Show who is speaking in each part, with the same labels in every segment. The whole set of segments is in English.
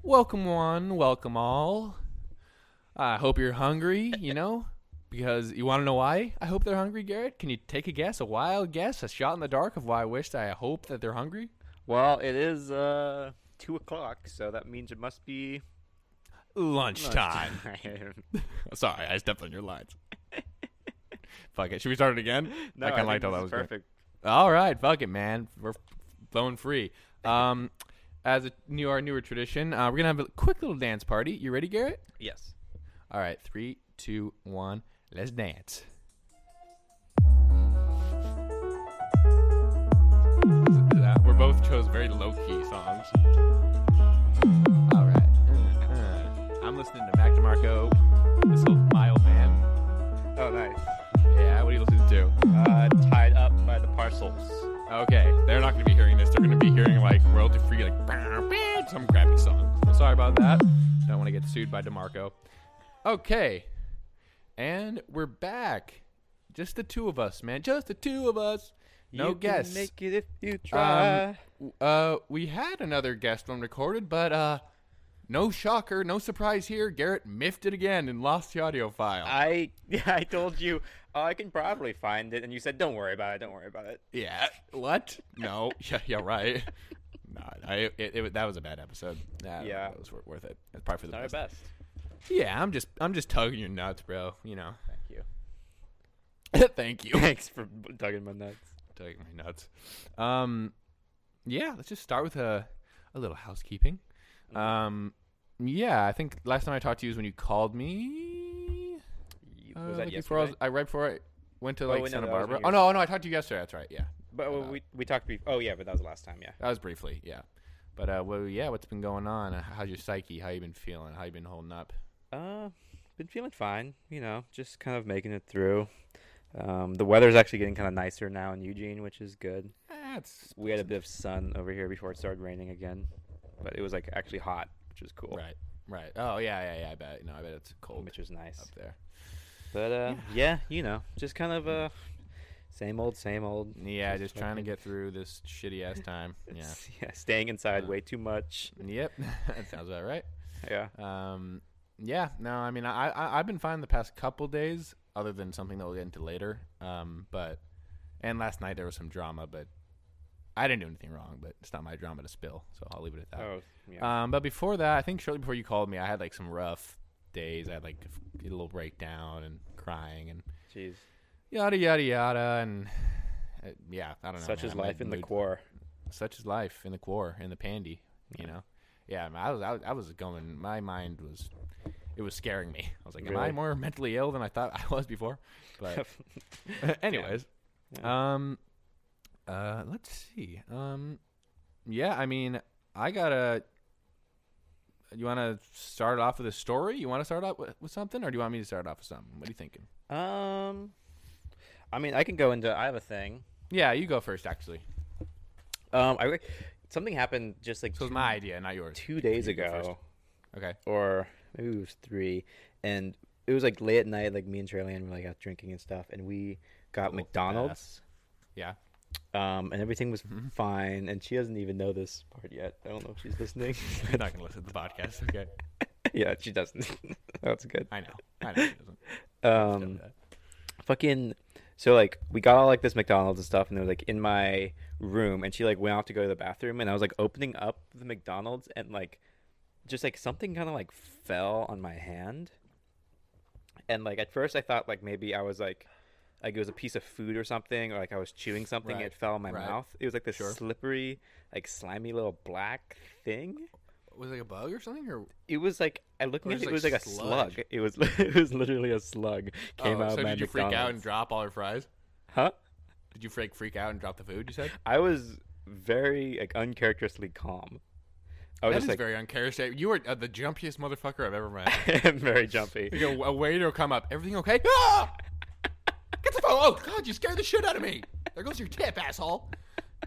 Speaker 1: Welcome one, welcome all. I hope you're hungry, you know, because you want to know why I hope they're hungry, Garrett? Can you take a guess, a wild guess, a shot in the dark of why I wished I hope that they're hungry?
Speaker 2: Well, it is uh, two o'clock, so that means it must be
Speaker 1: Lunchtime.
Speaker 2: lunchtime.
Speaker 1: Sorry, I stepped on your lines. Fuck it. Should we start it again?
Speaker 2: no,
Speaker 1: I kind of liked
Speaker 2: think
Speaker 1: how
Speaker 2: this
Speaker 1: that
Speaker 2: is
Speaker 1: was going.
Speaker 2: perfect.
Speaker 1: All right, fuck it, man. We're flowing free. Um, as a new our newer tradition, uh, we're gonna have a quick little dance party. You ready, Garrett?
Speaker 2: Yes.
Speaker 1: All right, three, two, one, let's dance. We're both chose very low key songs. All right, Uh, uh. I'm listening to Mac DeMarco, this little mile man.
Speaker 2: Oh, nice.
Speaker 1: Yeah, what are you listening to?
Speaker 2: Uh, tied up by the parcels.
Speaker 1: Okay, they're not going to be hearing this. They're going to be hearing like royalty free, like brr, brr, some crappy song. I'm sorry about that. Don't want to get sued by Demarco. Okay, and we're back. Just the two of us, man. Just the two of us. No
Speaker 2: you
Speaker 1: guests.
Speaker 2: Can make it if you try.
Speaker 1: Um, w- uh, we had another guest one recorded, but uh, no shocker, no surprise here. Garrett miffed it again and lost the audio file.
Speaker 2: I I told you oh, I can probably find it, and you said don't worry about it. Don't worry about it.
Speaker 1: Yeah. What? No. yeah. Yeah. Right. Not. I. It, it, that was a bad episode. Nah,
Speaker 2: Yeah.
Speaker 1: It was wor- worth it. It's probably for the
Speaker 2: Not our
Speaker 1: best.
Speaker 2: best.
Speaker 1: Yeah. I'm just. I'm just tugging your nuts, bro. You know.
Speaker 2: Thank you.
Speaker 1: Thank you.
Speaker 2: Thanks for tugging my nuts.
Speaker 1: tugging my nuts. Um. Yeah. Let's just start with a a little housekeeping.
Speaker 2: Mm-hmm.
Speaker 1: Um. Yeah. I think last time I talked to you was when you called me.
Speaker 2: You-
Speaker 1: Uh,
Speaker 2: was
Speaker 1: like
Speaker 2: that
Speaker 1: before I, was,
Speaker 2: yesterday?
Speaker 1: I right before I went to like
Speaker 2: wait, no,
Speaker 1: Santa
Speaker 2: that was when
Speaker 1: Barbara.
Speaker 2: you
Speaker 1: Oh no.
Speaker 2: were-
Speaker 1: No. I talked to you yesterday. That's right. Yeah.
Speaker 2: But well, we we talked before. Oh yeah, but that was the last time. Yeah.
Speaker 1: That was briefly, yeah. But uh, well, yeah, what's been going on? Uh, How's your psyche? How you been feeling? How you been holding up?
Speaker 2: Uh, been feeling fine. You know, just kind of making it through. Um, the weather's actually getting kind of nicer now in Eugene, which is good.
Speaker 1: That's
Speaker 2: We had a bit of sun over here before it started raining again, but it was like actually hot, which is cool,
Speaker 1: right, right. Oh yeah, yeah, yeah. I bet. No, I bet it's cold
Speaker 2: which was nice.
Speaker 1: up there.
Speaker 2: But uh, yeah, you know, just kind of uh, same old, same old.
Speaker 1: Yeah, just trying to
Speaker 2: fucking-
Speaker 1: get through this shitty ass time. Yeah.
Speaker 2: s- yeah, staying inside
Speaker 1: Uh,
Speaker 2: way too much.
Speaker 1: Yep, that sounds about right.
Speaker 2: Yeah,
Speaker 1: Um, yeah. No, I mean, I, I I've been fine the past couple days, other than something that we'll get into later. Um, but and last night there was some drama, but I didn't do anything wrong. But it's not my drama to spill, so I'll leave it at that.
Speaker 2: oh yeah,
Speaker 1: Um, but before that, I think shortly before you called me, I had like some rough days. I had like a little breakdown and crying and
Speaker 2: jeez,
Speaker 1: yada yada yada and uh, yeah, I don't know.
Speaker 2: such
Speaker 1: man.
Speaker 2: is
Speaker 1: My
Speaker 2: life in the
Speaker 1: mood-
Speaker 2: core.
Speaker 1: Such is life in the core in the pandy. You know, yeah. man, I was I was, I was going. My mind was. It was scaring me. I was like, "Am I
Speaker 2: Really?
Speaker 1: more mentally ill than I thought I was before?" But, Uh, anyways, um, uh, let's see. Um, yeah, I mean, I gotta. You want to start off with a story? You want to start off with, with something, or do you want me to start off with something? What are you thinking?
Speaker 2: Um, I mean, I can go into. I have a thing.
Speaker 1: Yeah, you go first, actually.
Speaker 2: Um, I re- something happened just like
Speaker 1: So it's
Speaker 2: two-
Speaker 1: my idea, not yours.
Speaker 2: two days
Speaker 1: You go first.
Speaker 2: ago,
Speaker 1: Okay.
Speaker 2: or maybe it was three, and it was like late at night. Like me and Charlene were like out drinking and stuff, and we got
Speaker 1: Cool.
Speaker 2: McDonald's.
Speaker 1: Yeah.
Speaker 2: Um, and everything was
Speaker 1: Mm-hmm.
Speaker 2: fine, and she doesn't even know this part yet. I don't know if she's listening.
Speaker 1: I'm not gonna listen to the podcast. Okay.
Speaker 2: yeah, she doesn't. That's good.
Speaker 1: I know. I know. She doesn't.
Speaker 2: Um, fucking so like we got all like this McDonald's and stuff and they were like in my room and she like went out to go to the bathroom and I was like opening up the McDonald's and like just like something kind of like fell on my hand. And like at first I thought like maybe I was like like it was a piece of food or something or like I was chewing something and
Speaker 1: Right,
Speaker 2: it fell in my
Speaker 1: right.
Speaker 2: mouth. It was like this
Speaker 1: Sure.
Speaker 2: slippery like slimy little black thing.
Speaker 1: was it like a bug or something? Or
Speaker 2: It was like I looking
Speaker 1: Or
Speaker 2: at
Speaker 1: just,
Speaker 2: it, it was
Speaker 1: like,
Speaker 2: like a
Speaker 1: sludge.
Speaker 2: slug. It was it was literally a slug came
Speaker 1: oh,
Speaker 2: out
Speaker 1: so
Speaker 2: of my
Speaker 1: did you freak out
Speaker 2: McDonald's.
Speaker 1: and drop all her fries?
Speaker 2: Huh?
Speaker 1: Did you freak freak out and drop the food? You said
Speaker 2: I was very like uncharacteristically calm. I
Speaker 1: that
Speaker 2: was
Speaker 1: is
Speaker 2: just
Speaker 1: very uncharacteristic. You are uh, the jumpiest motherfucker I've ever met.
Speaker 2: like very, jumpy.
Speaker 1: Like a, a waiter will come up. Everything okay? Ah! Get the phone. Oh God, you scared the shit out of me. There goes your tip, asshole.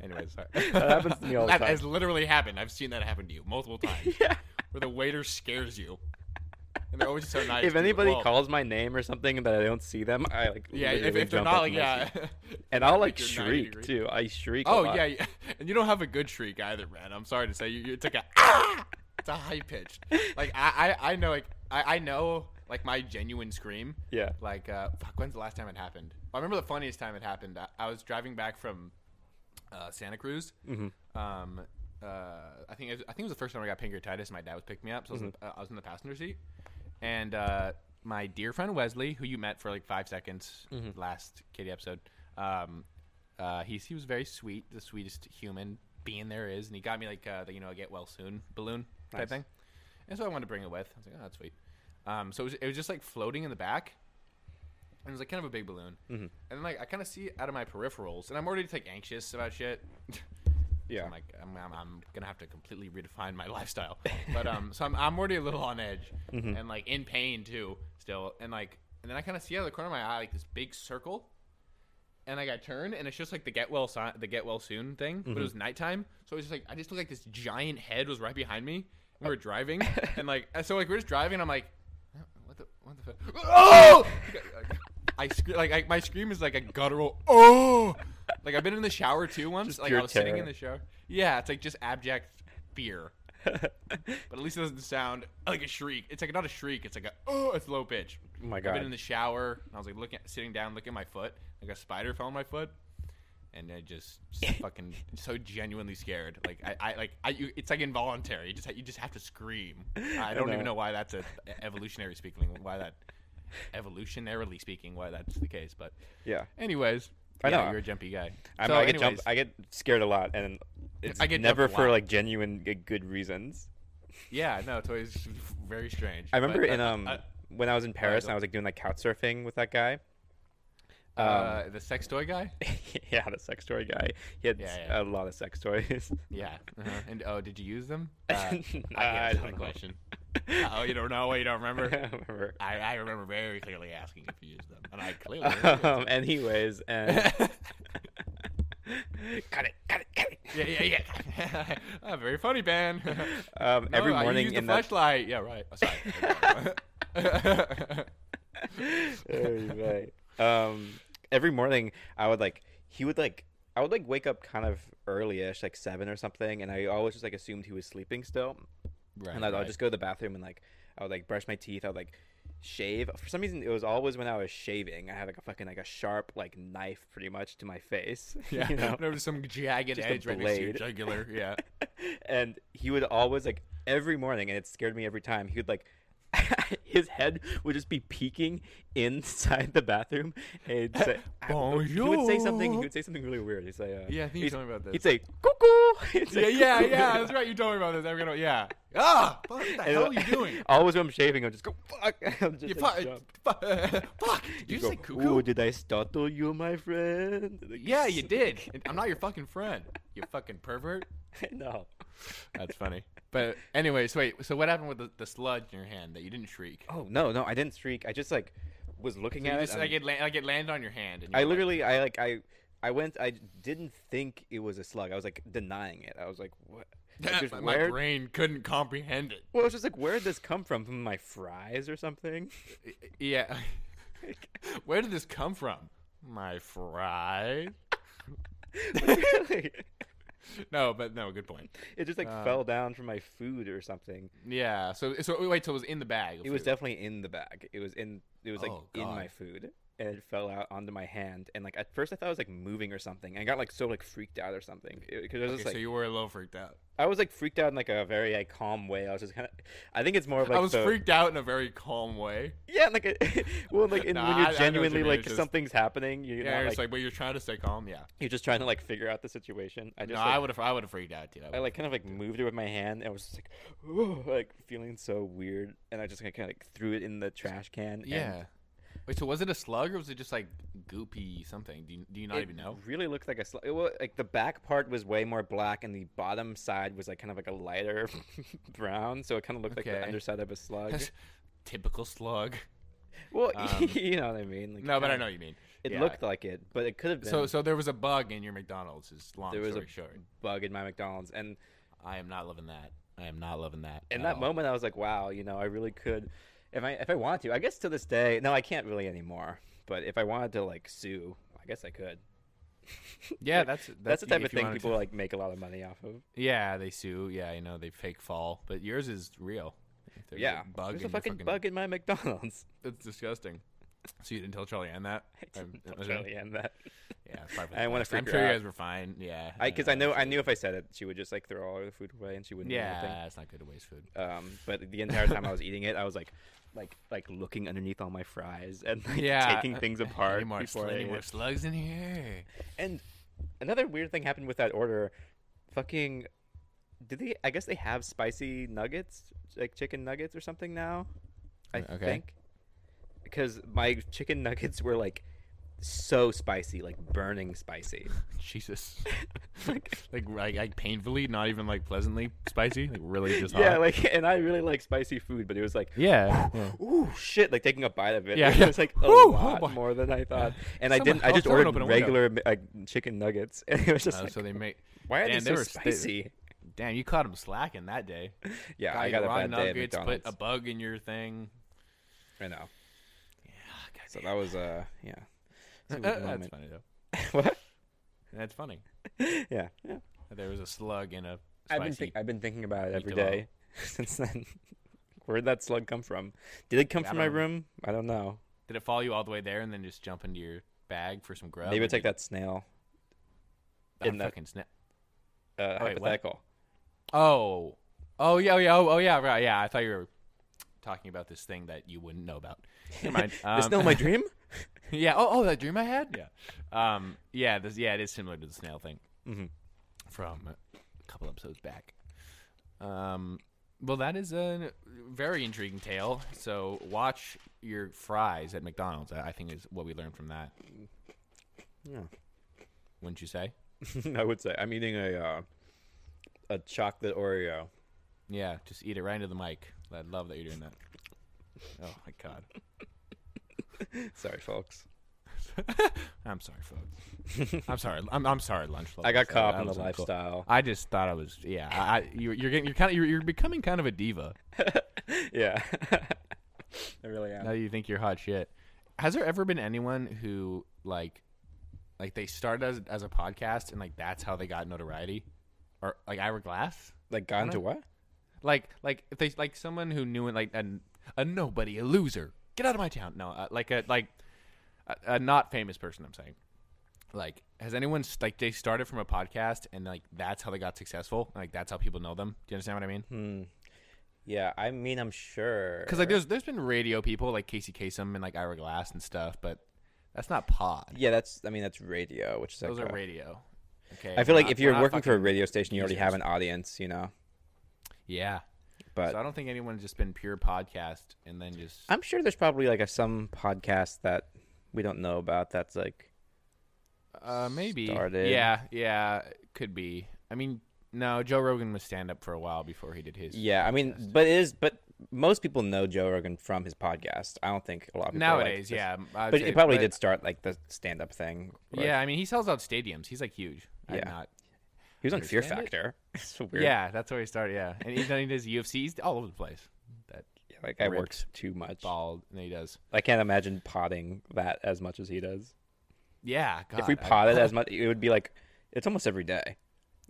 Speaker 1: Anyways, sorry.
Speaker 2: That happens to me all the
Speaker 1: that
Speaker 2: time.
Speaker 1: has literally happened. I've seen that happen to you multiple times.
Speaker 2: Yeah.
Speaker 1: Where the waiter scares you, and they're always so nice.
Speaker 2: If
Speaker 1: too.
Speaker 2: anybody
Speaker 1: Whoa.
Speaker 2: calls my name or something that I don't see them, I like
Speaker 1: yeah, if,
Speaker 2: literally
Speaker 1: if they're
Speaker 2: jump
Speaker 1: not
Speaker 2: up
Speaker 1: like
Speaker 2: and I
Speaker 1: yeah,
Speaker 2: see- and I'll like
Speaker 1: If you're 90
Speaker 2: shriek
Speaker 1: degrees.
Speaker 2: too. I shriek. a
Speaker 1: Oh
Speaker 2: lot.
Speaker 1: yeah, yeah, and you don't have a good shriek either, man. I'm sorry to say, you, you- it's like a ah, it's a high pitched. Like I, I, I know like I, I know like my genuine scream.
Speaker 2: Yeah.
Speaker 1: Like uh, fuck, when's the last time it happened? I remember the funniest time it happened. I, I was driving back from uh, Santa Cruz. Um, uh, I think it was, I think it was the first time I got pancreatitis. My dad was picking me up, so I, was in the, uh, I was in the passenger seat, and uh, my dear friend Wesley, who you met for like five seconds last Katie episode, um, uh, he he was very sweet, the sweetest human being there is, and he got me like uh, the you know get well soon balloon type
Speaker 2: Nice.
Speaker 1: thing, and so I wanted to bring it with. I was like, oh, that's sweet. Um, so it was, it was just like floating in the back, and it was like kind of a big balloon. And then like I kind of see it out of my peripherals, and I'm already like anxious about shit. So
Speaker 2: Yeah.
Speaker 1: I'm like I'm, I'm, I'm gonna have to completely redefine my lifestyle. But um, so I'm, I'm already a little on edge and like in pain too still, and like and then I kind of see out of the corner of my eye like this big circle. And like I turn, and it's just like the get well, si- the get well soon thing, but it was nighttime, so it was just like I just looked like this giant head was right behind me. And we were driving, and like so, like we're just driving. And I'm like, what the what the fuck? Oh! I scream like I, my scream is like a guttural oh. Like I've been in the shower too once.
Speaker 2: Just
Speaker 1: like I
Speaker 2: pure
Speaker 1: was sitting in
Speaker 2: terror.
Speaker 1: the shower. Yeah, it's like just abject fear. But at least it doesn't sound like a shriek. It's like not a shriek. It's like a oh. It's low pitch.
Speaker 2: Oh my
Speaker 1: I've
Speaker 2: God.
Speaker 1: been in the shower and I was like looking, sitting down, looking at my foot. Like a spider fell on my foot, and I just fucking so genuinely scared. Like I, I like I. You, it's like involuntary. You just you just have to scream. I don't even
Speaker 2: know.
Speaker 1: know why that's a e-, evolutionary speaking. Why that evolutionarily speaking, why that's the case. But
Speaker 2: yeah.
Speaker 1: anyways,
Speaker 2: I
Speaker 1: yeah,
Speaker 2: know.
Speaker 1: you're a jumpy guy.
Speaker 2: I'm,
Speaker 1: so,
Speaker 2: I get
Speaker 1: anyways,
Speaker 2: jump, I get scared a lot, and it's
Speaker 1: I get
Speaker 2: never
Speaker 1: jumped a
Speaker 2: for
Speaker 1: lot.
Speaker 2: like genuine g- good reasons.
Speaker 1: yeah, no, it's always very strange.
Speaker 2: I remember
Speaker 1: But,
Speaker 2: in
Speaker 1: uh,
Speaker 2: um
Speaker 1: uh,
Speaker 2: when I was in Paris
Speaker 1: go.
Speaker 2: and I was like doing like couch surfing with that guy.
Speaker 1: uh,
Speaker 2: Um,
Speaker 1: the sex toy guy.
Speaker 2: yeah, the sex toy guy. He had
Speaker 1: Yeah,
Speaker 2: s-
Speaker 1: yeah.
Speaker 2: a lot of sex toys.
Speaker 1: Yeah. Uh-huh. And oh, did you use them? Uh, I can't
Speaker 2: I
Speaker 1: answer
Speaker 2: don't
Speaker 1: that
Speaker 2: know.
Speaker 1: question. Oh, you don't know? You don't
Speaker 2: I
Speaker 1: remember?
Speaker 2: remember.
Speaker 1: I, I remember very clearly asking if you used them, and I clearly. didn't.
Speaker 2: Um, anyways, and cut it, cut it, cut it.
Speaker 1: yeah, yeah, yeah. Ah, very funny, Ben.
Speaker 2: Um,
Speaker 1: No,
Speaker 2: every
Speaker 1: I
Speaker 2: morning
Speaker 1: used
Speaker 2: in
Speaker 1: the
Speaker 2: the
Speaker 1: flashlight. Yeah, right. Oh, sorry.
Speaker 2: Anyway, um, every morning I would like he would like I would like wake up kind of early-ish, like seven or something, and I always just like assumed he was sleeping still.
Speaker 1: right.
Speaker 2: and I'd,
Speaker 1: right.
Speaker 2: I'd just go to the bathroom and like I would like brush my teeth. I'd like shave. For some reason, it was always when I was shaving. I had like a fucking like a sharp like knife pretty much to my face.
Speaker 1: Yeah,
Speaker 2: you know?
Speaker 1: there was some jagged
Speaker 2: Just a
Speaker 1: edge right next to your
Speaker 2: blade.
Speaker 1: jugular. Yeah.
Speaker 2: and he would always like every morning, and it scared me every time. He would like. His head would just be peeking inside the bathroom, and he'd say, I would- he would say something. He
Speaker 1: Bonjour.
Speaker 2: would say something really weird. He'd say, uh,
Speaker 1: Yeah, I think you
Speaker 2: he'd-
Speaker 1: told me about this.
Speaker 2: He'd say, "Cuckoo." He'd
Speaker 1: Yeah,
Speaker 2: say,
Speaker 1: yeah,
Speaker 2: "Cuckoo."
Speaker 1: yeah. That's right. You told me about this. I'm gonna. Yeah. Ah, fuck, what the
Speaker 2: And
Speaker 1: hell are you doing?
Speaker 2: Always when I'm shaving, I'm just go fuck. I'm just
Speaker 1: You
Speaker 2: like,
Speaker 1: fuck,
Speaker 2: jump.
Speaker 1: fuck, fuck. Did you,
Speaker 2: go,
Speaker 1: say cuckoo?
Speaker 2: "Ooh, did I startle you, my friend? Like,
Speaker 1: yeah, you did. And I'm not your fucking friend. You fucking pervert.
Speaker 2: no.
Speaker 1: That's funny. But anyways, wait. So what happened with the, the sludge in your hand that you didn't shriek?
Speaker 2: Oh no, no, I didn't streak. I just like was looking
Speaker 1: So you
Speaker 2: at
Speaker 1: just,
Speaker 2: it.
Speaker 1: like
Speaker 2: and
Speaker 1: it, la- like it landed on your hand. And you
Speaker 2: I
Speaker 1: were like,
Speaker 2: literally, I like, I, I went. I didn't think it was a slug. I was like denying it. I was like, what? Like, just
Speaker 1: my, my
Speaker 2: where?
Speaker 1: brain couldn't comprehend it.
Speaker 2: Well, I was just like, where did this come from? From my fries or something?
Speaker 1: I- Yeah. Where did this come from? My fry.
Speaker 2: Really?
Speaker 1: No, but no. Good point.
Speaker 2: it just like
Speaker 1: Uh,
Speaker 2: fell down from my food or something.
Speaker 1: Yeah. So so oh, wait. So it was in the bag. of
Speaker 2: It was
Speaker 1: food.
Speaker 2: definitely in the bag. It was in. It was like
Speaker 1: Oh,
Speaker 2: in
Speaker 1: God.
Speaker 2: my food, and it fell out onto my hand. And like at first, I thought it was like moving or something. I got like so like freaked out or something because I was
Speaker 1: Okay,
Speaker 2: just like
Speaker 1: so you were a little freaked out.
Speaker 2: I was like freaked out in like a very like calm way. I was just kind of. I think it's more of like
Speaker 1: I was
Speaker 2: the-
Speaker 1: freaked out in a very calm way.
Speaker 2: Yeah, like a, well, like in,
Speaker 1: Nah, I- I know what
Speaker 2: when you're
Speaker 1: you
Speaker 2: genuinely
Speaker 1: mean,
Speaker 2: like
Speaker 1: it's just-
Speaker 2: something's happening, you're
Speaker 1: Yeah,
Speaker 2: not,
Speaker 1: it's
Speaker 2: like,
Speaker 1: like, but you're trying to stay calm. Yeah.
Speaker 2: you're just trying to like figure out the situation. I
Speaker 1: No,
Speaker 2: just
Speaker 1: I
Speaker 2: like,
Speaker 1: would have. I would have freaked out, dude. I
Speaker 2: I
Speaker 1: would've-
Speaker 2: like kind of like moved it with my hand. And I was just like, "Ooh," like feeling so weird, and I just like, kind of like threw it in the trash can.
Speaker 1: yeah.
Speaker 2: and
Speaker 1: Wait, so was it a slug or was it just like goopy something? Do you, do you not
Speaker 2: it
Speaker 1: even know?
Speaker 2: Really looked like a sl- it wa- like the back part was way more black, and the bottom side was like kind of like a lighter brown. So it kind of looked like
Speaker 1: Okay.
Speaker 2: the underside of a slug.
Speaker 1: That's typical slug.
Speaker 2: well,
Speaker 1: Um,
Speaker 2: you know what I mean. Like,
Speaker 1: No, but I
Speaker 2: kinda-
Speaker 1: know what you mean.
Speaker 2: It
Speaker 1: Yeah.
Speaker 2: looked like it, but it could have been
Speaker 1: So, so there was a bug in your McDonald's. Is long
Speaker 2: There was a-
Speaker 1: story short.
Speaker 2: bug in my McDonald's. And
Speaker 1: I am not loving that. I am not loving that.
Speaker 2: in
Speaker 1: at
Speaker 2: that
Speaker 1: all.
Speaker 2: moment, I was like, "Wow, you know, I really could, if I if I want to. I guess to this day, no, I can't really anymore. But if I wanted to like sue, I guess I could.
Speaker 1: Yeah, that's
Speaker 2: That's the type
Speaker 1: if
Speaker 2: of
Speaker 1: you
Speaker 2: thing
Speaker 1: wanted
Speaker 2: people
Speaker 1: to-
Speaker 2: like make a lot of money off of.
Speaker 1: Yeah, they sue. Yeah, you know they fake fall, but yours is real. If there's
Speaker 2: yeah,
Speaker 1: bug
Speaker 2: there's
Speaker 1: in
Speaker 2: a
Speaker 1: your
Speaker 2: fucking, bug in my McDonald's.
Speaker 1: That's disgusting. So you didn't tell Charlie Ann that?
Speaker 2: I
Speaker 1: I'm-
Speaker 2: didn't
Speaker 1: is it-
Speaker 2: really end that.
Speaker 1: Yeah, it's probably.
Speaker 2: I didn't wanna
Speaker 1: best. I'm
Speaker 2: freak her
Speaker 1: sure you
Speaker 2: out.
Speaker 1: guys were fine. Yeah,
Speaker 2: Because I, know I
Speaker 1: she-
Speaker 2: knew if I said it, she would just like throw all her food away and she wouldn't. do anything.
Speaker 1: Yeah, it's not good to waste food.
Speaker 2: Um, but the entire time I was eating it, I was like, like, like looking underneath all my fries and like
Speaker 1: Yeah,
Speaker 2: taking things
Speaker 1: uh,
Speaker 2: apart.
Speaker 1: Any more,
Speaker 2: before
Speaker 1: sl-
Speaker 2: I
Speaker 1: any
Speaker 2: ate
Speaker 1: more
Speaker 2: it.
Speaker 1: slugs in here?
Speaker 2: And another weird thing happened with that order. Fucking, did they? I guess they have spicy nuggets, like chicken nuggets or something now. I
Speaker 1: Uh, okay.
Speaker 2: think because my chicken nuggets were like so spicy, like burning spicy.
Speaker 1: Jesus.
Speaker 2: Like-
Speaker 1: like, like, like painfully, not even like pleasantly spicy. Like really just
Speaker 2: Yeah,
Speaker 1: hot.
Speaker 2: like, and I really like spicy food, but it was like,
Speaker 1: yeah. yeah.
Speaker 2: ooh, shit, like taking a bite of it.
Speaker 1: Yeah,
Speaker 2: it
Speaker 1: yeah.
Speaker 2: was like a
Speaker 1: Whew, oh
Speaker 2: lot
Speaker 1: boy.
Speaker 2: more than I thought. And I
Speaker 1: Someone-
Speaker 2: didn't. I
Speaker 1: oh,
Speaker 2: just
Speaker 1: someone
Speaker 2: ordered
Speaker 1: open a window.
Speaker 2: regular like chicken nuggets, and it was just
Speaker 1: Uh,
Speaker 2: like,
Speaker 1: so they make.
Speaker 2: why are
Speaker 1: damn,
Speaker 2: they so
Speaker 1: were sta-
Speaker 2: spicy?
Speaker 1: damn, you caught them slacking that day.
Speaker 2: yeah,
Speaker 1: Got
Speaker 2: I
Speaker 1: you
Speaker 2: got
Speaker 1: the
Speaker 2: a
Speaker 1: raw
Speaker 2: bad day at
Speaker 1: nuggets. Put
Speaker 2: McDonald's.
Speaker 1: a bug in your thing.
Speaker 2: I know.
Speaker 1: Yeah, Uh,
Speaker 2: So that was uh, yeah. It's a weird
Speaker 1: that's
Speaker 2: moment.
Speaker 1: funny though.
Speaker 2: what?
Speaker 1: That's funny.
Speaker 2: Yeah, yeah.
Speaker 1: There was a slug in a
Speaker 2: I've been
Speaker 1: spicy.
Speaker 2: think- I've been thinking about it every
Speaker 1: meatball.
Speaker 2: day since then. Where'd that slug come from? Did it come
Speaker 1: Yeah, I
Speaker 2: from my
Speaker 1: don't know.
Speaker 2: room? I don't know.
Speaker 1: Did it follow you all the way there and then just jump into your bag for some grub?
Speaker 2: Maybe it's
Speaker 1: or
Speaker 2: like
Speaker 1: did-
Speaker 2: that snail.
Speaker 1: ah,
Speaker 2: in the-
Speaker 1: fucking snap.
Speaker 2: Uh,
Speaker 1: Wait, what?
Speaker 2: hypothetical.
Speaker 1: Oh, oh yeah, oh yeah, oh, oh yeah, right, yeah. I thought you were talking about this thing that you wouldn't know about. Never mind.
Speaker 2: the
Speaker 1: Um,
Speaker 2: snail in my dream?
Speaker 1: yeah. Oh, oh, that dream I had. Yeah. Um. Yeah. This. Yeah. It is similar to the snail thing
Speaker 2: Mhm.
Speaker 1: from a couple episodes back. Um. Well, that is a very intriguing tale. So watch your fries at McDonald's. I I think is what we learned from that.
Speaker 2: Yeah.
Speaker 1: Wouldn't you say?
Speaker 2: I would say I'm eating a uh, a chocolate Oreo.
Speaker 1: Yeah. Just eat it right into the mic. I love that you're doing that. Oh my god.
Speaker 2: Sorry, folks.
Speaker 1: I'm sorry, folks. I'm sorry. I'm, I'm sorry, lunch.
Speaker 2: I got
Speaker 1: Lovers.
Speaker 2: caught
Speaker 1: That
Speaker 2: up in the
Speaker 1: was uncool.
Speaker 2: lifestyle.
Speaker 1: I just thought I was. Yeah. I, I, you're, you're getting. You're kind of. You're, you're becoming kind of a diva.
Speaker 2: Yeah, I really am.
Speaker 1: Now you think you're hot shit. Has there ever been anyone who like, like they started as as a podcast and like that's how they got notoriety, or like Ira Glass,
Speaker 2: like got into what?
Speaker 1: like like if they like someone who knew it like a, a nobody, a loser, get out of my town. No, uh, like a like a, a not famous person. I'm saying, like has anyone s- like they started from a podcast and like that's how they got successful, like that's how people know them. Do you understand what I mean?
Speaker 2: Hmm. Yeah, I mean, I'm sure.
Speaker 1: Because like there's there's been radio people like Casey Kasem and like Ira Glass and stuff, but that's not pod.
Speaker 2: yeah, that's. I mean, that's radio, which is like.
Speaker 1: Those
Speaker 2: a-
Speaker 1: are radio. Okay.
Speaker 2: I feel like
Speaker 1: Not-
Speaker 2: if you're
Speaker 1: not
Speaker 2: working for a
Speaker 1: fucking-
Speaker 2: radio station, you already have
Speaker 1: users.
Speaker 2: an audience, you know.
Speaker 1: yeah.
Speaker 2: But
Speaker 1: so I don't think anyone's just been pure podcast and then just
Speaker 2: I'm sure there's probably like a some podcast that we don't know about that's like
Speaker 1: uh, maybe.
Speaker 2: started.
Speaker 1: Yeah, yeah, could be. I mean, no, Joe Rogan was stand up for a while before he did his.
Speaker 2: yeah, I mean, but it is but most people know Joe Rogan from his podcast. I don't think a lot of people are like
Speaker 1: Nowadays,
Speaker 2: this-
Speaker 1: yeah, I'd
Speaker 2: But
Speaker 1: say-
Speaker 2: it probably
Speaker 1: but-
Speaker 2: did start like the stand up thing. or-
Speaker 1: Yeah, I mean, he sells out stadiums. He's like huge. I'm
Speaker 2: Yeah.
Speaker 1: not-
Speaker 2: He was on Fear
Speaker 1: Understand it?
Speaker 2: Factor. It's so weird.
Speaker 1: Yeah, that's where he started. Yeah, and he's done he does UFC. He's all over the place. That
Speaker 2: Yeah, Like I
Speaker 1: Ripped.
Speaker 2: works too much.
Speaker 1: bald, and he does.
Speaker 2: I can't imagine potting that as much as he does.
Speaker 1: Yeah, God,
Speaker 2: if we
Speaker 1: I-
Speaker 2: potted as much, it would be like it's almost every day,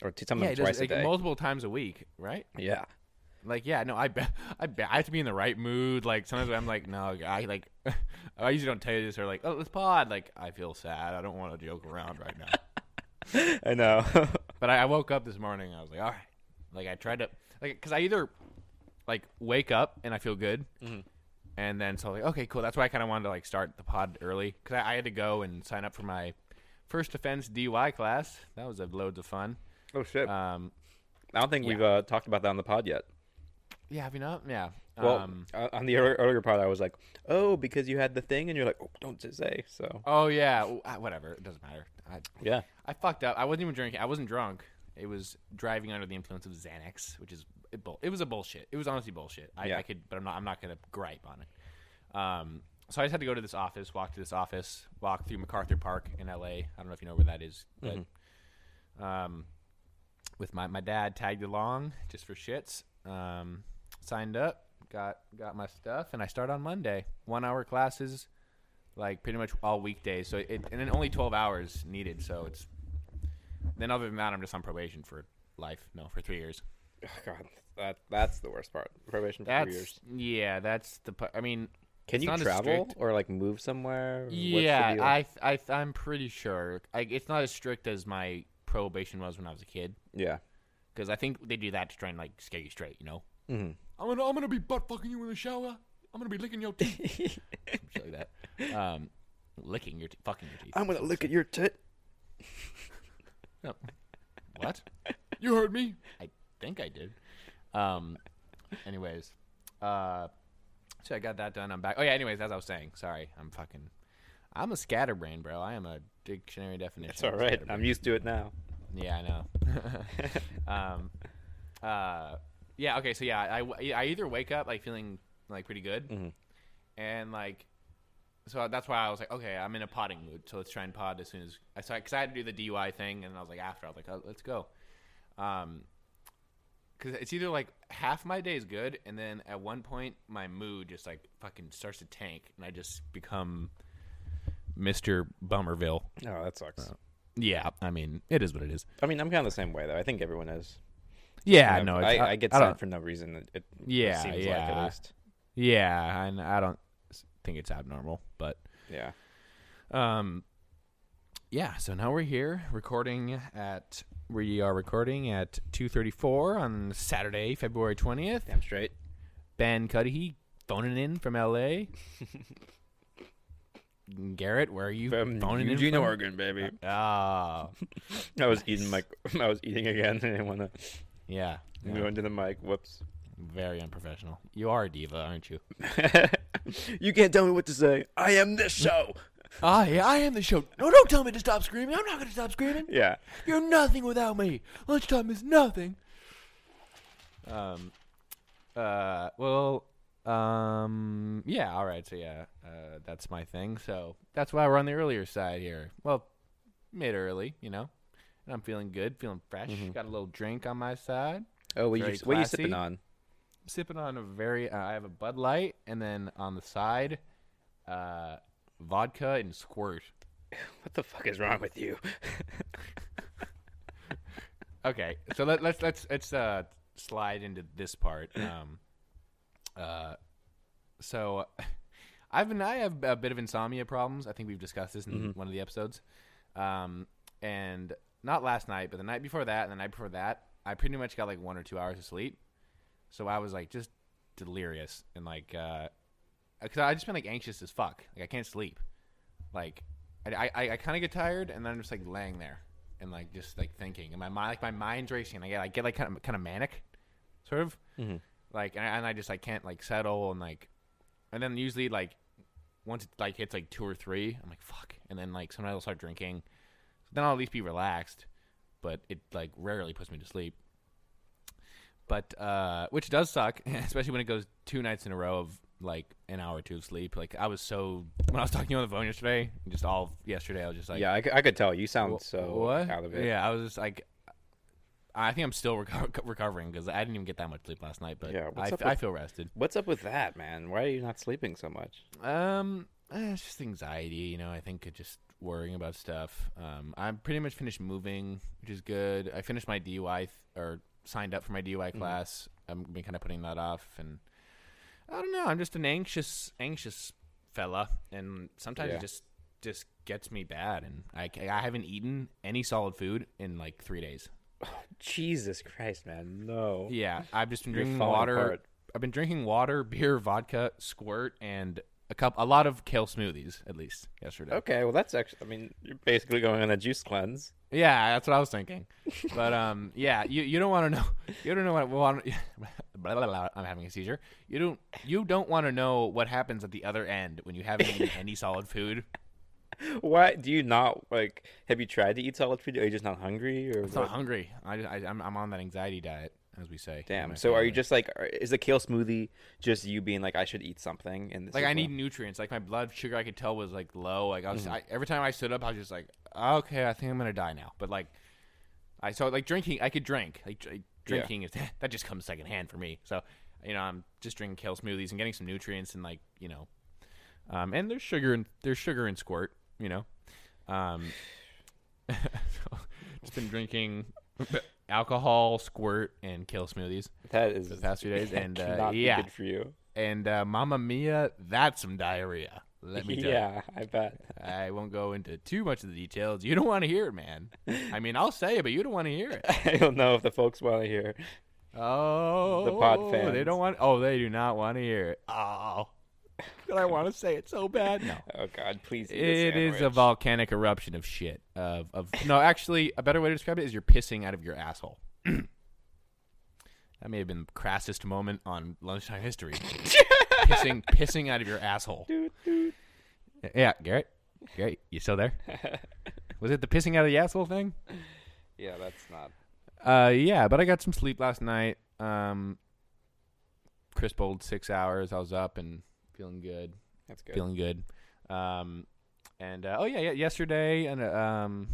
Speaker 2: or
Speaker 1: yeah,
Speaker 2: t-
Speaker 1: he
Speaker 2: sometimes
Speaker 1: does
Speaker 2: twice
Speaker 1: like,
Speaker 2: a day.
Speaker 1: multiple times a week, right?
Speaker 2: yeah,
Speaker 1: Like, yeah, no, I bet, I bet, I have to be in the right mood. Like, sometimes I'm like, no, I like, I usually don't tell you this or like, oh, let's pod. Like, I feel sad. I don't want to joke around right now.
Speaker 2: I know.
Speaker 1: but I, I woke up this morning. and I was like, all right. Like, I tried to, like, because I either like wake up and I feel good,
Speaker 2: Mm-hmm.
Speaker 1: and then so like, okay, cool. That's why I kind of wanted to like start the pod early because I, I had to go and sign up for my first offense DUI class. That was uh, loads of fun.
Speaker 2: oh shit!
Speaker 1: Um,
Speaker 2: I don't think we've uh, talked about that on the pod yet.
Speaker 1: yeah, have you not? Yeah.
Speaker 2: Well,
Speaker 1: um,
Speaker 2: uh, on the ear- earlier pod, I was like, "Oh, because you had the thing," and you're like, "Oh, don't just say." So
Speaker 1: Oh yeah, w- ah, whatever. It doesn't matter. I,
Speaker 2: yeah,
Speaker 1: I fucked up. I wasn't even drinking. I wasn't drunk. It was driving under the influence of Xanax, which is it, bull- it was a bullshit. It was honestly bullshit. I,
Speaker 2: Yeah.
Speaker 1: I could, but I'm not. I'm not gonna gripe on it. Um, so I just had to go to this office, walk to this office, walk through MacArthur Park in L.A. I don't know if you know where that is, but um, with my my dad tagged along just for shits. Um, signed up, got got my stuff, and I start on Monday. One hour classes like pretty much all weekdays. So it and then only twelve hours needed. So it's then other than that, I'm just on probation for life. No, for three years.
Speaker 2: Oh, God, that that's the worst part. Probation for
Speaker 1: That's
Speaker 2: three years.
Speaker 1: yeah. That's the. pu- I mean,
Speaker 2: Can
Speaker 1: it's
Speaker 2: you
Speaker 1: not as
Speaker 2: travel
Speaker 1: strict.
Speaker 2: or like move somewhere? What's the
Speaker 1: yeah,
Speaker 2: deal?
Speaker 1: I, I I'm pretty sure. Like, it's not as strict as my probation was when I was a kid.
Speaker 2: yeah.
Speaker 1: Because I think they do that to try and like scare you straight. You know,
Speaker 2: hmm
Speaker 1: I'm gonna I'm gonna be butt fucking you in the shower. I'm gonna be licking your teeth. Something like that. Um, licking your te- fucking your teeth.
Speaker 2: I'm gonna look at your tit.
Speaker 1: No. What? you heard me. I think I did. Um. Anyways, uh, so I got that done. I'm back. Oh yeah. Anyways, as I was saying, sorry. I'm fucking. I'm a scatterbrain, bro. I am a dictionary definition.
Speaker 2: It's
Speaker 1: of
Speaker 2: all right.
Speaker 1: scatterbrain.
Speaker 2: I'm used to it now.
Speaker 1: Yeah, I know. um, uh, yeah. Okay. So yeah, I, w- I either wake up like feeling like pretty good, and like, so that's why I was like, okay, I'm in a potting mood, so let's try and pod as soon as I saw because I had to do the DUI thing, and I was like, after I was like, oh, let's go, um, because it's either like half my day is good, and then at one point my mood just like fucking starts to tank, and I just become Mister Bummerville.
Speaker 2: Oh, that sucks.
Speaker 1: Yeah, I mean, it is what it is.
Speaker 2: I mean, I'm kind of the same way though. I think everyone is.
Speaker 1: Yeah,
Speaker 2: You know,
Speaker 1: no, it's,
Speaker 2: I, I, get
Speaker 1: I
Speaker 2: sad
Speaker 1: don't,
Speaker 2: for no reason. It, it it
Speaker 1: Yeah,
Speaker 2: seems like
Speaker 1: yeah.
Speaker 2: at least.
Speaker 1: yeah, and I don't s- think it's abnormal, but
Speaker 2: Yeah.
Speaker 1: um, yeah. So now we're here recording at we are recording at two thirty four on Saturday, February twentieth.
Speaker 2: Damn straight.
Speaker 1: Ben Cudahy phoning in from L.A. Garrett, where are you
Speaker 2: From
Speaker 1: phoning
Speaker 2: Eugene,
Speaker 1: in? From?
Speaker 2: Oregon, baby.
Speaker 1: Ah,
Speaker 2: I was eating my. I was eating again. I didn't want to
Speaker 1: yeah, yeah,
Speaker 2: go into the mic. Whoops.
Speaker 1: very unprofessional. You are a diva, aren't you?
Speaker 2: you can't tell me what to say. I am this show.
Speaker 1: I, Ah, I am the show. No, don't tell me to stop screaming. I'm not going to stop screaming.
Speaker 2: yeah.
Speaker 1: You're nothing without me. Lunchtime is nothing. Um, uh, well, um, yeah, all right. So yeah, uh, that's my thing. So that's why we're on the earlier side here. Well, mid early, you know. And I'm feeling good, feeling fresh. Got a little drink on my side.
Speaker 2: Oh, what,
Speaker 1: Very
Speaker 2: you, what are you sipping
Speaker 1: classy.
Speaker 2: on?
Speaker 1: sipping on a very. Uh, I have a Bud Light, and then on the side, uh, vodka and squirt.
Speaker 2: What the fuck is wrong with you?
Speaker 1: Okay, so let, let's let's let's uh, slide into this part. Um, uh, so I've been I have a bit of insomnia problems. I think we've discussed this in one of the episodes. Um, and not last night, but the night before that, and the night before that, I pretty much got like one or two hours of sleep. So I was like just delirious and like because I just been like anxious as fuck. Like I can't sleep. Like I I, I kind of get tired, and then I'm just like laying there and like just like thinking, and my mind like my mind's racing. And I get I get like kind of kind of manic, sort of. Like and I, and I just like can't like settle and like, and then usually like once it like hits like two or three, I'm like fuck, and then like sometimes I'll start drinking. Then I'll at least be relaxed, but it like rarely puts me to sleep. But uh, which does suck, especially when it goes two nights in a row of like an hour or two of sleep. Like I was so when I was talking to you on the phone yesterday, just all of yesterday, I was just like,
Speaker 2: yeah, I, c- I could tell. You sound
Speaker 1: Wha-
Speaker 2: so
Speaker 1: what?
Speaker 2: out of it.
Speaker 1: Yeah, I was just like, I think I'm still reco- recovering because I didn't even get that much sleep last night, but
Speaker 2: Yeah,
Speaker 1: I,
Speaker 2: what's up
Speaker 1: I
Speaker 2: with-
Speaker 1: feel rested.
Speaker 2: What's up with that, man? Why are you not sleeping so much?
Speaker 1: Um, eh, it's just anxiety, you know. I think it just worrying about stuff. Um, I'm pretty much finished moving, which is good. I finished my DUI th- or signed up for my DUI
Speaker 2: Mm-hmm.
Speaker 1: class. I've been kind of putting that off, and I don't know. I'm just an anxious, anxious fella, and sometimes
Speaker 2: Yeah.
Speaker 1: it just just gets me bad. And I ca- I haven't eaten any solid food in like three days.
Speaker 2: Jesus Christ, man. No.
Speaker 1: Yeah, I've just been
Speaker 2: You're
Speaker 1: drinking
Speaker 2: falling
Speaker 1: water.
Speaker 2: apart.
Speaker 1: I've been drinking water, beer, vodka, squirt, and a cup, a lot of kale smoothies at least yesterday.
Speaker 2: Okay, well, that's actually. I mean, you're basically going on a juice cleanse.
Speaker 1: Yeah, that's what I was thinking. But um, yeah, you, you don't want to know. You don't know what. Well, blah, blah, blah, I'm having a seizure. You don't. You don't want to know what happens at the other end when you haven't eaten any solid food.
Speaker 2: Why do you not like? Have you tried to eat solid food? Are you just not hungry? Or
Speaker 1: I'm not
Speaker 2: what?
Speaker 1: hungry. I, I I'm, I'm on that anxiety diet, as we say. in my
Speaker 2: damn. So are you
Speaker 1: family.
Speaker 2: just like? are- Is the kale smoothie just you being like, I should eat something? And this
Speaker 1: like
Speaker 2: is
Speaker 1: I
Speaker 2: what-
Speaker 1: need nutrients. Like my blood sugar, I could tell was like low. Like I was I, every time I stood up, I was just like, okay, I think I'm gonna die now. But like, I so like drinking, I could drink. Like dr- drinking is that just comes secondhand for me. So you know, I'm just drinking kale smoothies and getting some nutrients and like you know, Um, and there's sugar and there's sugar and squirt, you know. Um, so just been drinking alcohol, squirt, and kale smoothies
Speaker 2: That is
Speaker 1: the past few days,
Speaker 2: that
Speaker 1: and uh,
Speaker 2: cannot be
Speaker 1: yeah,
Speaker 2: good for you.
Speaker 1: and uh, Mamma Mia, that's some diarrhea. Let me tell you.
Speaker 2: yeah, I bet.
Speaker 1: I won't go into too much of the details. You don't want to hear it, man. I mean, I'll say it, but you don't want to hear it.
Speaker 2: I don't know if the folks want to hear.
Speaker 1: Oh, They
Speaker 2: fans.
Speaker 1: don't want. Oh, they do not want to hear it. Oh, but I want to say it so bad. No,
Speaker 2: Oh God, please. Eat a
Speaker 1: it is a
Speaker 2: sandwich.
Speaker 1: volcanic eruption of shit. Of of no, actually, a better way to describe it is you're pissing out of your asshole. that may have been the crassest moment on lunchtime history. pissing, pissing out of your asshole.
Speaker 2: Doot, doot.
Speaker 1: Yeah, Garrett. Garrett, you still there? Was it the pissing out of the asshole thing?
Speaker 2: Yeah, that's not.
Speaker 1: Uh, yeah, but I got some sleep last night. Um, crisp old six hours. I was up and feeling good,
Speaker 2: That's good.
Speaker 1: feeling good. Um, and uh, oh yeah, yeah, yesterday and uh, um,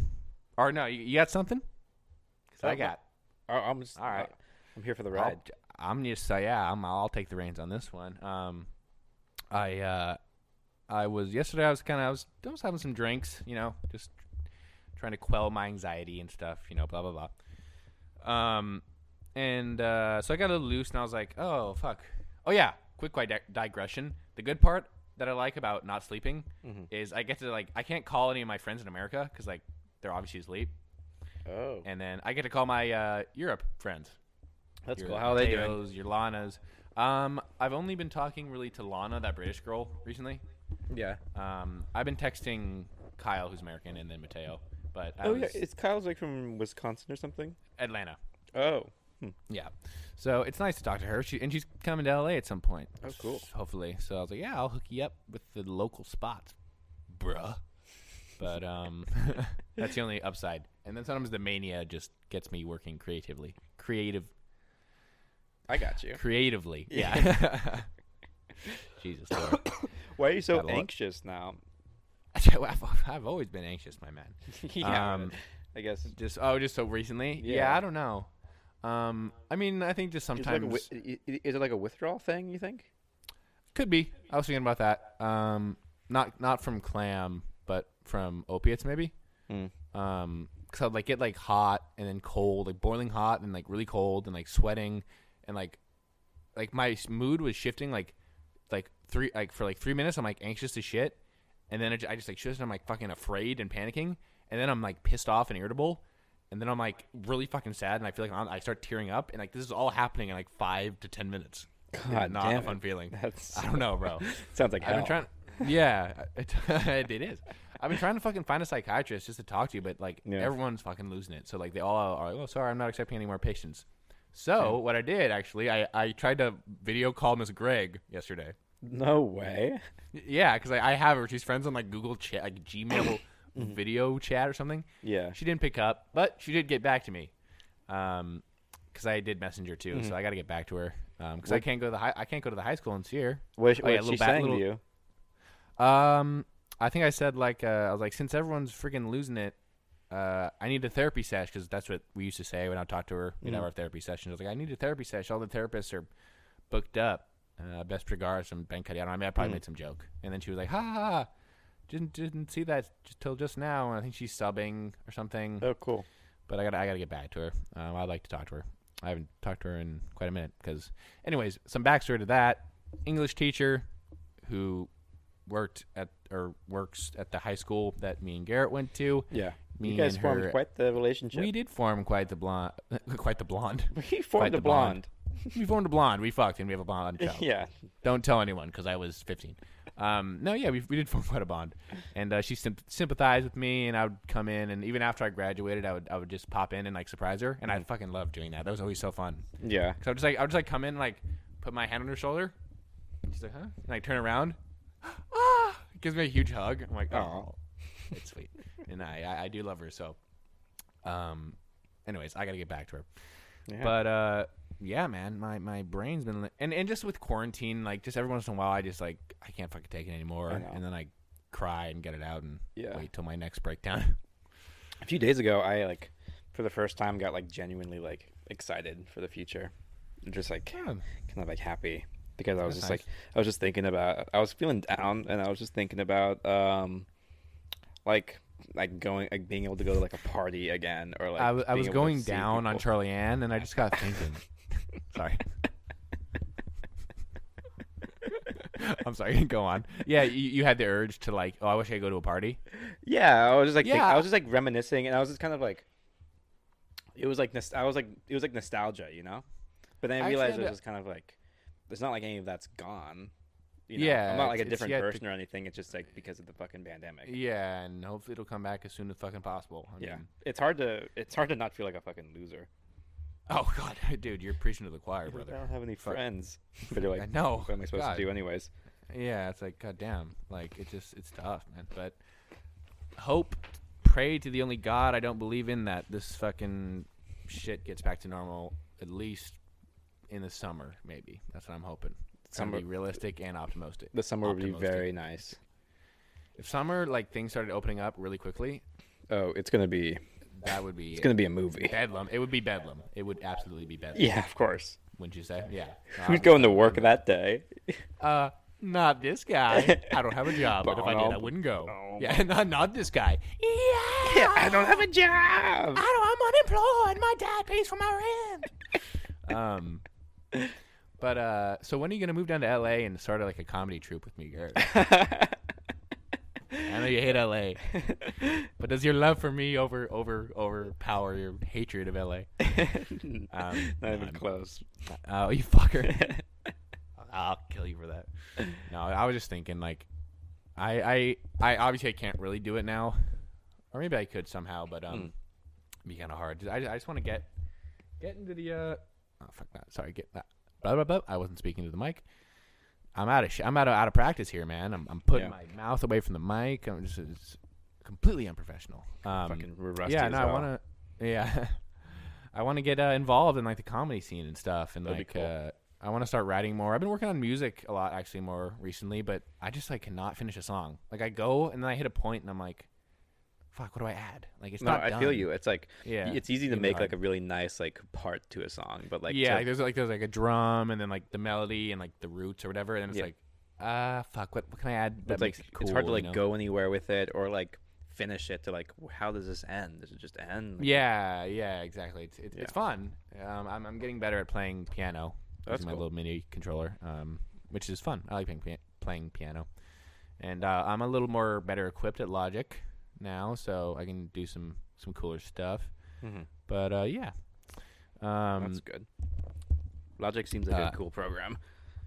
Speaker 1: or no, you, you got something? 'Cause I
Speaker 2: Oh, no,
Speaker 1: got.
Speaker 2: I- I'm just.
Speaker 1: All right.
Speaker 2: I'm here for the
Speaker 1: I'll-
Speaker 2: ride.
Speaker 1: I'm just uh, yeah, I'm, I'll take the reins on this one. Um, I uh, I was yesterday. I was kind of I was I was having some drinks, you know, just trying to quell my anxiety and stuff, you know, blah blah blah. Um, and uh, so I got a little loose, and I was like, oh fuck, oh yeah. Quick di- digression. The good part that I like about not sleeping is I get to like I can't call any of my friends in America because like they're obviously asleep,
Speaker 2: Oh,
Speaker 1: and then I get to call my uh, Europe friends
Speaker 2: that's
Speaker 1: your
Speaker 2: cool. How are they doing?
Speaker 1: Mateos, Your Lanas. Um, I've only been talking really to Lana, that British girl, recently.
Speaker 2: Yeah.
Speaker 1: Um, I've been texting Kyle, who's American, and then Mateo, but I
Speaker 2: Oh yeah,
Speaker 1: was
Speaker 2: it's Kyle's like from Wisconsin or something.
Speaker 1: Atlanta.
Speaker 2: Oh,
Speaker 1: Yeah, so it's nice to talk to her. She and she's coming to LA at some point.
Speaker 2: Oh, cool.
Speaker 1: s- Hopefully, so I was like, yeah, I'll hook you up with the local spots, bruh. But um, that's the only upside. And then sometimes the mania just gets me working creatively, creative
Speaker 2: I got you.
Speaker 1: creatively. Yeah. Jesus Lord.
Speaker 2: Why are you so
Speaker 1: Got a lot.
Speaker 2: anxious now?
Speaker 1: I've, I've always been anxious, my man.
Speaker 2: yeah,
Speaker 1: Um,
Speaker 2: I guess.
Speaker 1: Just oh, just so recently. Yeah,
Speaker 2: Yeah.
Speaker 1: I don't know. Um, I mean, I think just
Speaker 2: Is it, like a
Speaker 1: sometimes
Speaker 2: wi- i- i- is it like a withdrawal thing? You think?
Speaker 1: could be. I was thinking about that. Um, not not from clam, but from opiates maybe.
Speaker 2: Mm.
Speaker 1: Um, because I'd like get like hot and then cold, like boiling hot and like really cold and like sweating and like like my s- mood was shifting like like three like for like three minutes I'm like anxious to shit and then I ju- I just like shit and I'm like fucking afraid and panicking and then I'm like pissed off and irritable and then I'm like really fucking sad and I feel like I'm, I start tearing up and like this is all happening in like five to ten minutes. It's
Speaker 2: God
Speaker 1: not a
Speaker 2: damn it.
Speaker 1: fun feeling.
Speaker 2: That's-
Speaker 1: I don't know, bro.
Speaker 2: Sounds like
Speaker 1: I've
Speaker 2: hell.
Speaker 1: been trying. Yeah, it, it is. I've been trying to fucking find a psychiatrist just to talk to you, but like
Speaker 2: Yeah.
Speaker 1: everyone's fucking losing it. So like they all are. like, Oh, sorry, I'm not accepting any more patients. So what I did actually, I I tried to video call Miss Greg yesterday.
Speaker 2: No way.
Speaker 1: Y- Yeah, because I, I have her. She's friends on like Google chat, like Gmail video chat or something.
Speaker 2: Mm-hmm. Yeah.
Speaker 1: She didn't pick up, but she did get back to me. Um, because I did message her too,
Speaker 2: Mm-hmm.
Speaker 1: so I got to get back to her. Um, because I can't go to the high, I can't go to the high school and see her.
Speaker 2: What,
Speaker 1: Oh, yeah,
Speaker 2: what's
Speaker 1: little
Speaker 2: she
Speaker 1: bat-
Speaker 2: saying
Speaker 1: little-
Speaker 2: to you?
Speaker 1: Um, I think I said like uh, I was like, since everyone's freaking losing it, uh, I need a therapy sesh because that's what we used to say when I talked to her. We'd have our therapy sessions. I was like, I need a therapy sesh. All the therapists are booked up. Uh, best regards from Ben Cadiano. I mean, I probably made some joke, and then she was like, ha ha. ha. Didn't didn't see that j- till just now, and I think she's subbing or something.
Speaker 2: Oh, cool.
Speaker 1: But I got to I got to get back to her. Um, I'd like to talk to her. I haven't talked to her in quite a minute because, anyways, some backstory to that English teacher who worked at or works at the high school that me and Garrett went to.
Speaker 2: Yeah.
Speaker 1: Me
Speaker 2: you guys
Speaker 1: and
Speaker 2: formed
Speaker 1: her-
Speaker 2: quite the relationship.
Speaker 1: We did form quite the blonde, quite the blonde.
Speaker 2: We formed
Speaker 1: the
Speaker 2: a blonde.
Speaker 1: we formed a blonde. We fucked and we have a blonde child.
Speaker 2: Yeah.
Speaker 1: Don't tell anyone because I was 15. Um, no, yeah, we, we did form quite a bond, and uh, she symp- sympathized with me, and I would come in, and even after I graduated, I would I would just pop in and like surprise her, and I fucking loved doing that. That was always so fun.
Speaker 2: Yeah.
Speaker 1: So I would just like I would just like come in, like put my hand on her shoulder, and she's like, huh, and like turn around, ah, gives me a huge hug. I'm like, oh, it's sweet, and I, I I do love her so. Um, anyways, I gotta get back to her.
Speaker 2: Yeah.
Speaker 1: But uh, yeah, man, my my brain's been li- and and just with quarantine, like just every once in a while, I just like I can't fucking take it anymore,
Speaker 2: I know.
Speaker 1: and then I cry and get it out and
Speaker 2: Yeah.
Speaker 1: wait till my next breakdown.
Speaker 2: a few days ago, I like, for the first time, got like genuinely like excited for the future. I'm just like
Speaker 1: Yeah.
Speaker 2: kind of like happy because I was
Speaker 1: That's
Speaker 2: just
Speaker 1: nice.
Speaker 2: like I was just thinking about I was feeling down and I was just thinking about um like like going like being able to go to like a party again or like
Speaker 1: I, w- I
Speaker 2: being
Speaker 1: was
Speaker 2: able to
Speaker 1: going
Speaker 2: see
Speaker 1: down on
Speaker 2: people.
Speaker 1: Charlie Ann, and I just got thinking. sorry. I'm sorry. Go on. Yeah, you, you had the urge to like. Oh, I wish I could go to a party.
Speaker 2: Yeah, I was just like think-
Speaker 1: Yeah.
Speaker 2: I was just like reminiscing and I was just kind of like it was like nos- I was like it was like nostalgia, you know? But then I
Speaker 1: I actually
Speaker 2: realized
Speaker 1: had
Speaker 2: it was
Speaker 1: a-
Speaker 2: just kind of like there's not like any of that's gone. You know?
Speaker 1: Yeah,
Speaker 2: I'm not like a
Speaker 1: it's- it's
Speaker 2: different
Speaker 1: yet to-
Speaker 2: person or anything. It's just like because of the fucking pandemic.
Speaker 1: Yeah, and hopefully it'll come back as soon as fucking possible. I
Speaker 2: yeah.
Speaker 1: mean-
Speaker 2: It's hard to it's hard to not feel like a fucking loser.
Speaker 1: oh God, dude, you're preaching to the choir,
Speaker 2: Like,
Speaker 1: brother.
Speaker 2: I don't have any
Speaker 1: Fuck.
Speaker 2: friends. But you're
Speaker 1: I
Speaker 2: like,
Speaker 1: know.
Speaker 2: what am I supposed
Speaker 1: God.
Speaker 2: to do anyways?
Speaker 1: Yeah, it's like God damn. Like it just it's tough, man. But hope, pray to the only God I don't believe in that this fucking shit gets back to normal at least in the summer, maybe. That's what I'm hoping. It's gonna be
Speaker 2: Summer-
Speaker 1: realistic and optimistic.
Speaker 2: The summer would be
Speaker 1: Optimistic.
Speaker 2: very nice.
Speaker 1: If summer like things started opening up really quickly,
Speaker 2: Oh, it's gonna be
Speaker 1: that would be
Speaker 2: it's gonna be a movie.
Speaker 1: bedlam. It would be bedlam. It would absolutely be bedlam.
Speaker 2: Yeah, of course.
Speaker 1: Wouldn't you say? Yeah.
Speaker 2: Who's going to work that day?
Speaker 1: uh, not this guy. I don't have a job. But if I did, I
Speaker 2: Bob.
Speaker 1: wouldn't go.
Speaker 2: Oh.
Speaker 1: Yeah, not, not this guy. Yeah.
Speaker 2: Yeah, I don't have a job.
Speaker 1: I don't, I'm unemployed. My dad pays for my rent. um, but uh, so when are you gonna move down to LA and start like a comedy troupe with me, Garrett? I know you hate LA,
Speaker 2: Um,
Speaker 1: but does your love for me over over overpower your hatred of LA?
Speaker 2: Not even close.
Speaker 1: Oh, you fucker! I'll kill you for that. No, I was just thinking like, I I I obviously I can't really do it now, or maybe I could somehow, but um, it'd be kind of hard. I, I just want to get get into the uh, oh fuck that. Sorry, get that. Blah blah blah. I wasn't speaking to the mic. I'm out of sh- I'm out of out of practice here, man. I'm I'm putting
Speaker 2: Yeah.
Speaker 1: my mouth away from the mic. I'm just it's completely unprofessional. Um,
Speaker 2: Fucking we're rusty
Speaker 1: yeah,
Speaker 2: as
Speaker 1: no, I
Speaker 2: hell.
Speaker 1: want to. Yeah, I want to get uh, involved in like the comedy scene and stuff, and
Speaker 2: That'd be
Speaker 1: like
Speaker 2: cool.
Speaker 1: uh, I want to start writing more. I've been working on music a lot actually more recently, but I just like cannot finish a song. Like I go and then I hit a point and I'm like, "Fuck, what do I add?" Like it's
Speaker 2: No,
Speaker 1: not.
Speaker 2: I feel
Speaker 1: done.
Speaker 2: you. It's like
Speaker 1: Yeah,
Speaker 2: it's easy to
Speaker 1: even
Speaker 2: make
Speaker 1: hard.
Speaker 2: like a really nice like part to a song, but like
Speaker 1: yeah,
Speaker 2: to-
Speaker 1: like, there's like there's like a drum and then like the melody and like the roots or whatever, and it's
Speaker 2: Yeah.
Speaker 1: like, ah, fuck, what, what can I add that
Speaker 2: it's like
Speaker 1: makes it cool?
Speaker 2: it's hard to
Speaker 1: you
Speaker 2: like
Speaker 1: know?
Speaker 2: go anywhere with it or like finish it to like w- how does this end? Does it just end? Like,
Speaker 1: Yeah, yeah, exactly. It's it's,
Speaker 2: Yeah.
Speaker 1: it's fun. Um, I'm I'm getting better at playing piano
Speaker 2: That's
Speaker 1: using my
Speaker 2: cool.
Speaker 1: little mini controller, um, which is fun. I like playing pia- playing piano, and uh, I'm a little more better equipped at Logic now, so I can do some some cooler stuff.
Speaker 2: Mhm.
Speaker 1: But uh, yeah, um,
Speaker 2: that's good. Logic seems like
Speaker 1: uh,
Speaker 2: a cool program.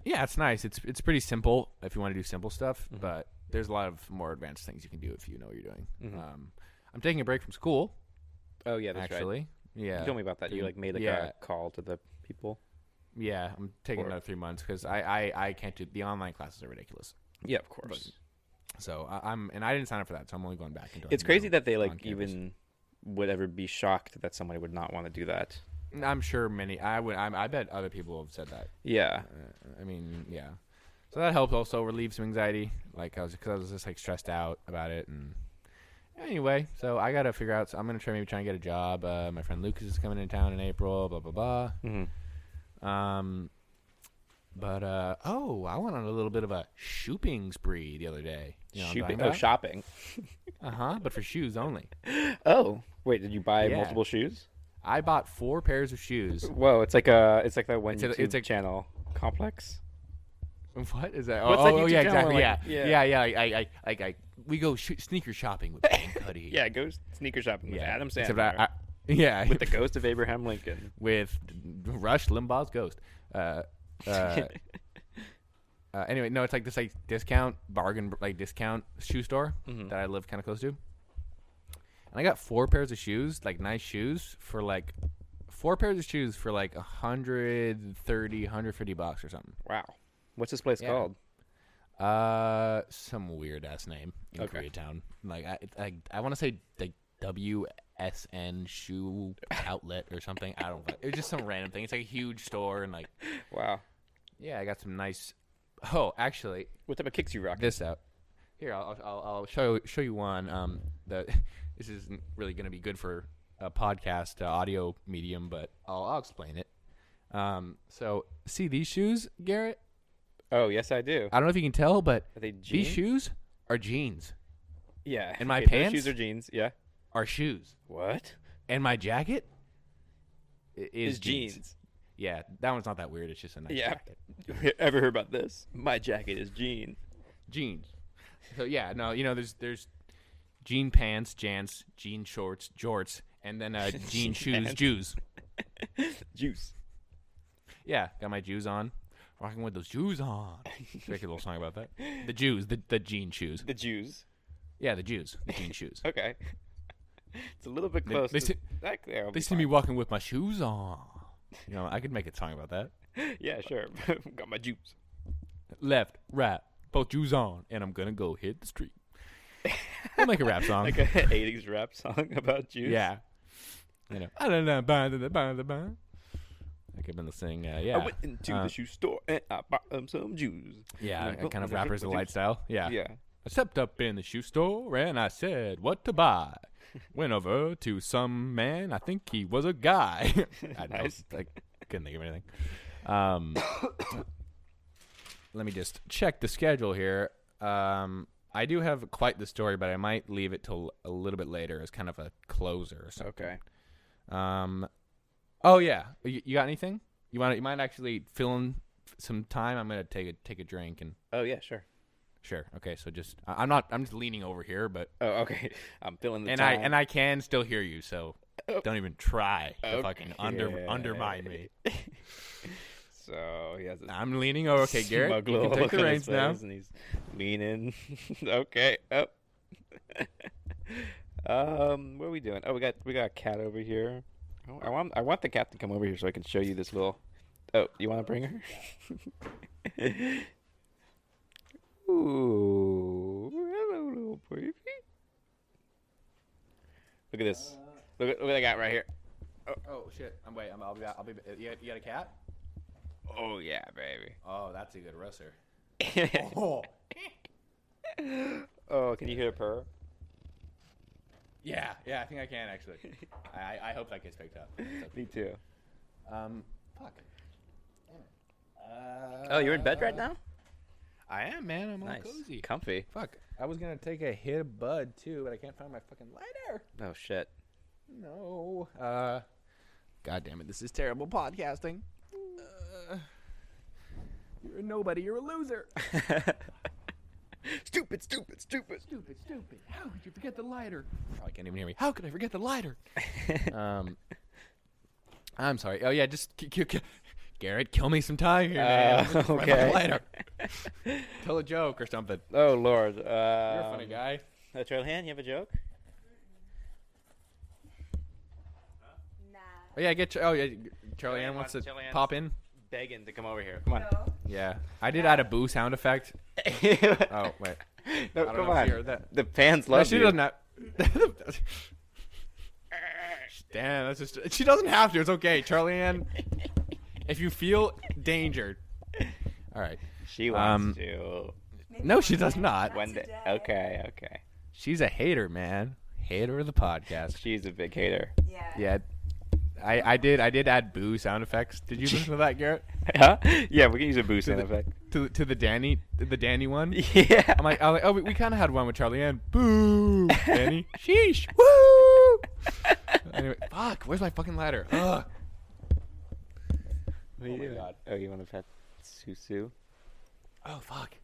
Speaker 1: yeah, it's nice. It's it's pretty simple if you want to do simple stuff,
Speaker 2: Mhm.
Speaker 1: but there's a lot of more advanced things you can do if you know what you're doing.
Speaker 2: Mhm.
Speaker 1: Um, I'm taking a break from school
Speaker 2: Oh yeah, that's right.
Speaker 1: actually. Yeah,
Speaker 2: You told me about that. You
Speaker 1: Doing-
Speaker 2: like made like
Speaker 1: yeah.
Speaker 2: a call to the people.
Speaker 1: Yeah, I'm taking
Speaker 2: Or-
Speaker 1: another three months because I, I I can't do the online classes are ridiculous.
Speaker 2: Yeah, of course.
Speaker 1: So I, I'm and I didn't sign up for that, so I'm only going back. Into
Speaker 2: It's crazy that they
Speaker 1: on
Speaker 2: like
Speaker 1: campus.
Speaker 2: even would ever be shocked that somebody would not want to do that.
Speaker 1: I'm sure many. I would. I'm, I bet other people have said that.
Speaker 2: Yeah.
Speaker 1: Uh, I mean, yeah. So that helped also relieve some anxiety. Like I was because I was just like stressed out about it and. Anyway, so I gotta figure out. So I'm gonna try maybe try and get a job. Uh, my friend Lucas is coming in town in April. Blah blah blah.
Speaker 2: hmm
Speaker 1: Um, but uh, oh, I went on a little bit of a shopping spree the other day. You know what I'm talking
Speaker 2: Shopping. Oh,
Speaker 1: about?
Speaker 2: shopping.
Speaker 1: Uh huh. But for shoes only.
Speaker 2: Oh, wait, did you buy
Speaker 1: Yeah.
Speaker 2: multiple shoes?
Speaker 1: I bought four pairs of shoes.
Speaker 2: Whoa, it's like a it's like that one
Speaker 1: It's a-
Speaker 2: YouTube
Speaker 1: it's a-
Speaker 2: channel complex.
Speaker 1: What is that? Oh,
Speaker 2: What's that
Speaker 1: oh,
Speaker 2: YouTube
Speaker 1: yeah,
Speaker 2: channel
Speaker 1: exactly.
Speaker 2: where,
Speaker 1: yeah.
Speaker 2: like-
Speaker 1: yeah,
Speaker 2: yeah.
Speaker 1: yeah, I, I, I, I, I we go sh- sneaker shopping with Ben Cuddy.
Speaker 2: Yeah, go sneaker shopping with Adam
Speaker 1: Except
Speaker 2: Sandler
Speaker 1: I, I, yeah,
Speaker 2: with the ghost of Abraham Lincoln.
Speaker 1: with Rush Limbaugh's ghost. Uh, uh, uh, anyway, no, it's like this like discount bargain like discount shoe store
Speaker 2: Mm-hmm.
Speaker 1: that I live kind of close to. And I got four pairs of shoes, like nice shoes, for like four pairs of shoes for like 130, 150 bucks or something.
Speaker 2: Wow, what's this place
Speaker 1: Yeah.
Speaker 2: called?
Speaker 1: Uh, some weird ass name in
Speaker 2: Okay.
Speaker 1: Koreatown. Like I, I, I want to say like WSN shoe outlet or something. I don't. know. It was just some random thing. It's like a huge store and like
Speaker 2: Wow,
Speaker 1: yeah, I got some nice. Oh, actually,
Speaker 2: what type of kicks you rock?
Speaker 1: this out. Here, I'll I'll, I'll show show you one. Um, that this isn't really gonna be good for a podcast uh, audio medium, but I'll I'll explain it. Um, so see these shoes, Garrett.
Speaker 2: Oh yes, I do.
Speaker 1: I don't know if you can tell, but
Speaker 2: Are they
Speaker 1: these
Speaker 2: jeans?
Speaker 1: shoes are jeans,
Speaker 2: Yeah.
Speaker 1: And my
Speaker 2: Okay, those
Speaker 1: pants?
Speaker 2: shoes are jeans. Yeah.
Speaker 1: are shoes,
Speaker 2: What?
Speaker 1: and my jacket i- is,
Speaker 2: Is jeans.
Speaker 1: Yeah, that one's not that weird. It's just a nice
Speaker 2: Yeah.
Speaker 1: jacket.
Speaker 2: Ever heard about this? My jacket is jean.
Speaker 1: Jeans. So yeah, no, you know, there's there's jean pants, jants, jean shorts, jorts, and then uh, jean
Speaker 2: Jean
Speaker 1: shoes,
Speaker 2: pants.
Speaker 1: Jews.
Speaker 2: Juice.
Speaker 1: Yeah, got my Jews on. Rocking with those Jews on. Make a little song about that. The Jews, the, the jean shoes.
Speaker 2: The Jews.
Speaker 1: Yeah, the Jews, the jean shoes.
Speaker 2: Okay. It's a little bit
Speaker 1: They-
Speaker 2: close.
Speaker 1: they
Speaker 2: to
Speaker 1: see-
Speaker 2: that there. I'll
Speaker 1: They
Speaker 2: be
Speaker 1: see me walking with my shoes on. You know, I could make a song about that.
Speaker 2: fine. Yeah, sure. Got my juice.
Speaker 1: Left, right, both Jews on, and I'm gonna go hit the street. We'll make a rap song.
Speaker 2: Like a 80s rap song about juice.
Speaker 1: Yeah. You know, I don't know, bah, Ah, da, da, bah, da, bah. I could have been singing, uh, yeah.
Speaker 2: I went into
Speaker 1: Uh,
Speaker 2: the shoe store and I bought them some Jews.
Speaker 1: Yeah,
Speaker 2: Like,
Speaker 1: I- I
Speaker 2: oh,
Speaker 1: kind of
Speaker 2: is that
Speaker 1: rappers
Speaker 2: what
Speaker 1: delight
Speaker 2: you-
Speaker 1: style. Yeah.
Speaker 2: Yeah.
Speaker 1: I stepped up in the shoe store and I said, What to buy? Went over to some man, I think he was a guy. I, don't-
Speaker 2: Nice.
Speaker 1: I couldn't think of anything. Um, let me just check the schedule here. Um, I do have quite the story, but I might leave it till a little bit later as kind of a closer or something.
Speaker 2: Okay.
Speaker 1: Um, oh yeah, you, you got anything? You want? You might actually fill in some time. I'm gonna take a take a drink and
Speaker 2: Oh, yeah, sure.
Speaker 1: sure. Okay, so just I- I'm not. I'm just leaning over here, but
Speaker 2: Oh, okay. I'm feeling the
Speaker 1: and I
Speaker 2: time.
Speaker 1: and I can still hear you. So
Speaker 2: Oh.
Speaker 1: don't even try to fucking under
Speaker 2: Okay.
Speaker 1: undermine me.
Speaker 2: So he has a
Speaker 1: I'm leaning over. Okay, Garrett,
Speaker 2: smug
Speaker 1: you can
Speaker 2: little
Speaker 1: take
Speaker 2: look
Speaker 1: the
Speaker 2: on
Speaker 1: reins
Speaker 2: his
Speaker 1: now.
Speaker 2: face, And he's leaning. okay. Oh. um, what are we doing? Oh, we got we got a cat over here. Oh, I want I want the cat to come over here so I can show you this little. Oh, you want to bring her? Ooh, hello, little baby. Look at this. Look at look what I got right here.
Speaker 1: Oh shit! I'm wait. I'm, I'll be. I'll be. You got, you got a cat?
Speaker 2: Oh yeah, baby.
Speaker 1: Oh, that's a good wrestler.
Speaker 2: oh, can you hear a purr?
Speaker 1: Yeah, yeah, I think I can actually. I, I hope that gets picked up.
Speaker 2: Me too.
Speaker 1: Um, fuck. Uh,
Speaker 2: Oh, you're in bed right now?
Speaker 1: I am, man. I'm
Speaker 2: Nice.
Speaker 1: all cozy.
Speaker 2: Comfy.
Speaker 1: Fuck. I was gonna take a hit of bud too, but I can't find my fucking lighter.
Speaker 2: Oh shit.
Speaker 1: No. Uh, God damn it! This is terrible podcasting. Uh, you're a nobody. You're a loser.
Speaker 2: stupid, stupid, stupid.
Speaker 1: Stupid, stupid. How could you forget the lighter? Probably Oh, can't even hear me. How could I forget the lighter? um, I'm sorry. Oh yeah, just k- k- k- Garrett, kill me some time here, man. I'm
Speaker 2: Uh,
Speaker 1: gonna find my
Speaker 2: okay.
Speaker 1: lighter. Tell a joke or something.
Speaker 2: oh lord. Uh,
Speaker 1: You're a funny guy.
Speaker 2: Uh, Trailhand, you have a joke?
Speaker 1: Oh yeah, get. Tra- oh yeah, Charlie Ann
Speaker 2: Ann
Speaker 1: wants to
Speaker 2: wants- Charlie Ann
Speaker 1: pop in.
Speaker 2: Begging to come over here. Come on.
Speaker 3: No.
Speaker 1: Yeah, I did add a boo sound effect. Oh wait,
Speaker 2: no,
Speaker 1: I don't
Speaker 2: come
Speaker 1: know if you
Speaker 2: on.
Speaker 1: heard that.
Speaker 2: The fans
Speaker 1: no,
Speaker 2: love
Speaker 1: she
Speaker 2: you.
Speaker 1: doesn't have. Damn, that's just. She doesn't have to. It's okay, Charlie Ann. If you feel danger, all right.
Speaker 2: She wants
Speaker 1: Um,
Speaker 2: to.
Speaker 3: Maybe
Speaker 1: No,
Speaker 3: one
Speaker 1: she does
Speaker 3: day.
Speaker 1: not.
Speaker 2: One day.
Speaker 3: today.
Speaker 2: Okay, okay.
Speaker 1: She's a hater, man. Hater of the podcast.
Speaker 2: She's a big hater.
Speaker 3: Yeah.
Speaker 1: Yeah, I, I did I did add boo sound effects. Did you listen to that, Garrett?
Speaker 2: Huh? Yeah, we can use a boost
Speaker 1: To
Speaker 2: sound
Speaker 1: the-
Speaker 2: effect.
Speaker 1: To to the Danny the Danny one.
Speaker 2: Yeah.
Speaker 1: I'm like, I'm like oh, we, we kind of had one with Charlie Ann. Boo, Danny. Sheesh. Woo. Anyway, fuck. Where's my fucking ladder? Ugh.
Speaker 2: What are you
Speaker 1: my
Speaker 2: doing?
Speaker 1: God.
Speaker 2: Oh, you want to pet Susu?
Speaker 1: Oh fuck.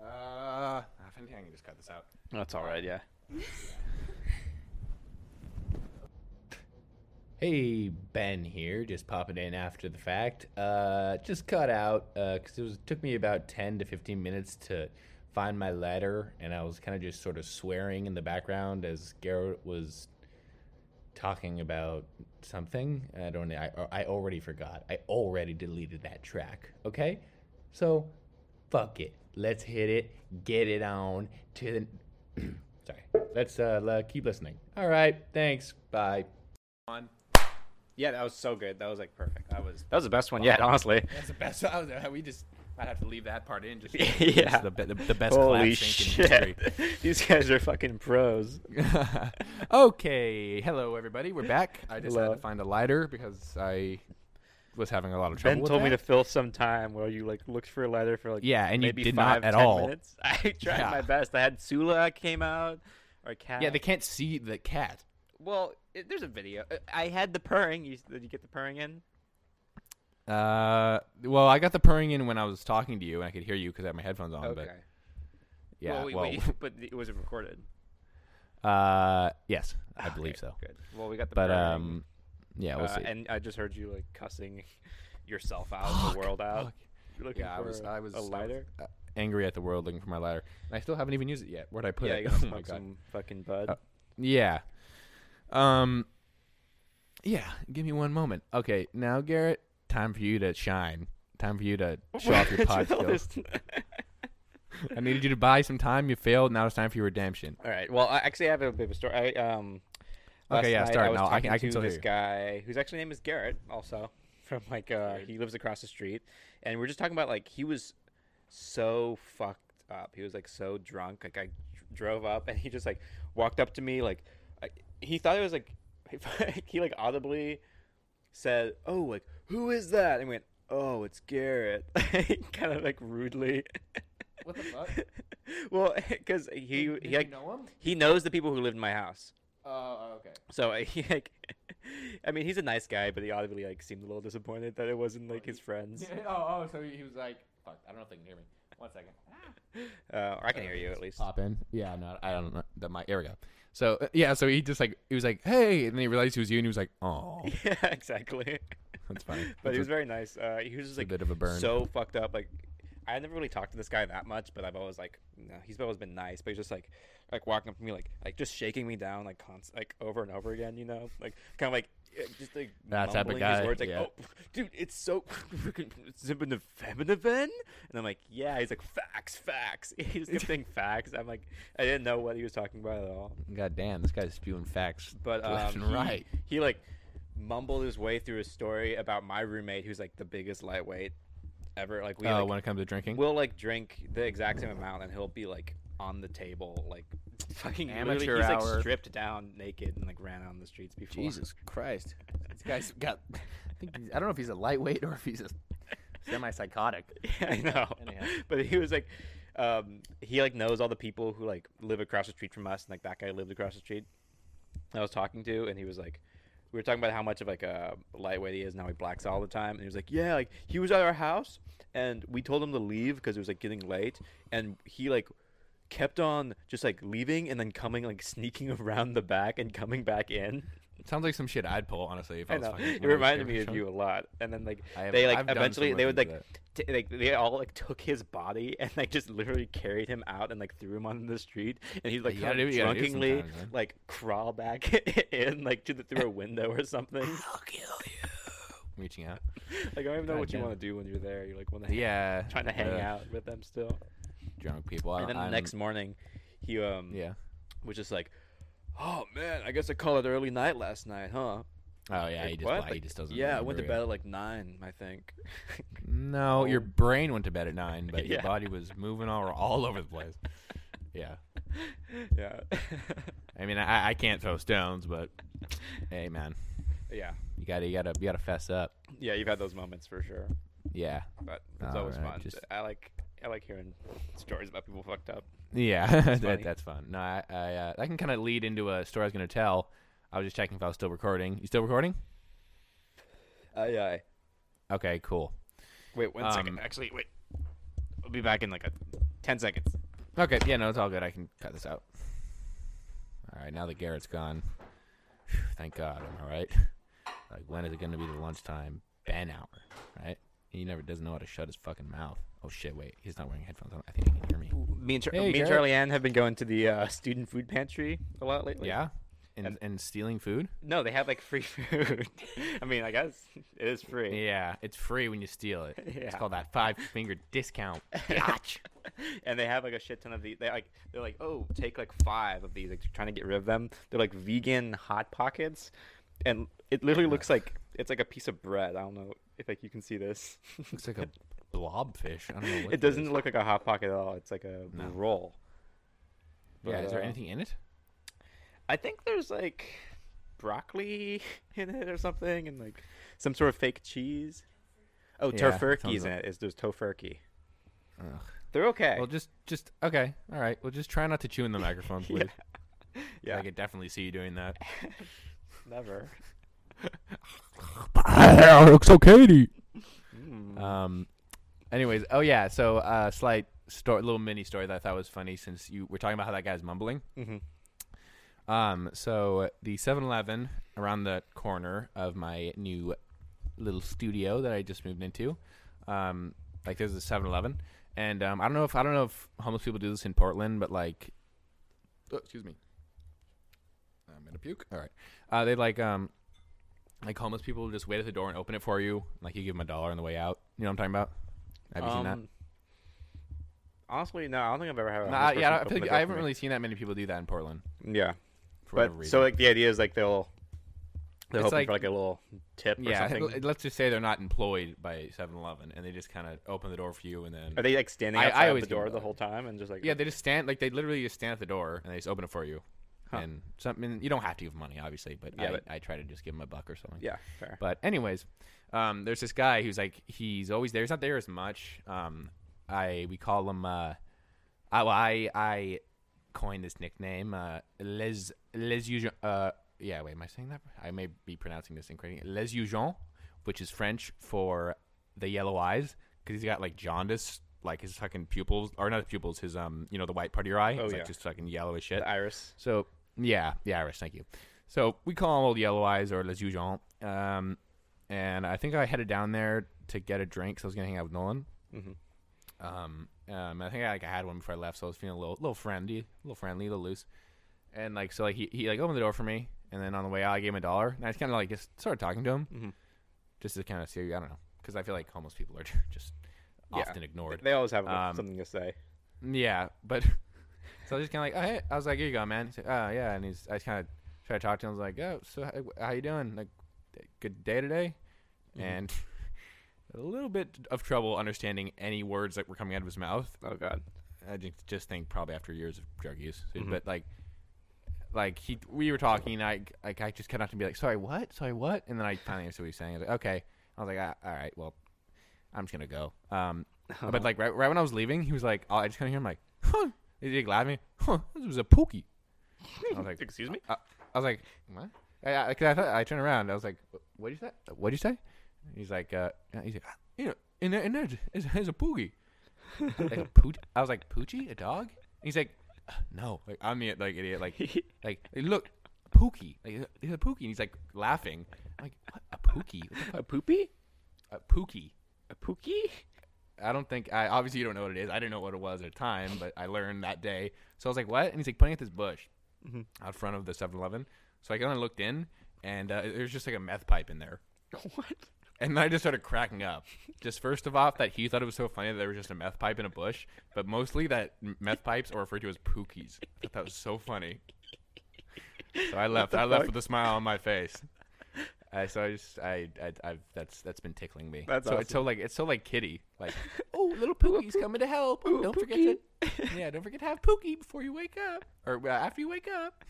Speaker 1: Uh, if anything, I can just cut this out.
Speaker 2: That's all right. Yeah.
Speaker 1: Hey, Ben here, just popping in after the fact. Uh, just cut out because it was took me about ten to fifteen minutes to find my letter, and I was kind of just sort of swearing in the background as Garrett was talking about something. I don't. I I already forgot. I already deleted that track. Okay, so fuck it. Let's hit it. Get it on to the. Sorry. Let's uh le- keep listening. All right. Thanks. Bye.
Speaker 2: Yeah, that was so good. That was like perfect. That was that was the best
Speaker 1: Uh,
Speaker 2: one yet, honestly.
Speaker 1: That's the best. I was, we just might have to leave that part in. Just
Speaker 2: Yeah.
Speaker 1: the, be- the, the best
Speaker 2: Holy
Speaker 1: clap sync
Speaker 2: shit! These guys are fucking pros.
Speaker 1: in history. okay, hello everybody. We're back. I decided
Speaker 2: Hello.
Speaker 1: to find a lighter because I was having a lot of trouble.
Speaker 2: Ben
Speaker 1: with
Speaker 2: told me to
Speaker 1: that.
Speaker 2: fill some time while you like looked for a letter for like
Speaker 1: Yeah, and you
Speaker 2: maybe
Speaker 1: did
Speaker 2: five,
Speaker 1: not at
Speaker 2: 10
Speaker 1: all.
Speaker 2: Minutes. I tried
Speaker 1: Yeah.
Speaker 2: my best. I had Sula came out or cat.
Speaker 1: Yeah, they can't see the cat.
Speaker 2: well, it, there's a video. Uh, I had the purring. You, did you get the purring in?
Speaker 1: Uh, well, I got the purring in when I was talking to you, and I could hear you because I had my headphones on. But yeah,
Speaker 2: well, we,
Speaker 1: well,
Speaker 2: we- but it wasn't recorded.
Speaker 1: uh, yes, I believe
Speaker 2: Okay,
Speaker 1: so.
Speaker 2: Good. Well, we got the
Speaker 1: But
Speaker 2: purring.
Speaker 1: um, yeah, we'll
Speaker 2: uh,
Speaker 1: see.
Speaker 2: and I just heard you like cussing yourself out, and the world out.
Speaker 1: Fuck.
Speaker 2: You're looking
Speaker 1: Yeah, I
Speaker 2: for
Speaker 1: was, I was I
Speaker 2: a
Speaker 1: was,
Speaker 2: lighter.
Speaker 1: uh, angry at the world looking for my lighter, and I still haven't even used it yet. Where'd I put
Speaker 2: yeah,
Speaker 1: it?
Speaker 2: you
Speaker 1: oh
Speaker 2: gotta
Speaker 1: my
Speaker 2: smoke
Speaker 1: god.
Speaker 2: some fucking bud.
Speaker 1: Uh, Yeah. Um. Yeah. Give me one moment. Okay. Now, Garrett, time for you to shine. Time for you to show off your pod skills. I needed you to buy some time. You failed. Now it's time for your redemption.
Speaker 2: All right. Well, I actually have a bit of a story. I um. last
Speaker 1: Okay, yeah,
Speaker 2: night
Speaker 1: start.
Speaker 2: I was
Speaker 1: No, I
Speaker 2: talking
Speaker 1: can- I can
Speaker 2: to
Speaker 1: still hear
Speaker 2: this
Speaker 1: you.
Speaker 2: guy whose actually name is Garrett. Also, from like uh, he lives across the street, and we we're just talking about like he was so fucked up. He was like so drunk. Like I dr- drove up, and he just like walked up to me. Like I, he thought it was like he like audibly said, "Oh, like who is that?" And went, "Oh, it's Garrett." kind of like rudely.
Speaker 1: What the fuck?
Speaker 2: well, because he he like,
Speaker 1: know him?
Speaker 2: he knows the people who lived in my house.
Speaker 1: Oh, okay.
Speaker 2: So uh, he like, I mean, he's a nice guy, but he obviously like seemed a little disappointed that it wasn't like his friends.
Speaker 1: Oh, oh. So he was like, "Fuck, I don't know if they can hear me." One second.
Speaker 2: Uh, or I can hear you at least.
Speaker 1: Pop in. Yeah. No, I don't know. The mic. There we go. So uh, yeah. So he just like he was like, "Hey," and then he realized it was you, and he was like, "Oh,
Speaker 2: Yeah, exactly.
Speaker 1: that's funny."
Speaker 2: But
Speaker 1: That's
Speaker 2: he
Speaker 1: a-
Speaker 2: was very nice. Uh, he was just
Speaker 1: a
Speaker 2: like
Speaker 1: bit of a burn.
Speaker 2: so fucked up. Like, I never really talked to this guy that much, but I've always like, no, he's always been nice. But he's just like, like walking up to me, like, like just shaking me down, like, const- like over and over again. You know, like kind of like. uh, Just like
Speaker 1: That type of
Speaker 2: mumbling
Speaker 1: guy,
Speaker 2: His words, like,
Speaker 1: yeah.
Speaker 2: oh, dude, it's so freaking zipping feminine. And I'm like, yeah. He's like, facts, facts. He just kept saying facts. I'm like, I didn't know what he was talking about at all.
Speaker 1: God damn, this guy's spewing facts
Speaker 2: But um,
Speaker 1: left and
Speaker 2: he-
Speaker 1: right.
Speaker 2: he like mumbled his way through a story about my roommate, who's like the biggest lightweight ever. Like we,
Speaker 1: Oh,
Speaker 2: like,
Speaker 1: when it comes to drinking,
Speaker 2: we'll like drink the exact same amount, and he'll be like on the table, like fucking literally-
Speaker 1: Amateur
Speaker 2: He's
Speaker 1: hour.
Speaker 2: like stripped down, naked, and like ran on the streets before.
Speaker 1: Christ, this guy's got. I think he's, I don't know if he's a lightweight or if he's a semi-psychotic.
Speaker 2: Yeah, I know.
Speaker 1: Anyhow.
Speaker 2: But he was like, um, he like knows all the people who like live across the street from us, and like that guy lived across the street. I was talking to, and he was like, we were talking about how much of like a lightweight he is, and how he blacks out all the time. And he was like, yeah, like he was at our house, and we told him to leave because it was like getting late, and he like kept on just like leaving and then coming like sneaking around the back and coming back in.
Speaker 1: Sounds like some shit I'd pull, honestly. If I,
Speaker 2: I
Speaker 1: was
Speaker 2: know.
Speaker 1: fucking
Speaker 2: It
Speaker 1: one of those
Speaker 2: reminded me
Speaker 1: characters
Speaker 2: of
Speaker 1: from-
Speaker 2: you a lot. And then like
Speaker 1: I have-
Speaker 2: they like
Speaker 1: I've done
Speaker 2: eventually
Speaker 1: similar
Speaker 2: they would
Speaker 1: things
Speaker 2: like,
Speaker 1: to
Speaker 2: t- like they all like took his body and like just literally carried him out and like threw him onto the street and he'd like
Speaker 1: you gotta
Speaker 2: kinda
Speaker 1: do what you gotta do
Speaker 2: drunkenly
Speaker 1: sometimes, man.
Speaker 2: like crawl back in like to the through a window or something.
Speaker 1: reaching out.
Speaker 2: Like I don't even know what you
Speaker 1: Goddamn.
Speaker 2: want to do when you're there. You're like want to
Speaker 1: Yeah,
Speaker 2: trying to hang
Speaker 1: uh,
Speaker 2: out with them still.
Speaker 1: drunk people. I,
Speaker 2: And then
Speaker 1: I'm-
Speaker 2: the next morning, he um
Speaker 1: yeah.
Speaker 2: was just like, oh man, I guess I called it early night last night, huh?
Speaker 1: Oh yeah,
Speaker 2: Like,
Speaker 1: he just
Speaker 2: what?
Speaker 1: lied. he
Speaker 2: Like,
Speaker 1: just doesn't.
Speaker 2: Yeah, I went to bed
Speaker 1: remember
Speaker 2: at like nine, I think.
Speaker 1: it. No, your brain went to bed at nine, but your
Speaker 2: Oh. Yeah.
Speaker 1: body was moving all all over the place. Yeah,
Speaker 2: yeah.
Speaker 1: I mean, I, I can't throw stones, but hey, man,
Speaker 2: yeah.
Speaker 1: you gotta you gotta you gotta fess up.
Speaker 2: Yeah, you've had those moments for sure.
Speaker 1: Yeah,
Speaker 2: But it's
Speaker 1: All
Speaker 2: always
Speaker 1: right,
Speaker 2: fun.
Speaker 1: just-
Speaker 2: I like I like hearing stories about people fucked up.
Speaker 1: Yeah,
Speaker 2: funny.
Speaker 1: that, that's fun. No, I I, uh, I can kind of lead into a story I was going to tell. I was just checking if I was still recording. You still recording?
Speaker 2: Aye aye.
Speaker 1: Okay, cool.
Speaker 2: Wait one second.
Speaker 1: Um,
Speaker 2: Actually, wait. I'll be back in like a ten seconds.
Speaker 1: Okay, yeah, no, it's all good. I can cut this out. All right, now that Garrett's gone, phew, thank God. Am I right? Like, when is it going to be the lunchtime ban hour? Right? He never doesn't know how to shut his fucking mouth. Oh shit! Wait, he's not wearing headphones. I think he can hear me.
Speaker 2: Me and, Char-
Speaker 1: Hey,
Speaker 2: me and
Speaker 1: Garrett.
Speaker 2: Charlie Ann have been going to the uh, student food pantry a lot lately.
Speaker 1: Yeah, and
Speaker 2: And-
Speaker 1: and stealing food.
Speaker 2: No, they have like free food. I mean, I guess it is free.
Speaker 1: Yeah, it's free when you steal it. It's
Speaker 2: Yeah.
Speaker 1: called that five finger discount. Biatch.
Speaker 2: and they have like a shit ton of these. They like they're like, oh, take like five of these. Like they're trying to get rid of them. They're like vegan hot pockets, and it literally looks like it's like a piece of bread. I don't know if like you can see this.
Speaker 1: Looks like a blobfish. I don't know. What
Speaker 2: it
Speaker 1: is.
Speaker 2: doesn't look like a hot pocket at all. It's like a
Speaker 1: No.
Speaker 2: roll.
Speaker 1: Yeah.
Speaker 2: but,
Speaker 1: Is there
Speaker 2: uh,
Speaker 1: anything in it?
Speaker 2: I think there's like broccoli in it or something, and like some sort of fake cheese. Oh,
Speaker 1: Yeah,
Speaker 2: tofurkey's
Speaker 1: sounds
Speaker 2: in it. Is there's tofurkey?
Speaker 1: Ugh.
Speaker 2: They're okay.
Speaker 1: Well, just just okay. All right. Well, just try not to chew in the microphone, please.
Speaker 2: yeah. Yeah.
Speaker 1: I could definitely see you doing that.
Speaker 2: Never.
Speaker 1: It's okay.
Speaker 2: Mm.
Speaker 1: Um. Anyways, oh yeah. So, uh, slight story, little mini story that I thought was funny since you were talking about how that guy's mumbling.
Speaker 2: Mhm.
Speaker 1: Um. So the 7-Eleven around the corner of my new little studio that I just moved into. Um. Like there's a 7-Eleven, and um, I don't know if I don't know if homeless people do this in Portland, but like, oh, excuse me. I'm gonna puke. All right. Uh, they like um, like homeless people will just wait at the door and open it for you. Like you give them a dollar on the way out. You know what I'm talking about? Have you seen that?
Speaker 2: Um, Honestly, no. I don't think I've ever had. a
Speaker 1: Nah,
Speaker 2: homeless
Speaker 1: yeah, I, don't- I
Speaker 2: person open
Speaker 1: feel
Speaker 2: the
Speaker 1: like I
Speaker 2: door for
Speaker 1: haven't
Speaker 2: me.
Speaker 1: really seen that many people do that in Portland
Speaker 2: Yeah,
Speaker 1: for whatever
Speaker 2: but
Speaker 1: reason.
Speaker 2: so like the idea is like they'll they're
Speaker 1: It's
Speaker 2: hoping
Speaker 1: like-
Speaker 2: for like a little tip or
Speaker 1: yeah,
Speaker 2: something.
Speaker 1: let's just say they're not employed by 7-Eleven, and they just kind of open the door for you, and then
Speaker 2: Are they like standing
Speaker 1: I- I
Speaker 2: outside
Speaker 1: always
Speaker 2: the
Speaker 1: give
Speaker 2: door
Speaker 1: them
Speaker 2: the
Speaker 1: that.
Speaker 2: whole time and just like
Speaker 1: yeah, they just stand like they literally just stand at the door and they just open it for you.
Speaker 2: Huh.
Speaker 1: And something you don't have to give money, obviously, but,
Speaker 2: Yeah,
Speaker 1: I,
Speaker 2: but-
Speaker 1: I try to just give them a buck or something.
Speaker 2: yeah fair.
Speaker 1: But anyways, um, there's this guy who's like he's always there. He's not there as much. Um, I we call him. Uh, I well, I I coined this nickname. Uh, les les Ujon- uh Yeah, wait, am I saying that? I may be pronouncing this incorrectly. Les Ujon, which is French for the yellow eyes, because he's got like jaundice. Like his fucking pupils, or not his pupils, his um, you know, the white part of your eye.
Speaker 2: Oh,
Speaker 1: it's
Speaker 2: yeah.
Speaker 1: like just fucking yellow as shit.
Speaker 2: The iris.
Speaker 1: So yeah, yeah, Irish. Thank you. So we call him Old Yellow Eyes or Les Ugeons. Um, and I think I headed down there to get a drink, so I was gonna hang out with Nolan.
Speaker 2: Mhm.
Speaker 1: Um, um, I think I, like I had one before I left, so I was feeling a little, little friendly, a little friendly, a little loose. And like, so like he, he like opened the door for me, and then on the way out, I gave him a dollar, and I just kind of like just started talking to him,
Speaker 2: Mhm.
Speaker 1: just to kind of see, I don't know, because I feel like homeless people are just
Speaker 2: Yeah.
Speaker 1: often ignored.
Speaker 2: They always have
Speaker 1: Um,
Speaker 2: something to say.
Speaker 1: Yeah, but so I was just kind of like, oh, hey, I was like, here you go, man. He's like, oh, yeah, and he's I kind of tried to talk to him. I was like, oh, so how, how you doing? Like, d- good day today, and a little bit of trouble understanding any words that were coming out of his mouth.
Speaker 2: Oh god.
Speaker 1: I ju- just think probably after years of drug use,
Speaker 2: Mhm.
Speaker 1: but like, like he, we were talking, and I, like, I just cut out to be like, sorry, what, sorry, what, and then I finally understood what he was saying. I was like, okay, I was like, ah, all right, well, I'm just gonna go. Um, but like right, right when I was leaving, he was like, oh, I just kind of hear him like, huh, he like laughed at me, huh, this was a pookie. I was like,
Speaker 2: Excuse me.
Speaker 1: I, I was like, what? I, I, 'cause I, thought, I turned around. I was like, "Wh- what did you say? What did you say? And he's like, uh, he's like, you know, in there, in there is, is a poogie. like a pooch. I was like, poochie, a dog. And he's like, "Uh, no, like I'm the like idiot. Like, like "Hey, look, pookie. Like he's a pookie. And he's like laughing. I'm like what? a pookie, What the fuck?
Speaker 2: A poopy?
Speaker 1: a pookie.
Speaker 2: A pookie?
Speaker 1: I don't think I obviously you don't know what it is. I didn't know what it was at the time, but I learned that day. So I was like, "What?" And he's like pointing at this bush
Speaker 2: Mhm.
Speaker 1: out front of the 7-Eleven. So I kind of looked in, and uh, there's just like a meth pipe in there.
Speaker 2: What?
Speaker 1: And I just started cracking up. Just first of all, that he thought it was so funny that there was just a meth pipe in a bush, but mostly that m- meth pipes are referred to as pookies. I thought that was so funny. So I left.
Speaker 2: the
Speaker 1: I left
Speaker 2: fuck?
Speaker 1: with a smile on my face. Uh, so I just, I, I, I've, that's that's been tickling me.
Speaker 2: That's
Speaker 1: so it's so like it's so like kitty. Like, oh, little
Speaker 2: Ooh, a
Speaker 1: pookie's
Speaker 2: poo-
Speaker 1: coming to help.
Speaker 2: ooh,
Speaker 1: Oh,
Speaker 2: a
Speaker 1: don't forget to, yeah, don't forget to have pookie before you wake up or uh, after you wake up.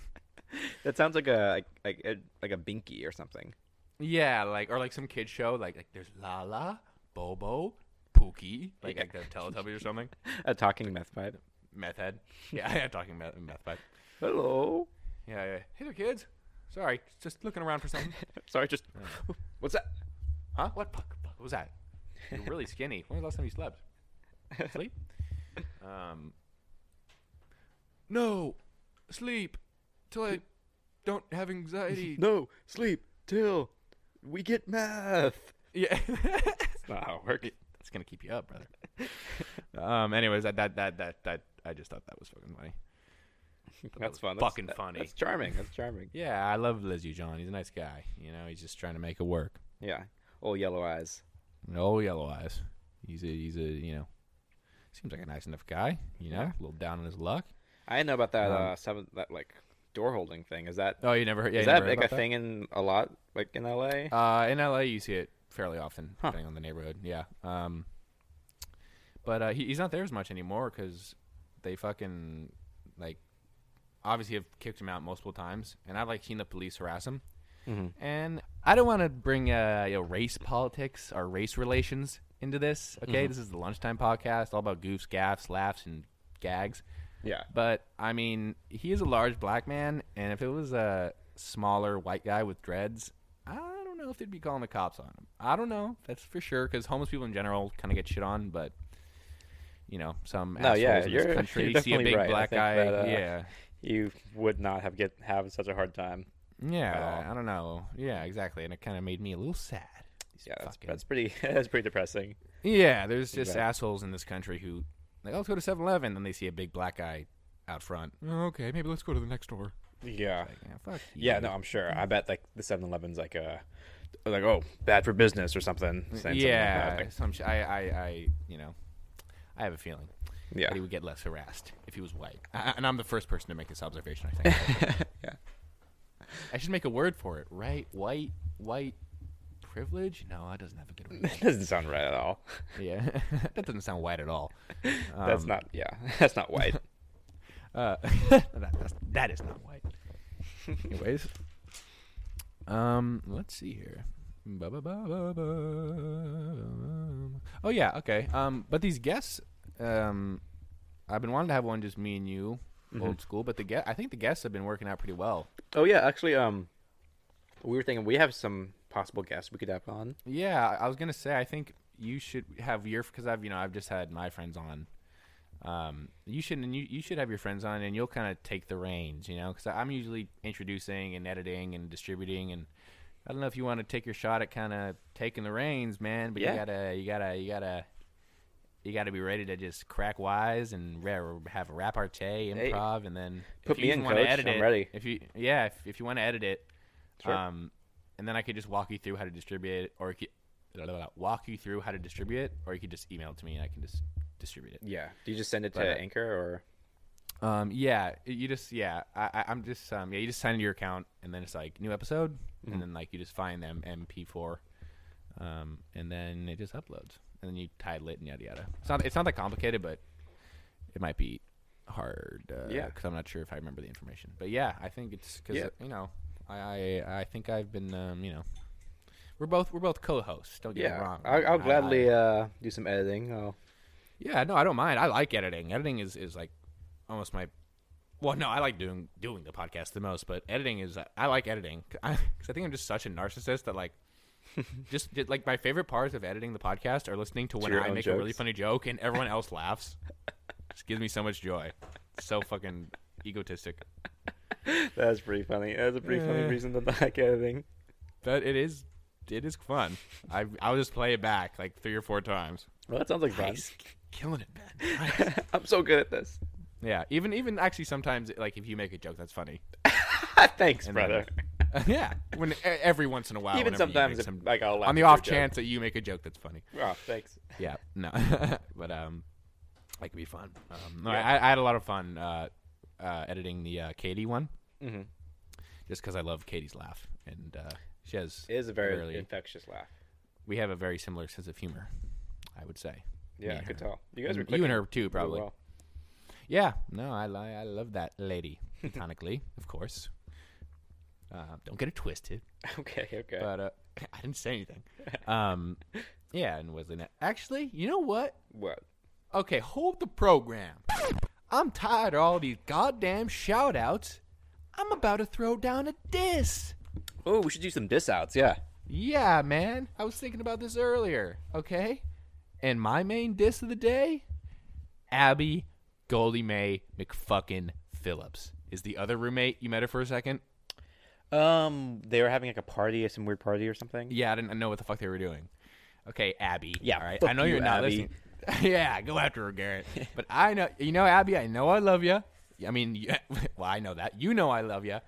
Speaker 2: That sounds like a like like a, like a binky or something.
Speaker 1: Yeah, like or like some kid show, like like there's Lala, Bobo, Pookie, like
Speaker 2: Yeah.
Speaker 1: like the Teletubbies or something.
Speaker 2: A talking meth pipe.
Speaker 1: Meth head. Yeah, yeah, talking about meth but
Speaker 2: Hello.
Speaker 1: Yeah, yeah. Hey there, kids. Sorry, just looking around for something.
Speaker 2: Sorry, just what's that?
Speaker 1: huh? What puck? What was that? You're really skinny. When was the last time you slept? Sleep. Um. No, sleep till I don't have anxiety.
Speaker 2: No, sleep till we get meth.
Speaker 1: Yeah.
Speaker 2: That's not how it works.
Speaker 1: That's gonna keep you up, brother. um. Anyways, that that that that that I just thought that was fucking funny.
Speaker 2: That's
Speaker 1: was
Speaker 2: fun.
Speaker 1: fucking
Speaker 2: that-
Speaker 1: funny.
Speaker 2: That's charming. That's charming.
Speaker 1: Yeah, I love Liz John. He's a nice guy. You know, he's just trying to make it work.
Speaker 2: Yeah. Old yellow eyes.
Speaker 1: No yellow eyes. He's a he's a you know, seems like a nice enough guy. You know,
Speaker 2: Yeah.
Speaker 1: a little down on his luck.
Speaker 2: I didn't know about that
Speaker 1: Um,
Speaker 2: uh seven that like door holding thing. Is that
Speaker 1: Oh, you never heard? Yeah,
Speaker 2: is
Speaker 1: you
Speaker 2: that
Speaker 1: never heard
Speaker 2: like a
Speaker 1: about
Speaker 2: thing in a lot like in LA?
Speaker 1: that? Uh, in LA, you see it fairly often,
Speaker 2: Huh.
Speaker 1: depending on the neighborhood. Yeah. Um, but uh, he, he's not there as much anymore because they fucking like obviously have kicked him out multiple times, and I've like seen the police harass him.
Speaker 2: Mhm.
Speaker 1: And I don't want to bring uh, you know, race politics or race relations into this. Okay, this is the lunchtime podcast, all about goofs, gaffs, laughs, and gags.
Speaker 2: Yeah.
Speaker 1: But I mean, he is a large black man, and if it was a smaller white guy with dreads, I don't know if they'd be calling the cops on him. I don't know. That's for sure because homeless people in general kind of get shit on, but you know, some
Speaker 2: No,
Speaker 1: assholes
Speaker 2: yeah,
Speaker 1: in
Speaker 2: you're-
Speaker 1: this country
Speaker 2: you're
Speaker 1: see a
Speaker 2: definitely
Speaker 1: big
Speaker 2: right. I
Speaker 1: black
Speaker 2: think
Speaker 1: guy.
Speaker 2: that, uh,
Speaker 1: yeah,
Speaker 2: You would not have get have such a hard time. uh,
Speaker 1: yeah. I don't know. Yeah, exactly. And it kind of made me a little sad. These
Speaker 2: Yeah, that's,
Speaker 1: fucking-
Speaker 2: that's pretty. That's pretty depressing.
Speaker 1: Yeah, there's just
Speaker 2: Right.
Speaker 1: assholes in this country who like, "Oh, let's go to 7-Eleven. Then they see a big black guy out front. "Oh, okay, maybe let's go to the next door.
Speaker 2: Yeah.
Speaker 1: Like, yeah, fuck.
Speaker 2: Yeah,
Speaker 1: you.
Speaker 2: no, I'm sure. I bet like the 7-Elevens like uh like oh bad for business or something. saying something like
Speaker 1: yeah.
Speaker 2: that, like-
Speaker 1: some sh- I, I, I, you know, I have a feeling
Speaker 2: yeah,
Speaker 1: that he would get less harassed if he was white. I, I- and I'm the first person to make this observation. I think
Speaker 2: yeah.
Speaker 1: I should make a word for it, right? White, white privilege. No, that doesn't have a good word.
Speaker 2: That doesn't sound right at all.
Speaker 1: yeah, that doesn't sound white at all. Um,
Speaker 2: that's not. Yeah, that's not white.
Speaker 1: Uh, that, that's, that is not white. Anyways, um, let's see here. Ba, ba, ba, ba, ba. Oh yeah, okay. Um, but these guests, um, I've been wanting to have one just me and you, old school. But the guest, I think the guests have been working out pretty well.
Speaker 2: oh yeah, actually, um, we were thinking we have some possible guests we could have on.
Speaker 1: Yeah, I- I was gonna say I think you should have your because I've you know I've just had my friends on. Um, you should and you, you should have your friends on and you'll kind of take the reins, you know, because I'm usually introducing and editing and distributing and I don't know if you want to take your shot at kind of taking the reins, man. But
Speaker 2: Yeah.
Speaker 1: you gotta you gotta you gotta you gotta be ready to just crack wise and ra- have a repartee, improv, and then
Speaker 2: put
Speaker 1: if
Speaker 2: me
Speaker 1: you
Speaker 2: in,
Speaker 1: want to
Speaker 2: coach.
Speaker 1: edit
Speaker 2: I'm
Speaker 1: it,
Speaker 2: ready.
Speaker 1: if you yeah, if, if you want to edit it,
Speaker 2: Sure.
Speaker 1: um, and then I could just walk you through how to distribute it, or you could, blah, blah, blah, walk you through how to distribute it, or you could just email it to me and I can just distribute it.
Speaker 2: Yeah. Do you just send it to
Speaker 1: But, uh,
Speaker 2: Anchor or?
Speaker 1: Um, yeah, you just yeah, I, I, I'm just um, yeah, you just sign into your account and then it's like new episode,
Speaker 2: Mm-hmm.
Speaker 1: and then like you just find them MP4, um, and then it just uploads, and then you title it and yada yada. It's not it's not that complicated, but it might be hard. Uh,
Speaker 2: Yeah.
Speaker 1: because I'm not sure if I remember the information. But yeah, I think it's because
Speaker 2: Yeah.
Speaker 1: you know I, I I think I've been um, you know. We're both we're both co-hosts. Don't get me
Speaker 2: Yeah,
Speaker 1: wrong.
Speaker 2: I'll, I'll
Speaker 1: I-
Speaker 2: gladly uh, do some editing. Oh, I'll,
Speaker 1: yeah, no, I don't mind. I like editing. Editing is, is like almost my. Well, no, I like doing doing the podcast the most, but editing is I like editing because I, 'cause I think I'm just such a narcissist that like, just, just, like my favorite parts of editing the podcast are listening to when
Speaker 2: your
Speaker 1: I
Speaker 2: own
Speaker 1: make a really
Speaker 2: jokes.
Speaker 1: funny joke and everyone else laughs. Just gives me so much joy. So fucking egotistic.
Speaker 2: that's pretty funny. That's a pretty funny
Speaker 1: Yeah.
Speaker 2: reason to like editing.
Speaker 1: But it is it is fun. I I'll just play it back like three or four times.
Speaker 2: Well, that sounds like fun.
Speaker 1: Nice. Killing it, man. Nice.
Speaker 2: I'm so good at this.
Speaker 1: Yeah, even even actually sometimes like if you make a joke that's funny.
Speaker 2: Ah, Thanks,
Speaker 1: And then,
Speaker 2: brother.
Speaker 1: yeah, when e- every once in a while,
Speaker 2: Even
Speaker 1: whenever you
Speaker 2: sometimes,
Speaker 1: make
Speaker 2: if,
Speaker 1: some-
Speaker 2: like I'll laugh
Speaker 1: on the
Speaker 2: at your
Speaker 1: off
Speaker 2: joke.
Speaker 1: chance that you make a joke that's funny.
Speaker 2: Oh, thanks.
Speaker 1: Yeah, no, but um, that could be fun. Um, no,
Speaker 2: Yeah.
Speaker 1: I, I had a lot of fun uh, uh, editing the uh, Katie one,
Speaker 2: Mm-hmm.
Speaker 1: just because I love Katie's laugh, and uh, she has
Speaker 2: It is a very
Speaker 1: Really.
Speaker 2: infectious laugh.
Speaker 1: we have a very similar sense of humor, I would say.
Speaker 2: Yeah,
Speaker 1: Me
Speaker 2: I
Speaker 1: and
Speaker 2: could
Speaker 1: her.
Speaker 2: tell. You guys were
Speaker 1: And you
Speaker 2: clicking
Speaker 1: and her too,
Speaker 2: really
Speaker 1: probably.
Speaker 2: well.
Speaker 1: Yeah, no, I li- I love that lady platonically, of course. Uh, don't get it twisted.
Speaker 2: Okay, okay.
Speaker 1: but uh, I didn't say anything. Um, yeah, and Wesley Net. Actually, you know what?
Speaker 2: what?
Speaker 1: Okay, hold the program. I'm tired of all these goddamn shout outs. I'm about to throw down a diss.
Speaker 2: Oh, we should do some diss outs. Yeah.
Speaker 1: Yeah, man. I was thinking about this earlier, okay? And my main diss of the day Abby Goldie Mae McFucking Phillips is the other roommate you met her for a second.
Speaker 2: Um, they were having like a party, some weird party or something.
Speaker 1: Yeah, I didn't know what the fuck they were doing. Okay, Abby.
Speaker 2: Yeah,
Speaker 1: all right.
Speaker 2: fuck
Speaker 1: I know
Speaker 2: you,
Speaker 1: you're not
Speaker 2: Abby.
Speaker 1: listening. yeah, go after her, Garrett. but I know, you know, Abby. I know I love you. I mean, you- well, I know that. You know I love you.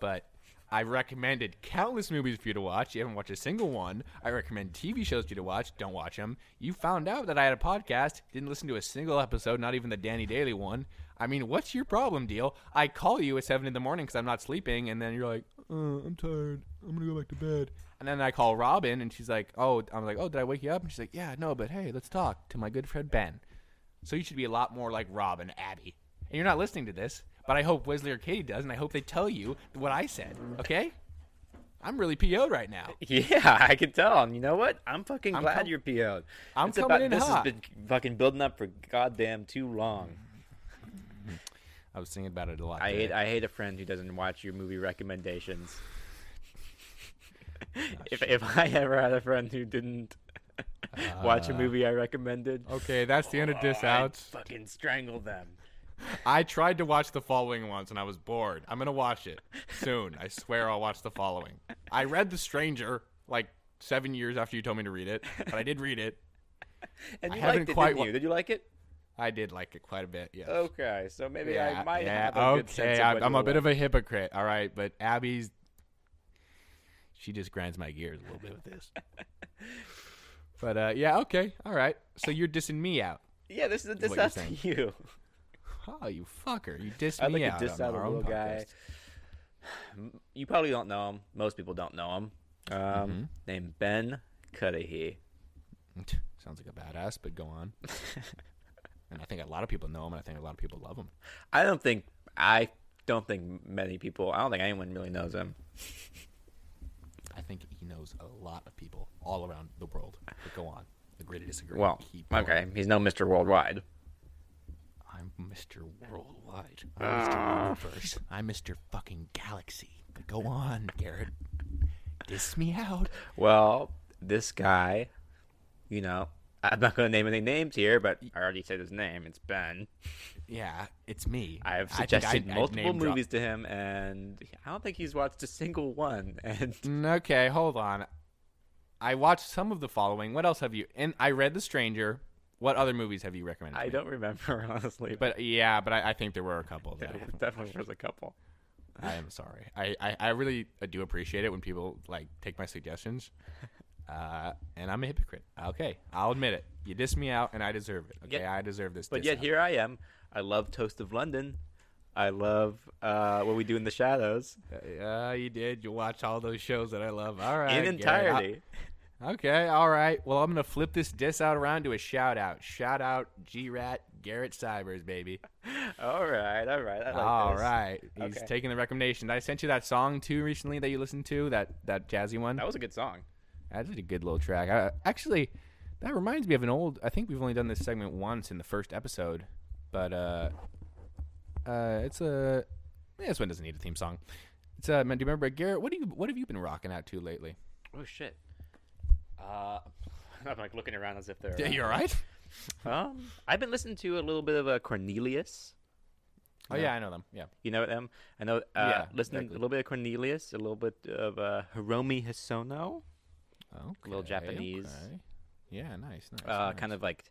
Speaker 1: But I recommended countless movies for you to watch. You haven't watched a single one. I recommend TV shows for you to watch. Don't watch them. You found out that I had a podcast. Didn't listen to a single episode. Not even the Danny Daily one. I mean, what's your problem, deal? I call you at seven in the morning because I'm not sleeping, and then you're like, uh, "I'm tired. I'm gonna go back to bed." And then I call Robin, and she's like, "Oh, I'm like, oh, did I wake you up?" And she's like, "Yeah, no, but hey, let's talk to my good friend Ben." So you should be a lot more like Robin Abby. And you're not listening to this, but I hope Wesley or Katie does, and I hope they tell you what I said. Okay? I'm really PO'd right now.
Speaker 2: Yeah, I can tell. And you know what? I'm fucking
Speaker 1: I'm
Speaker 2: glad
Speaker 1: com-
Speaker 2: you're PO'd.
Speaker 1: I'm
Speaker 2: It's
Speaker 1: coming
Speaker 2: about-
Speaker 1: in
Speaker 2: this
Speaker 1: hot.
Speaker 2: has been fucking building up for goddamn too long.
Speaker 1: I was thinking about it a lot.
Speaker 2: I hate
Speaker 1: today.
Speaker 2: I hate a friend who doesn't watch your movie recommendations. if if I ever had a friend who didn't watch a
Speaker 1: Uh,
Speaker 2: movie I recommended,
Speaker 1: Okay, that's the end of diss
Speaker 2: oh, I'd
Speaker 1: outs.
Speaker 2: Fucking strangle them.
Speaker 1: I tried to watch the following once and I was bored. I'm gonna watch it soon. I swear I'll watch the following. I read The Stranger like seven years after you told me to read it, but I did read it.
Speaker 2: And
Speaker 1: I
Speaker 2: you
Speaker 1: haven't
Speaker 2: liked it,
Speaker 1: quite
Speaker 2: didn't
Speaker 1: wa-
Speaker 2: you? Did you like it?
Speaker 1: I did like it quite a bit. Yes.
Speaker 2: Okay, so maybe I might
Speaker 1: yeah,
Speaker 2: have a
Speaker 1: okay.
Speaker 2: good sense of
Speaker 1: I'm,
Speaker 2: what
Speaker 1: I'm
Speaker 2: you
Speaker 1: a bit
Speaker 2: like.
Speaker 1: of a hypocrite. All right, but Abby's she just grinds my gears a little bit with this. but uh, yeah, okay, all right. So you're dissing me out.
Speaker 2: Yeah, this is a
Speaker 1: you're
Speaker 2: diss out to
Speaker 1: saying.
Speaker 2: you.
Speaker 1: Oh, you fucker! You dissed
Speaker 2: I'd
Speaker 1: me
Speaker 2: like
Speaker 1: out.
Speaker 2: to diss
Speaker 1: on
Speaker 2: out a
Speaker 1: our own
Speaker 2: little guy.
Speaker 1: podcast.
Speaker 2: You probably don't know him. Most people don't know him. Um,
Speaker 1: Mm-hmm.
Speaker 2: Named Ben Cudahy.
Speaker 1: Sounds like a badass, but go on. and I think a lot of people know him, and I think a lot of people love him.
Speaker 2: I don't think I don't think many people. I don't think anyone really knows him.
Speaker 1: I think he knows a lot of people all around the world. But go on. Agree to disagree.
Speaker 2: Well,
Speaker 1: Keep going.
Speaker 2: okay, he's no Mr. Worldwide.
Speaker 1: I'm Mr. Worldwide. I'm Mr.
Speaker 2: Ah.
Speaker 1: Universe. I'm Mr. Fucking Galaxy. But go on, Garrett. Diss me out.
Speaker 2: Well, this guy, you know, I'm not going to name any names here, but I already said his name. It's Ben.
Speaker 1: Yeah, it's me.
Speaker 2: I have
Speaker 1: I think
Speaker 2: suggested
Speaker 1: I- I
Speaker 2: multiple
Speaker 1: name drop-
Speaker 2: movies to him, and I don't think he's watched a single one. And
Speaker 1: Mm, Okay, hold on. I watched some of the following. What else have you? And I read The Stranger. What other movies have you recommended?
Speaker 2: I
Speaker 1: to me?
Speaker 2: don't remember honestly, but
Speaker 1: But yeah, but I, I think there were a couple that I
Speaker 2: it definitely was a couple.
Speaker 1: I am sorry. I, I, I really do appreciate it when people like take my suggestions. Uh, and I'm a hypocrite. Okay, I'll admit it. You diss me out, and I deserve it. Okay,
Speaker 2: Yet-
Speaker 1: I deserve this.
Speaker 2: But
Speaker 1: diss
Speaker 2: yet
Speaker 1: out.
Speaker 2: here I am. I love Toast of London. I love uh, what we do in the shadows
Speaker 1: Uh, yeah, you did. You watch all those shows that I love. All right,
Speaker 2: in
Speaker 1: Garrett,
Speaker 2: entirety.
Speaker 1: I- okay, all right. Well, I'm gonna flip this diss out around to a shout out. Shout out, G Rat Garrett Cybers, baby.
Speaker 2: All right, all right. I like
Speaker 1: All
Speaker 2: this.
Speaker 1: right, he's
Speaker 2: Okay.
Speaker 1: taking the recommendation. I sent you that song too recently that you listened to that that jazzy one.
Speaker 2: That was a good song.
Speaker 1: That's a good little track. I, actually, that reminds me of an old. I think we've only done this segment once in the first episode, but uh, uh, it's a. yeah, this one doesn't need a theme song. It's uh, man, do you remember Garrett? What do you what have you been rocking out to lately?
Speaker 2: Oh shit. Uh, I'm like looking around as if they're.
Speaker 1: Yeah, you all right?
Speaker 2: Um, I've been listening to a little bit of a Cornelius.
Speaker 1: Oh yeah, I know them. Yeah,
Speaker 2: You know them. I know. Uh,
Speaker 1: Yeah,
Speaker 2: listening
Speaker 1: exactly.
Speaker 2: a little bit of Cornelius, a little bit of uh, Hiromi Hisono, little
Speaker 1: Okay,
Speaker 2: Japanese.
Speaker 1: okay. Yeah, nice, nice.
Speaker 2: uh,
Speaker 1: nice.
Speaker 2: kind of like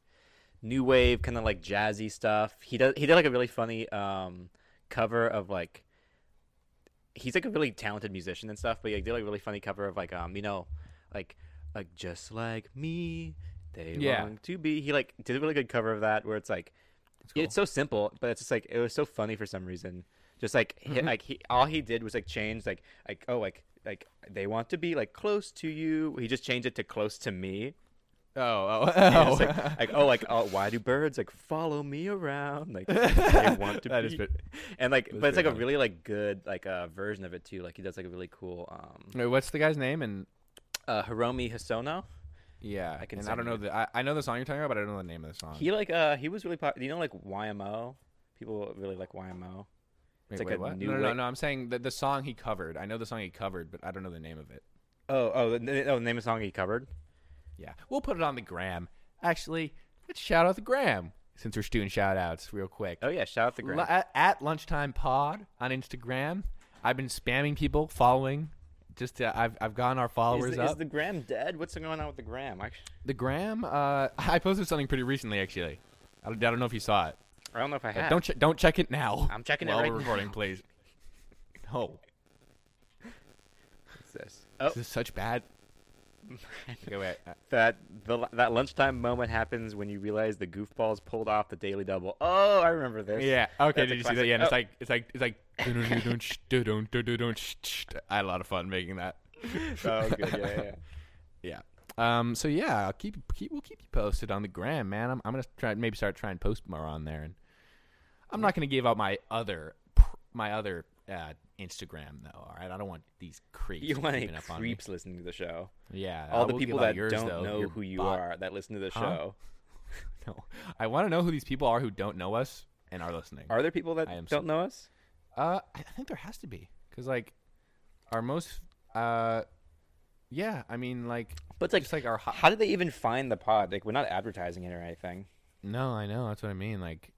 Speaker 2: new wave, kind of like jazzy stuff. He does. He did like a really funny um cover of like. He's like a really talented musician and stuff, but he like, did like a really funny cover of like um you know, like like just like me, they
Speaker 1: Yeah.
Speaker 2: long to be. He like did a really good cover of that where it's like it's so simple, but it's just like it was so funny for some reason. Just like he, like he, all he did was like change like like oh like like they want to be like close to you. He just changed it to close to me.
Speaker 1: Oh, oh,
Speaker 2: And
Speaker 1: oh.
Speaker 2: it's like, like oh like oh why do birds like follow me around like they want to
Speaker 1: That
Speaker 2: be
Speaker 1: is bit-
Speaker 2: and like but
Speaker 1: very
Speaker 2: it's like a
Speaker 1: funny.
Speaker 2: really like good like uh, version of it too like he does like a really cool um
Speaker 1: Wait, What's the guy's name? And
Speaker 2: uh Hiromi Hisono
Speaker 1: yeah,
Speaker 2: I can
Speaker 1: and I
Speaker 2: send
Speaker 1: don't
Speaker 2: you
Speaker 1: know the. I, I know the song you're talking about, but I don't know the name of the song.
Speaker 2: he like uh he was really pop you know like YMO people really like YMO
Speaker 1: Wait,
Speaker 2: it's like
Speaker 1: wait,
Speaker 2: a
Speaker 1: what?
Speaker 2: new
Speaker 1: no, no, no,
Speaker 2: wave-
Speaker 1: no. I'm saying the the song he covered. I know the song he covered, but I don't know the name of it.
Speaker 2: oh oh the, the- oh the name of the song he covered
Speaker 1: Yeah, we'll put it on the gram. Actually, let's shout out the gram since we're doing shout outs real quick.
Speaker 2: oh yeah shout out the Graham.
Speaker 1: L- at, at lunchtime pod on Instagram, I've been spamming people following. Just to, I've I've gotten our followers
Speaker 2: is, the,
Speaker 1: up.
Speaker 2: is the Graham dead what's going on with the Graham I,
Speaker 1: the gram. Uh, I posted something pretty recently actually. I don't, I don't know if you saw it.
Speaker 2: I Uh, don't know if I
Speaker 1: But
Speaker 2: have
Speaker 1: Don't che- don't check it now.
Speaker 2: I'm checking it
Speaker 1: while
Speaker 2: right
Speaker 1: we're recording,
Speaker 2: now.
Speaker 1: please. Oh,
Speaker 2: What's this oh
Speaker 1: this is such bad. Okay, wait. uh, I-
Speaker 2: that the, that lunchtime moment happens when you realize the goofballs pulled off the daily double. Oh, I remember this.
Speaker 1: Yeah. Okay. Did
Speaker 2: That's a
Speaker 1: you see that?
Speaker 2: classic.
Speaker 1: Yeah. And It's
Speaker 2: Oh.
Speaker 1: like it's like it's like. I had a lot of fun making that.
Speaker 2: Oh, good. Yeah, yeah, yeah.
Speaker 1: Yeah. Um. So yeah, I'll keep keep we'll keep you posted on the gram, man. I'm I'm gonna try maybe start trying to post more on there, and I'm not gonna give out my other pr- my other uh, Instagram though. All right, I don't want these creeps.
Speaker 2: You want any
Speaker 1: creeping up on me.
Speaker 2: creeps listening to the show?
Speaker 1: Yeah, I
Speaker 2: All the
Speaker 1: will give
Speaker 2: people
Speaker 1: out
Speaker 2: that
Speaker 1: yours,
Speaker 2: don't
Speaker 1: though,
Speaker 2: know
Speaker 1: your
Speaker 2: who you
Speaker 1: bot-
Speaker 2: are that listen to the
Speaker 1: Huh?
Speaker 2: show.
Speaker 1: No, I want to know who these people are who don't know us and are listening.
Speaker 2: Are there people that
Speaker 1: I am
Speaker 2: don't know us?
Speaker 1: Uh, I I think there has to be because like our most uh, yeah, I mean like
Speaker 2: But it's like,
Speaker 1: just like our hot.
Speaker 2: how did they even find the pod? Like, we're not advertising it or anything.
Speaker 1: No, I know that's what I mean. Like,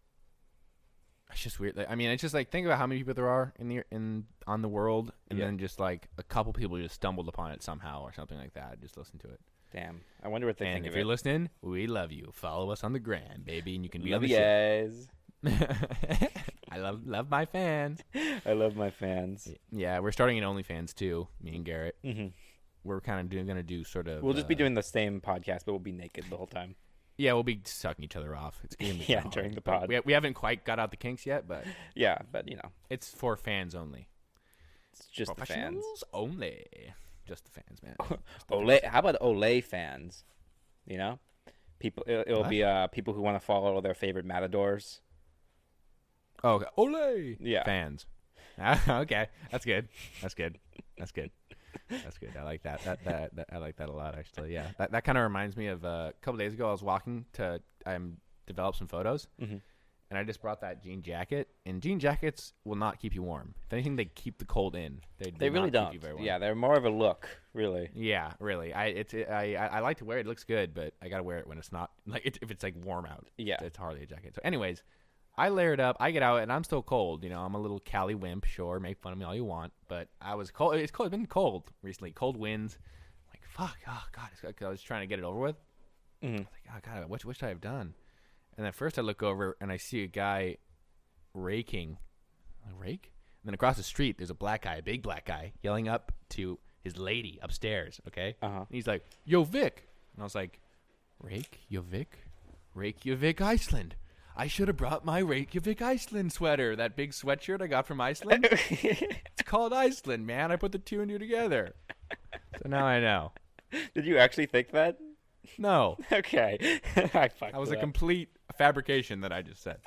Speaker 1: it's just weird. Like, I mean, it's just like think about how many people there are in the in on the world, and
Speaker 2: Yeah.
Speaker 1: then just like a couple people just stumbled upon it somehow or something like that. Just listen to it.
Speaker 2: Damn, I wonder what they
Speaker 1: and
Speaker 2: think
Speaker 1: if
Speaker 2: of
Speaker 1: you're
Speaker 2: it.
Speaker 1: listening, we love you. Follow us on the gram, baby, and you can be
Speaker 2: Love
Speaker 1: on the
Speaker 2: you guys.
Speaker 1: shit. I love love my fans.
Speaker 2: I love my fans.
Speaker 1: Yeah, we're starting an OnlyFans too. Me and Garrett,
Speaker 2: Mhm.
Speaker 1: we're kind of doing, gonna do sort of.
Speaker 2: We'll just be
Speaker 1: uh,
Speaker 2: doing the same podcast, but we'll be naked the whole time.
Speaker 1: Yeah, we'll be sucking each other off. It's gonna be
Speaker 2: Yeah,
Speaker 1: hard,
Speaker 2: during the
Speaker 1: but
Speaker 2: pod.
Speaker 1: We, we haven't quite got out the kinks yet, but
Speaker 2: Yeah, but you know,
Speaker 1: it's for fans only.
Speaker 2: it's just the fans.
Speaker 1: Professionals only. Just the fans, man. Just the
Speaker 2: Ole, how about Ole fans? You know, people. It'll, it'll
Speaker 1: What?
Speaker 2: be uh people who want to follow their favorite matadors.
Speaker 1: Oh, okay. Ole.
Speaker 2: Yeah.
Speaker 1: Fans. Ah, okay, that's good. That's good. That's good. That's good. I like that. That, that, that I like that a lot, actually. Yeah, that, that kind of reminds me of uh, a couple days ago. I was walking to I'm develop some photos,
Speaker 2: Mhm.
Speaker 1: and I just brought that jean jacket. And jean jackets will not keep you warm. If anything, they keep the cold in. They, do
Speaker 2: They really
Speaker 1: not keep
Speaker 2: don't.
Speaker 1: you very warm.
Speaker 2: Yeah, they're more of a look, really.
Speaker 1: Yeah, really. I it's it, I I I like to wear it. It looks good, but I gotta wear it when it's not like it, if it's like warm out.
Speaker 2: Yeah.
Speaker 1: it's hardly a jacket. So, anyways, I layered up. I get out and I'm still cold. You know, I'm a little Cali wimp. Sure, make fun of me all you want, but I was cold. It's cold. It's been cold recently. Cold winds. like fuck. Oh god. It's, 'cause I was trying to get it over with.
Speaker 2: Mhm.
Speaker 1: I was like, oh god, what what should I have done? And at first, I look over and I see a guy raking. A rake? And then across the street, there's a black guy, a big black guy, yelling up to his lady upstairs, okay?
Speaker 2: Uh-huh.
Speaker 1: And he's like, Yo, Vic. And I was like, Rake, yo, Vic? Rake, yo, Vic, Iceland. I should have brought my Reykjavik Iceland sweater, that big sweatshirt I got from Iceland. it's called Iceland, man. I put the two and two together. So now I know.
Speaker 2: Did you actually think that?
Speaker 1: No,
Speaker 2: Okay, I fucked.
Speaker 1: that was a
Speaker 2: it up.
Speaker 1: complete fabrication that I just said.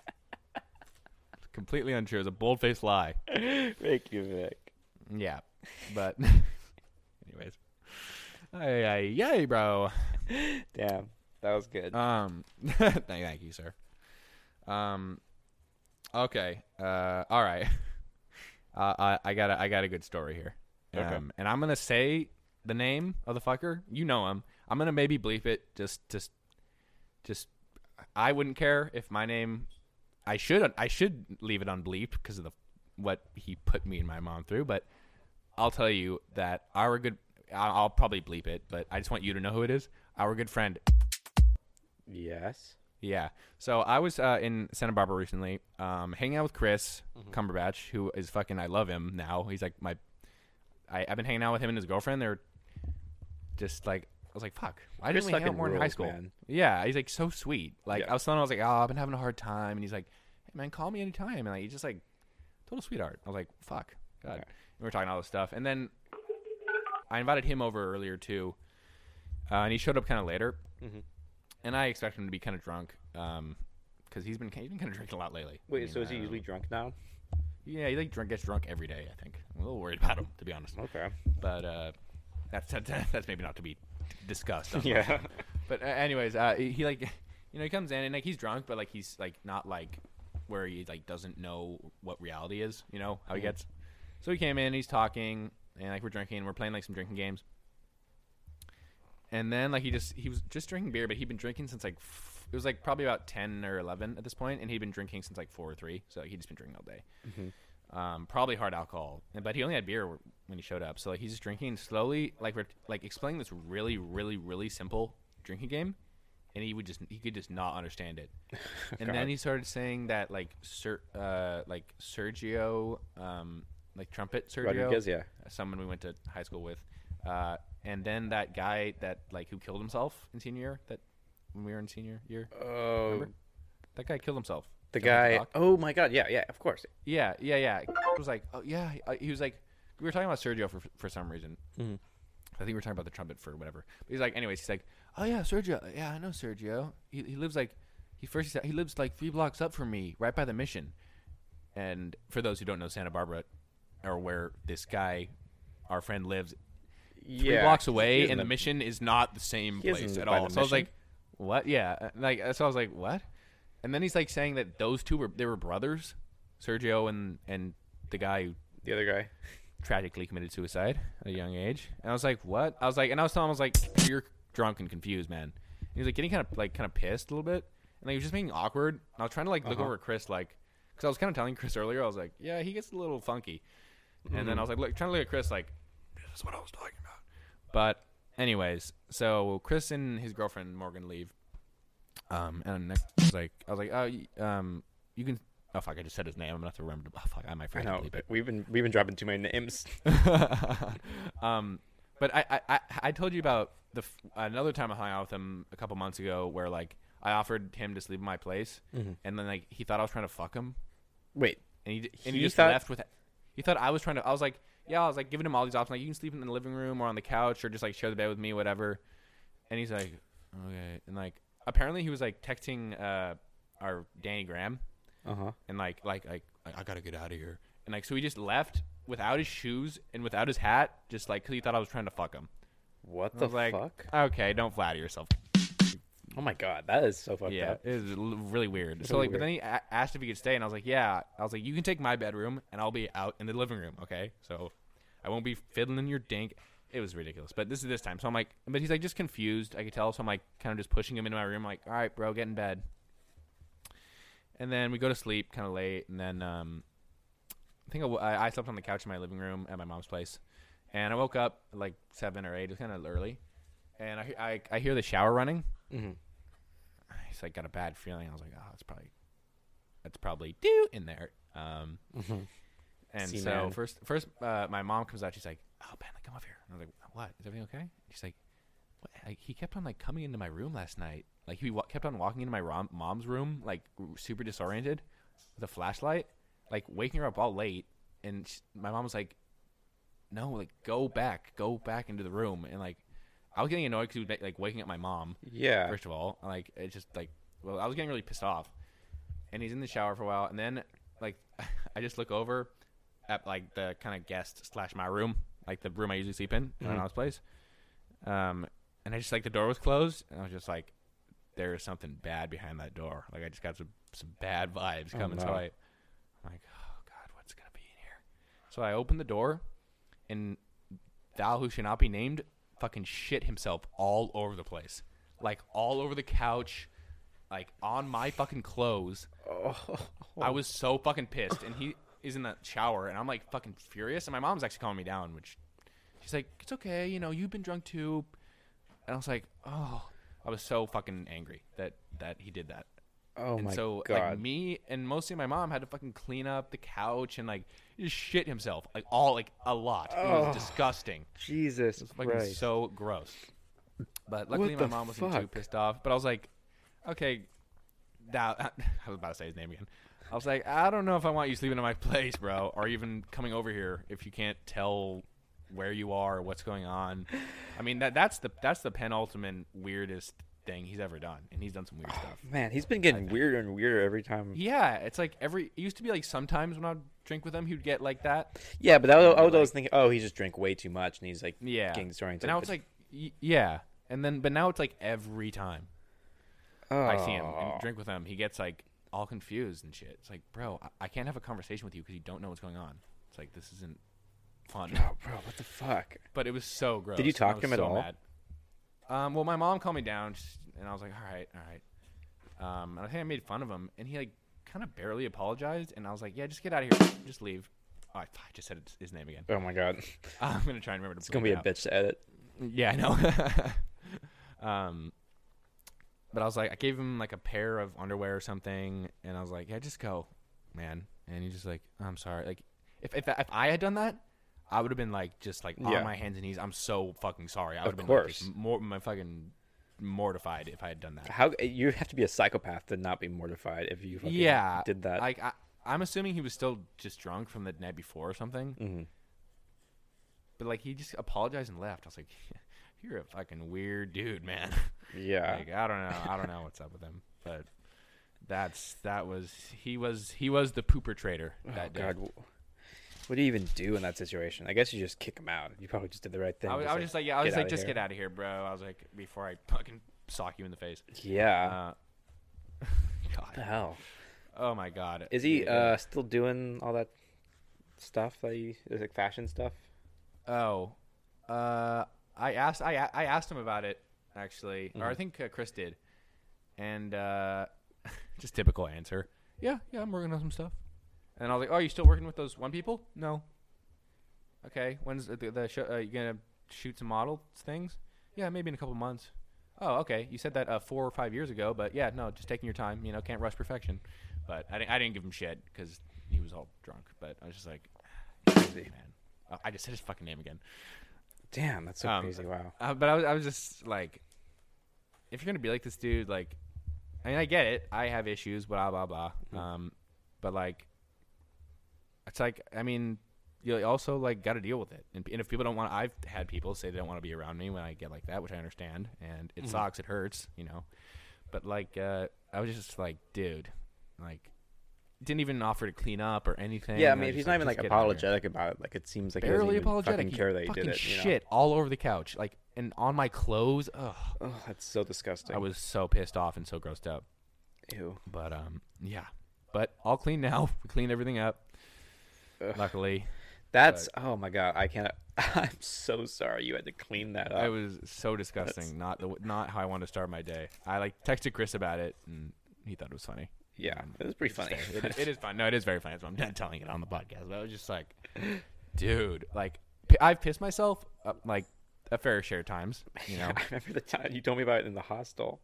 Speaker 1: Completely untrue. It was a bold faced lie.
Speaker 2: Thank you, Vic.
Speaker 1: Yeah, but anyways, ay ay yay, bro.
Speaker 2: Damn, that was good.
Speaker 1: Um, thank, thank you, sir. Um, okay. Uh, all right. Uh, I I got a, I got a good story here. Um,
Speaker 2: Okay.
Speaker 1: and I'm gonna say the name of the fucker. You know him. I'm gonna maybe bleep it. Just just just I wouldn't care if my name. I should I should leave it unbleeped because of the what he put me and my mom through. But I'll tell you that our good. I'll I'll probably bleep it, but I just want you to know who it is. Our good friend
Speaker 2: yes.
Speaker 1: yeah. So I was uh, in Santa Barbara recently, um, hanging out with Chris
Speaker 2: Mm-hmm.
Speaker 1: Cumberbatch, who is fucking. I love him now. He's like my. I, I've been hanging out with him and his girlfriend. They're just like I was like, fuck. Why
Speaker 2: Chris
Speaker 1: didn't we hang out
Speaker 2: fucking
Speaker 1: more in high
Speaker 2: rules,
Speaker 1: school?
Speaker 2: man.
Speaker 1: Yeah, he's like so sweet. Like
Speaker 2: Yeah.
Speaker 1: I was telling him, I was like, oh, I've been having a hard time, and he's like, hey man, call me anytime, and like he's just like total sweetheart. I was like, fuck, god. And we were talking all this stuff, and then I invited him over earlier too, uh, and he showed up kind of later,
Speaker 2: Mm-hmm.
Speaker 1: and I expect him to be kind of drunk, um, because he's been he's been kind of drinking a lot lately. I
Speaker 2: Wait,
Speaker 1: mean,
Speaker 2: so is
Speaker 1: I
Speaker 2: he
Speaker 1: don't
Speaker 2: usually drunk now?
Speaker 1: know. Yeah, he like drunk gets drunk every day. I think I'm a little worried about him to be honest,
Speaker 2: Okay.
Speaker 1: but uh, that's that's, that's maybe not to be discussed. on
Speaker 2: Yeah.
Speaker 1: but uh, anyways, uh, he, he, like, you know, he comes in and like he's drunk, but like he's like not like where he like doesn't know what reality is. You know
Speaker 2: Mm-hmm.
Speaker 1: how he gets. So he came in, he's talking, and like we're drinking, and we're playing like some drinking games. And then like he just he was just drinking beer, but he'd been drinking since like f- it was like probably about ten or eleven at this point, and he'd been drinking since like four or three. So like, he'd just been drinking all day. Um, probably hard alcohol, And- but he only had beer wh- when he showed up. So like he's just drinking slowly, like we're like explaining this really, really, really simple drinking game, and he would just he could just not understand it. and then he started saying that like Ser- uh, like Sergio, um, like trumpet Sergio,
Speaker 2: Rodriguez, yeah.
Speaker 1: uh, someone we went to high school with, uh, and then that guy that like who killed himself in senior year that when we were in senior year,
Speaker 2: Oh,
Speaker 1: that guy killed himself.
Speaker 2: the
Speaker 1: Jumped off the
Speaker 2: guy.
Speaker 1: dock.
Speaker 2: Oh my god. Yeah, yeah. Of course.
Speaker 1: Yeah, yeah, yeah. I was like, oh yeah. I- He was like, we were talking about Sergio for for some reason.
Speaker 2: Mm-hmm.
Speaker 1: I think we were talking about the trumpet for whatever. But he's like, anyways, he's like, oh yeah, Sergio. Yeah, I know Sergio. He he lives like he first he, said, he lives like three blocks up from me, right by the mission. And for those who don't know Santa Barbara, or where this guy, our friend, lives three
Speaker 2: yeah,
Speaker 1: blocks
Speaker 2: he
Speaker 1: away,
Speaker 2: isn't
Speaker 1: and the
Speaker 2: a-
Speaker 1: mission is not the same
Speaker 2: He doesn't
Speaker 1: place
Speaker 2: live
Speaker 1: at
Speaker 2: by
Speaker 1: all.
Speaker 2: the
Speaker 1: So I was
Speaker 2: mission.
Speaker 1: like, "What? Yeah." Uh, Like, so I was like, "What?" And then he's like saying that those two were they were brothers, Sergio and and the guy who
Speaker 2: the other guy.
Speaker 1: tragically committed suicide at a young age. And I was like, "What?" I was like, and I was telling him, I was like, "You're drunk and confused, man." And he was like getting kind of like kind of pissed a little bit, and like, he was just being awkward. And I was trying to like look
Speaker 2: Uh-huh.
Speaker 1: over at Chris, like, because I was kind of telling Chris earlier, I was like, "Yeah, he gets a little funky," and
Speaker 2: Hmm.
Speaker 1: then I was like, look, trying to look at Chris, like, "This is what I was talking about." But anyways, so Chris and his girlfriend Morgan leave, um, and next I was like, I was like, "Oh, y- um, you can." Oh fuck! I just said his name. I'm gonna have to remember. Oh fuck! I might
Speaker 2: I
Speaker 1: forget. to
Speaker 2: know
Speaker 1: bleep it.
Speaker 2: but we've been we've been dropping too many names.
Speaker 1: um, but I, I- I, I told you about the f- another time I hung out with him a couple months ago, where like I offered him to sleep in my place, and then like he thought I was trying to fuck him,
Speaker 2: Wait,
Speaker 1: and he d- and he,
Speaker 2: He
Speaker 1: just
Speaker 2: thought-
Speaker 1: left with. He thought I was trying to. I was like, yeah, I was like giving him all these options, like you can sleep in the living room or on the couch or just like share the bed with me, whatever. And he's like, okay, and like apparently he was like texting uh our Danny Graham
Speaker 2: uh huh.
Speaker 1: and like like like I- I gotta get out of here. And like so he just left without his shoes and without his hat, just like 'cause he thought I was trying to fuck him.
Speaker 2: What
Speaker 1: I
Speaker 2: the
Speaker 1: was like,
Speaker 2: fuck?
Speaker 1: okay, don't flatter yourself.
Speaker 2: Oh my god, that is so fucked
Speaker 1: yeah,
Speaker 2: up.
Speaker 1: it was l- really weird. So
Speaker 2: Really
Speaker 1: like, but then he a- asked if he could stay, and I was like, yeah. I was like, you can take my bedroom, and I'll be out in the living room. Okay, so I won't be fiddling your dink. It was ridiculous, but this is this time. So I'm like, but he's like just confused. I could tell, so I'm like kind of just pushing him into my room. Like, all right, bro, get in bed. And then we go to sleep kind of late, and then um, I think I, w- I I slept on the couch in my living room at my mom's place, and I woke up at, like seven or eight. It was kind of early, and I, he- I I hear the shower running.
Speaker 2: Mhm.
Speaker 1: It's like got a bad feeling. I was like, oh, it's probably that's probably do in there. Um, and
Speaker 2: Mm-hmm. See,
Speaker 1: so
Speaker 2: man.
Speaker 1: first first uh, my mom comes out. She's like, oh Ben, like, come over here. And I was like, what? Is everything okay? She's like, what? Like, he kept on like coming into my room last night. Like he wa- kept on walking into my rom- mom's room, like r- super disoriented, with a flashlight, like waking her up all late. And sh my mom was like, no, like go back, go back into the room. And like, I was getting annoyed because he was like, like waking up my mom.
Speaker 2: Yeah.
Speaker 1: First of all, like it's just like well, I was getting really pissed off, and he's in the shower for a while, and then like I just look over at like the kind of guest slash my room, like the room I usually sleep in, in
Speaker 2: Mm-hmm.
Speaker 1: my mom's place, um, and I just like the door was closed, and I was just like, there is something bad behind that door. Like I just got some some bad vibes coming. So
Speaker 2: Oh, no.
Speaker 1: I, I'm like, oh god, what's gonna be in here? So I opened the door, and thou who should not be named fucking shit himself all over the place. Like all over the couch, like on my fucking clothes.
Speaker 2: Oh.
Speaker 1: I was so fucking pissed. And he is in the shower and I'm like fucking furious. And my mom's actually calming me down, which she's like, It's okay, you know, you've been drunk too. And I was like, Oh I was so fucking angry that that he did that.
Speaker 2: Oh
Speaker 1: And
Speaker 2: my
Speaker 1: so
Speaker 2: god.
Speaker 1: like me and mostly my mom had to fucking clean up the couch and like just shit himself. Like all like a lot. It was disgusting
Speaker 2: Jesus
Speaker 1: fucking
Speaker 2: Christ.
Speaker 1: so gross. But luckily, my
Speaker 2: the
Speaker 1: mom wasn't too
Speaker 2: fuck?
Speaker 1: pissed off. But I was like, okay, now I was about to say his name again. I was like, I don't know if I want you sleeping in my place, bro, or even coming over here if you can't tell where you are or what's going on. I mean, that that's the that's the penultimate weirdest thing he's ever done, and he's done some weird stuff.
Speaker 2: Man, he's been getting weirder and weirder every time.
Speaker 1: Yeah, it's like every it used to be like sometimes when I'd drink with him, he would get like that.
Speaker 2: Yeah, but that was, I was always thinking, oh, he just drank way too much, and he's like,
Speaker 1: Yeah,
Speaker 2: getting disoriented.
Speaker 1: And now it's
Speaker 2: but-
Speaker 1: like, y- yeah, and then but now it's like every time. I see him
Speaker 2: Oh.
Speaker 1: and drink with him, he gets like all confused and shit. It's like, bro, I, I can't have a conversation with you because you don't know what's going on. It's like this isn't fun.
Speaker 2: Oh, bro, what the fuck?
Speaker 1: But it was so gross.
Speaker 2: you
Speaker 1: and I
Speaker 2: talk to
Speaker 1: was
Speaker 2: him at
Speaker 1: so
Speaker 2: all?
Speaker 1: mad. Um, well, my mom calmed me down, sh- and I was like, all right, all right. Um, and I think I made fun of him, and he like kind of barely apologized, and I was like, yeah, just get out of here, just leave. Oh, I, I just said his- his name again.
Speaker 2: Oh my god,
Speaker 1: I'm gonna try and remember. To
Speaker 2: it's gonna be a
Speaker 1: out.
Speaker 2: bitch to edit.
Speaker 1: Yeah, I know. um, but I was like, I gave him like a pair of underwear or something, and I was like, yeah, just go, man. And he's just like, I'm sorry. Like, if if if I had done that, I would have been like, just like
Speaker 2: Yeah.
Speaker 1: on my hands and knees. I'm so fucking sorry. I would have been like,
Speaker 2: course.
Speaker 1: just more my fucking mortified if I had done that.
Speaker 2: How you have to be a psychopath to not be mortified if you fucking
Speaker 1: yeah,
Speaker 2: did that?
Speaker 1: Like, I, I'm assuming he was still just drunk from the night before or something.
Speaker 2: Mhm.
Speaker 1: But like, he just apologized and left. I was like, you're a fucking weird dude, man.
Speaker 2: yeah,
Speaker 1: Like I don't know, I don't know what's up with him, but that's that was he was he was the pooper trader that
Speaker 2: oh
Speaker 1: day.
Speaker 2: god, w- What do you even do in that situation? I guess you just kick him out. You probably just did the right thing.
Speaker 1: I was, I was just like, yeah, I was like, just get out of here, bro. I was like, before I fucking sock you in the face.
Speaker 2: Yeah.
Speaker 1: Uh,
Speaker 2: What the
Speaker 1: God.
Speaker 2: hell?
Speaker 1: Oh my God.
Speaker 2: Is he
Speaker 1: Yeah.
Speaker 2: uh, still doing all that stuff that he is like fashion stuff?
Speaker 1: Oh, uh, I asked I I asked him about it actually, or I think uh, Chris did, and uh, just typical answer. Yeah, yeah, I'm working on some stuff. And I was like, "Oh, you still working with those one people?" No. Okay, when's the, the show? Uh, you gonna shoot some model things? Yeah, maybe in a couple months. Oh, okay. You said that uh, four or five years ago, but yeah, no, just taking your time. You know, can't rush perfection. But I didn't, I didn't give him shit because he was all drunk. But I was just like, "Ah, man,
Speaker 2: Oh,
Speaker 1: Uh, I just said his fucking name again.
Speaker 2: Damn, that's so
Speaker 1: Um,
Speaker 2: crazy! Wow.
Speaker 1: Uh, but I was, I was just like, if you're gonna be like this dude, like, I mean, I get it. I have issues, blah blah blah.
Speaker 2: Mm-hmm.
Speaker 1: Um, but like, it's like, I mean, you also like got to deal with it. And, and if people don't want, I've had people say they don't want to be around me when I get like that, which I understand, and
Speaker 2: Mm-hmm.
Speaker 1: it sucks, it hurts, you know. But like, uh, I was just like, dude, like, didn't even offer to clean up or anything.
Speaker 2: Yeah, I
Speaker 1: was
Speaker 2: mean, if
Speaker 1: just
Speaker 2: he's not even
Speaker 1: just
Speaker 2: like
Speaker 1: get out of here
Speaker 2: apologetic about it, like it seems like
Speaker 1: barely
Speaker 2: he doesn't even
Speaker 1: apologetic.
Speaker 2: fucking
Speaker 1: You
Speaker 2: care that he
Speaker 1: fucking
Speaker 2: did it. You know?
Speaker 1: shit all over the couch, like and on my clothes. Ugh,
Speaker 2: Oh, that's so disgusting.
Speaker 1: I was so pissed off and so grossed up.
Speaker 2: Ew.
Speaker 1: But um, yeah. But all clean now. We cleaned everything up.
Speaker 2: Ugh.
Speaker 1: Luckily,
Speaker 2: That's oh my god! I can't. I'm so sorry you had to clean that
Speaker 1: it
Speaker 2: up.
Speaker 1: was so disgusting. Not the not how I wanted to start my day. I like texted Chris about it, and he thought it was funny.
Speaker 2: yeah, it was pretty funny.
Speaker 1: It is, it is fun. No, it is very funny. That's why I'm not telling it on the podcast. But I was just like, dude, like p- I've pissed myself uh, like a fair share of times. You know,
Speaker 2: I remember the time you told me about it in the hostel.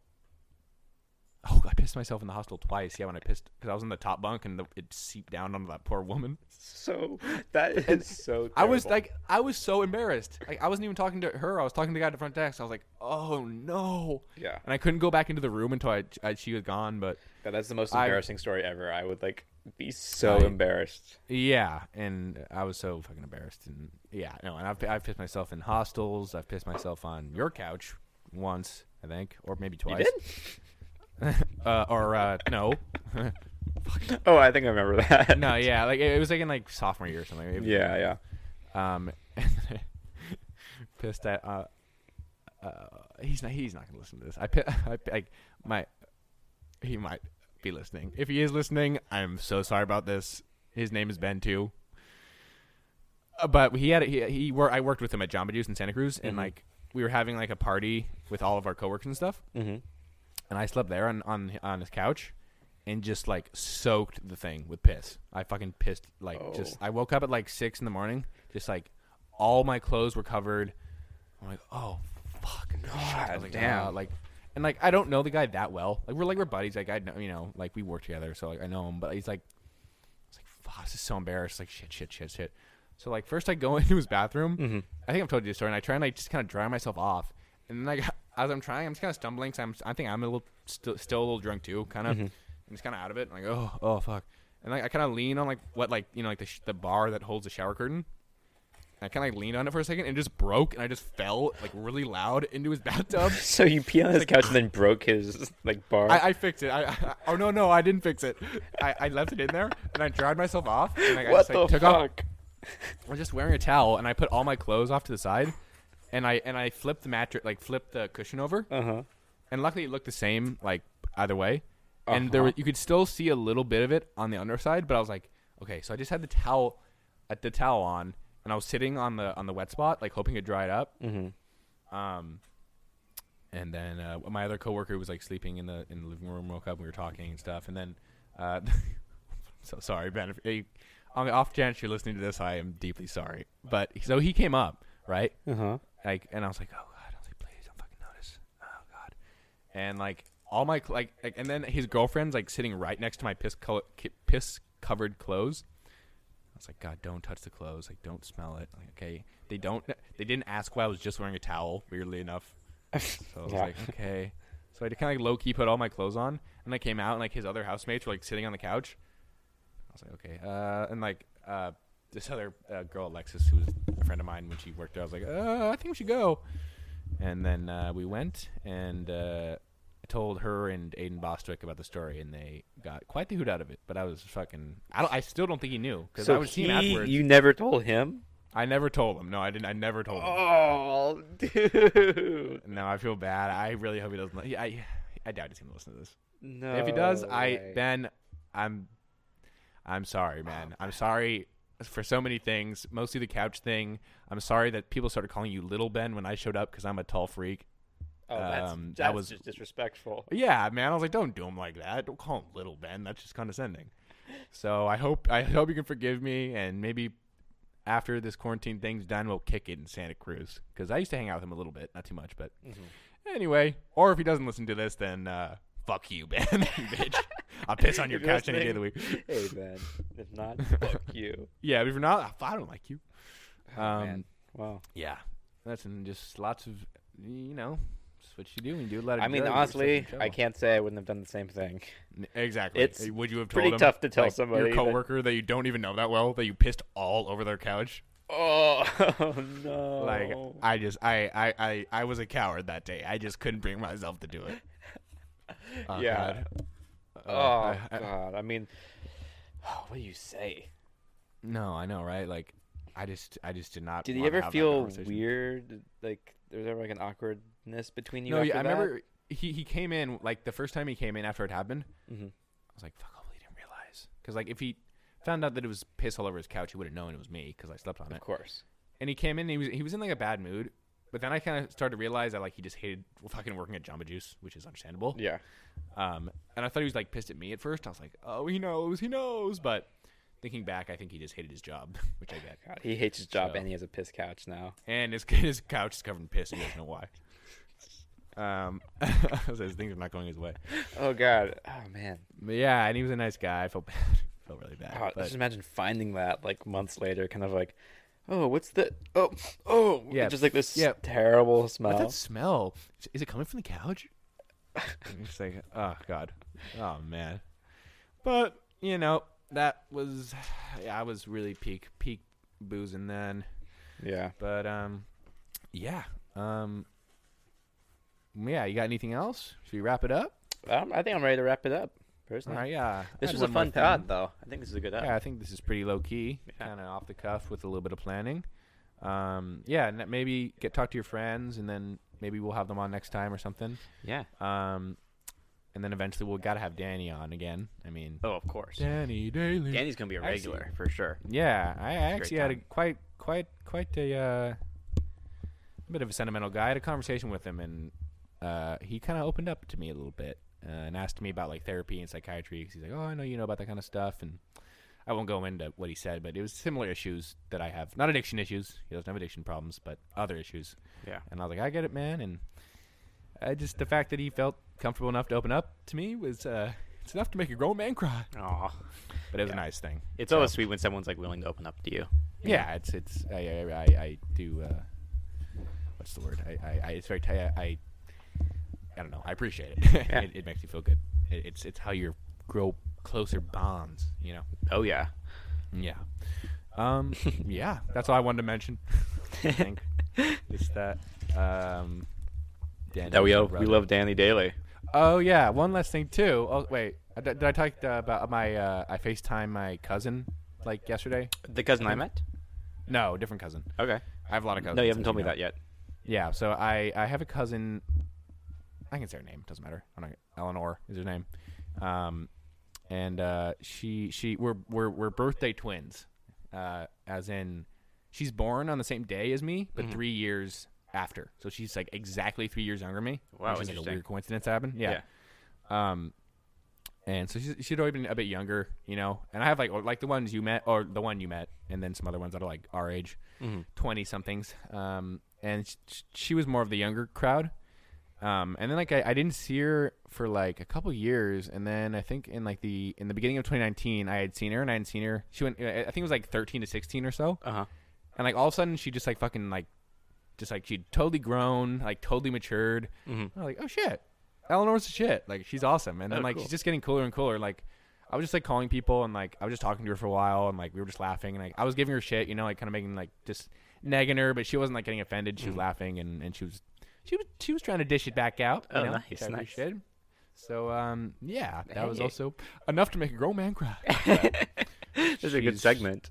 Speaker 1: Oh, I pissed myself in the hostel twice. Yeah, when I pissed because I was in the top bunk and the, it seeped down onto that poor woman.
Speaker 2: So that is so. Terrible.
Speaker 1: I was like, I was so embarrassed. Like, I wasn't even talking to her. I was talking to the guy at the front desk. I was like, oh no.
Speaker 2: Yeah.
Speaker 1: And I couldn't go back into the room until I, I she was gone. But
Speaker 2: God, that's the most
Speaker 1: I-
Speaker 2: embarrassing story ever. I would like be so
Speaker 1: I-
Speaker 2: embarrassed.
Speaker 1: yeah, and I was so fucking embarrassed. And yeah, no, and I've I've pissed myself in hostels. I've pissed myself on your couch once, I think, or maybe twice. uh, or uh, no.
Speaker 2: Oh, I think I remember that.
Speaker 1: No, yeah, like it, it was like in like sophomore year or something. It was-
Speaker 2: Yeah, yeah.
Speaker 1: Um, pissed at. Uh, uh, he's not. He's not gonna listen to this. I, pi- I, I my, he might be listening. If he is listening, I'm so sorry about this. His name is Ben too. Uh, but he had he he were I worked with him at Jamba Juice in Santa Cruz, and like we were having like a party with all of our coworkers and stuff. Mm-hmm. And I slept there on on on his couch. And just like soaked the thing with piss. I fucking pissed like just.
Speaker 2: Oh.
Speaker 1: I woke up at like six in the morning, just like all my clothes were covered. I'm like, oh fuck, no,
Speaker 2: God
Speaker 1: like,
Speaker 2: damn.
Speaker 1: "Ah," like, and like I don't know the guy that well. Like we're like we're buddies. Like I know, you know, like we work together, so like I know him. But he's like, it's like fuck, this is so embarrassed. Like shit, shit, shit, shit. So like first I go into his bathroom.
Speaker 2: Mm-hmm.
Speaker 1: I think I've told you this story, and I try and like just kind of dry myself off. And then I, got- as I'm trying, I'm just kind of stumbling. So I'm, I think I'm a little still, still a little drunk too, kind
Speaker 2: Mm-hmm.
Speaker 1: of. I'm just kind of out of it. And like oh oh fuck. And like I kind of lean on like what like you know like the sh- the bar that holds the shower curtain. I kind of like leaned on it for a second and it just broke and I just fell like really loud into his bathtub.
Speaker 2: So you pee on his couch and then broke his like bar.
Speaker 1: I, I fixed it. I, I oh no no I didn't fix it. I, I left it in there and I dried myself off and like, I
Speaker 2: what
Speaker 1: just like,
Speaker 2: the
Speaker 1: took off.
Speaker 2: fuck?
Speaker 1: I was just wearing a towel and I put all my clothes off to the side and I and I flipped the mattress like flipped the cushion over
Speaker 2: Uh huh.
Speaker 1: and luckily it looked the same like either way and there was, you could still see a little bit of it on the underside but i was like okay so i just had the towel at the towel on and i was sitting on the on the wet spot like hoping it dried up mm-hmm. um and then uh, my other coworker who was like sleeping in the in the living room woke up and we were talking and stuff and then uh so sorry ben if you, on the off chance you're listening to this i am deeply sorry but so he came up right
Speaker 2: Uh huh.
Speaker 1: like and I was like, oh god, I was like, please don't fucking notice. Oh god, and like all my cl- like, like and then his girlfriend's like sitting right next to my piss color piss covered clothes. I was like, God, don't touch the clothes. Like, don't smell it. Like, okay, they don't. They didn't ask why I was just wearing a towel. Weirdly enough, so I was
Speaker 2: Yeah.
Speaker 1: like, okay. So I kind of like low key put all my clothes on, and I came out, and like his other housemates were like sitting on the couch. I was like, okay, uh, and like uh, this other uh, girl, Alexis, who was a friend of mine when she worked there, I was like, uh, I think we should go. And then uh, we went, and uh, I told her and Aiden Bostwick about the story, and they got quite the hoot out of it. But I was fucking. I, don't, I still don't think he knew because
Speaker 2: so
Speaker 1: I was
Speaker 2: he,
Speaker 1: seeing afterwards.
Speaker 2: you never told him.
Speaker 1: I never told him. No, I didn't. I never told him.
Speaker 2: Oh, dude.
Speaker 1: No, I feel bad. I really hope he doesn't. li- I I doubt he's gonna listen to this.
Speaker 2: No.
Speaker 1: if he does, I
Speaker 2: way.
Speaker 1: Ben, I'm I'm sorry, man.
Speaker 2: Oh.
Speaker 1: I'm sorry for so many things, mostly the couch thing. I'm sorry that people started calling you Little Ben when I showed up because I'm a tall freak.
Speaker 2: Oh, that's,
Speaker 1: um, that
Speaker 2: that's
Speaker 1: was-
Speaker 2: just disrespectful.
Speaker 1: Yeah, man. I was like, don't do him like that. Don't call him Little Ben. That's just condescending. So I hope I hope you can forgive me, and maybe after this quarantine thing's done, we'll kick it in Santa Cruz because I used to hang out with him a little bit, not too much, but
Speaker 2: Mm-hmm.
Speaker 1: anyway. Or if he doesn't listen to this, then uh, fuck you, Ben, bitch. I'll piss on your
Speaker 2: If you're
Speaker 1: couch any day of the week.
Speaker 2: listening, Hey Ben, if not, fuck you.
Speaker 1: Yeah, but if you're not, I don't like you.
Speaker 2: Oh, man.
Speaker 1: Um,
Speaker 2: Wow.
Speaker 1: yeah, that's and just lots of you know, it's what you do when you do a lot of.
Speaker 2: I mean,
Speaker 1: drugs, you get
Speaker 2: honestly,
Speaker 1: yourself in
Speaker 2: I
Speaker 1: trouble.
Speaker 2: can't say I wouldn't have done the same thing.
Speaker 1: N- Exactly.
Speaker 2: It's
Speaker 1: would you have told
Speaker 2: pretty
Speaker 1: them,
Speaker 2: tough to tell
Speaker 1: like,
Speaker 2: somebody
Speaker 1: your
Speaker 2: that-
Speaker 1: coworker that you don't even know that well that you pissed all over their couch.
Speaker 2: Oh, no!
Speaker 1: Like oh, I just I, I I I was a coward that day. I just couldn't bring myself to do it. Oh,
Speaker 2: Yeah.
Speaker 1: God.
Speaker 2: oh
Speaker 1: I- I-
Speaker 2: god! I mean, what do you say?
Speaker 1: No, I know, right? Like, I just I just did not.
Speaker 2: Did he
Speaker 1: wanna
Speaker 2: ever
Speaker 1: have that
Speaker 2: feel
Speaker 1: conversation.
Speaker 2: weird? Like there was ever like an awkwardness between you?
Speaker 1: No,
Speaker 2: after
Speaker 1: yeah, I
Speaker 2: that?
Speaker 1: remember he, he came in like the first time he came in after it happened.
Speaker 2: Mhm.
Speaker 1: I was like, fuck, I really didn't realize because like if he found out that it was piss all over his couch, he would have known it was me because I slept on it.
Speaker 2: Of course.
Speaker 1: And he came in, and he was he was in like a bad mood, but then I kind of started to realize that like he just hated fucking working at Jamba Juice, which is understandable.
Speaker 2: Yeah.
Speaker 1: Um, and I thought he was like pissed at me at first. I was like, oh, he knows, he knows. But thinking back, I think he just hated his job, which I get.
Speaker 2: God, he hates his job
Speaker 1: So-
Speaker 2: and he has a piss couch now.
Speaker 1: and his his couch is covered in piss. He doesn't know why. Um, so his things are not going his way.
Speaker 2: Oh god! Oh man!
Speaker 1: But yeah, and he was a nice guy. I felt bad. felt really bad.
Speaker 2: Oh,
Speaker 1: but-
Speaker 2: just imagine finding that like months later, kind of like, oh, what's the oh oh
Speaker 1: Yeah.
Speaker 2: just like this
Speaker 1: Yeah.
Speaker 2: terrible
Speaker 1: what's
Speaker 2: smell.
Speaker 1: that smell? Is- Is it coming from the couch? it's like, oh god, oh man. But you know, that was yeah, I was really peak peak boozing then.
Speaker 2: Yeah.
Speaker 1: But um, yeah, um, yeah. You got anything else? Should we wrap it up?
Speaker 2: Um, I think I'm ready to wrap it up.
Speaker 1: All
Speaker 2: Personally,
Speaker 1: right, yeah.
Speaker 2: this
Speaker 1: I had
Speaker 2: was a
Speaker 1: one more
Speaker 2: fun
Speaker 1: thing.
Speaker 2: pod though. I think this is a good
Speaker 1: Yeah,
Speaker 2: episode.
Speaker 1: I think this is pretty low key,
Speaker 2: Yeah.
Speaker 1: kind of off the cuff with a little bit of planning. Um, yeah, and that maybe get talk to your friends, and then maybe we'll have them on next time or something.
Speaker 2: Yeah.
Speaker 1: Um, and then eventually we'll gotta have Danny on again. I mean,
Speaker 2: Oh, of course.
Speaker 1: Danny Daly.
Speaker 2: Danny's gonna be a
Speaker 1: I see.
Speaker 2: regular for sure.
Speaker 1: Yeah, I, I
Speaker 2: Great
Speaker 1: actually had a
Speaker 2: time.
Speaker 1: quite, quite, quite a uh, bit of a sentimental guy. I had a conversation with him, and uh, he kind of opened up to me a little bit uh, and asked me about like therapy and psychiatry. 'cause he's like, "Oh, I know you know about that kind of stuff," and I won't go into what he said, but it was similar issues that I have. Not addiction issues. He doesn't have addiction problems, but other issues.
Speaker 2: Yeah.
Speaker 1: And I was like, "I get it, man." And I just the fact that he felt comfortable enough to open up to me was uh, it's enough to make a grown man cry.
Speaker 2: Aw.
Speaker 1: But it was
Speaker 2: Yeah.
Speaker 1: a nice thing.
Speaker 2: It's always sweet when someone's like willing to open up to you.
Speaker 1: Yeah, it's it's I I, I, I do. Uh, what's the word? I, I, I it's very t- I, I I don't know. I appreciate it.
Speaker 2: Yeah.
Speaker 1: it, it makes me feel good. It, it's it's how you grow closer bonds. You know.
Speaker 2: Oh yeah.
Speaker 1: Yeah. Um. yeah. That's all I wanted to mention. I think just that. Um. Danny
Speaker 2: That we
Speaker 1: is my
Speaker 2: love, we
Speaker 1: brother.
Speaker 2: love Danny Daly.
Speaker 1: Oh yeah, one last thing too. Oh wait, I- did, did I talk uh, about my? Uh, I Facetime my cousin like yesterday.
Speaker 2: The cousin I met.
Speaker 1: No, different cousin.
Speaker 2: Okay.
Speaker 1: I have a lot of cousins.
Speaker 2: No, you
Speaker 1: as
Speaker 2: haven't told me
Speaker 1: know.
Speaker 2: that yet.
Speaker 1: Yeah, so I I have a cousin. I can say her name. Doesn't matter. I don't, Eleanor is her name, um, and uh, she she we're we're we're birthday twins, uh, as in she's born on the same day as me,
Speaker 2: Mm-hmm.
Speaker 1: but three years after. So she's like exactly three years younger than me.
Speaker 2: Wow,
Speaker 1: which is like a
Speaker 2: interesting.
Speaker 1: weird coincidence that happened. Yeah. Um, and so she's she'd already been a bit younger, you know. And I have like or like the ones you met, or the one you met, and then some other ones that are like our age, 20 somethings. Um, and she, she was more of the younger crowd. Um, and then like I, I didn't see her for like a couple years, and then I think in like the in the beginning of 2019, I had seen her, and I hadn't seen her. She went, I I think it was like 13 to 16 or so
Speaker 2: Uh huh.
Speaker 1: and like all of a sudden she just like fucking like just like she'd totally grown like totally matured And i'm like oh shit eleanor's the shit like she's awesome and then
Speaker 2: Mm-hmm. Oh,
Speaker 1: like
Speaker 2: cool.
Speaker 1: she's just getting cooler and cooler like i was just like calling people and like i was just talking to her for a while and like we were just laughing and like i was giving her shit you know like kind of making like just nagging her but she wasn't like
Speaker 2: Mm-hmm.
Speaker 1: getting offended she was laughing and and she was she was she was trying to dish it back out you
Speaker 2: Oh,
Speaker 1: know,
Speaker 2: nice,
Speaker 1: which I
Speaker 2: nice.
Speaker 1: appreciated. So um, yeah, that was
Speaker 2: Hey.
Speaker 1: also enough to make a grown man cry.
Speaker 2: This is a good
Speaker 1: Jeez.
Speaker 2: segment.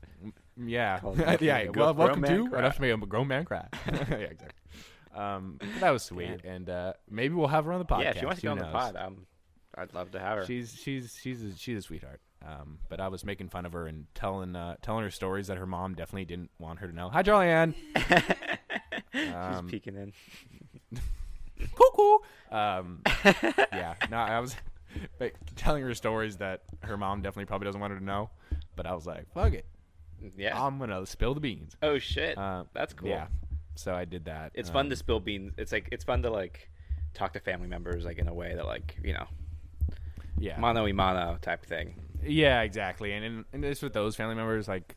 Speaker 1: Yeah,
Speaker 2: Called Enough to
Speaker 1: yeah.
Speaker 2: Make a
Speaker 1: Well,
Speaker 2: Grown
Speaker 1: welcome
Speaker 2: Man
Speaker 1: to
Speaker 2: Cry.
Speaker 1: enough to make a grown man cry. yeah, exactly. Um, but that was sweet, and uh, maybe we'll have her on the podcast.
Speaker 2: yeah, if she wants to
Speaker 1: who
Speaker 2: go on the
Speaker 1: knows?
Speaker 2: pod, um, I'd love to have her.
Speaker 1: She's she's she's a, she's a sweetheart. Um, but I was making fun of her and telling uh, telling her stories that her mom definitely didn't want her to know. Hi, Jollianne. um,
Speaker 2: She's peeking in.
Speaker 1: Cuckoo. Um, yeah. No, I was like, telling her stories that her mom definitely probably doesn't want her to know. But I was like, fuck it,
Speaker 2: Yeah.
Speaker 1: I'm gonna spill the beans.
Speaker 2: Um, oh shit.
Speaker 1: Uh,
Speaker 2: That's cool.
Speaker 1: Yeah. So I did that.
Speaker 2: It's fun
Speaker 1: Um,
Speaker 2: to spill beans. It's like it's fun to like talk to family members like in a way that like you know
Speaker 1: yeah.
Speaker 2: mano y mano type thing.
Speaker 1: Yeah, exactly. And in, and it's with those family members, like,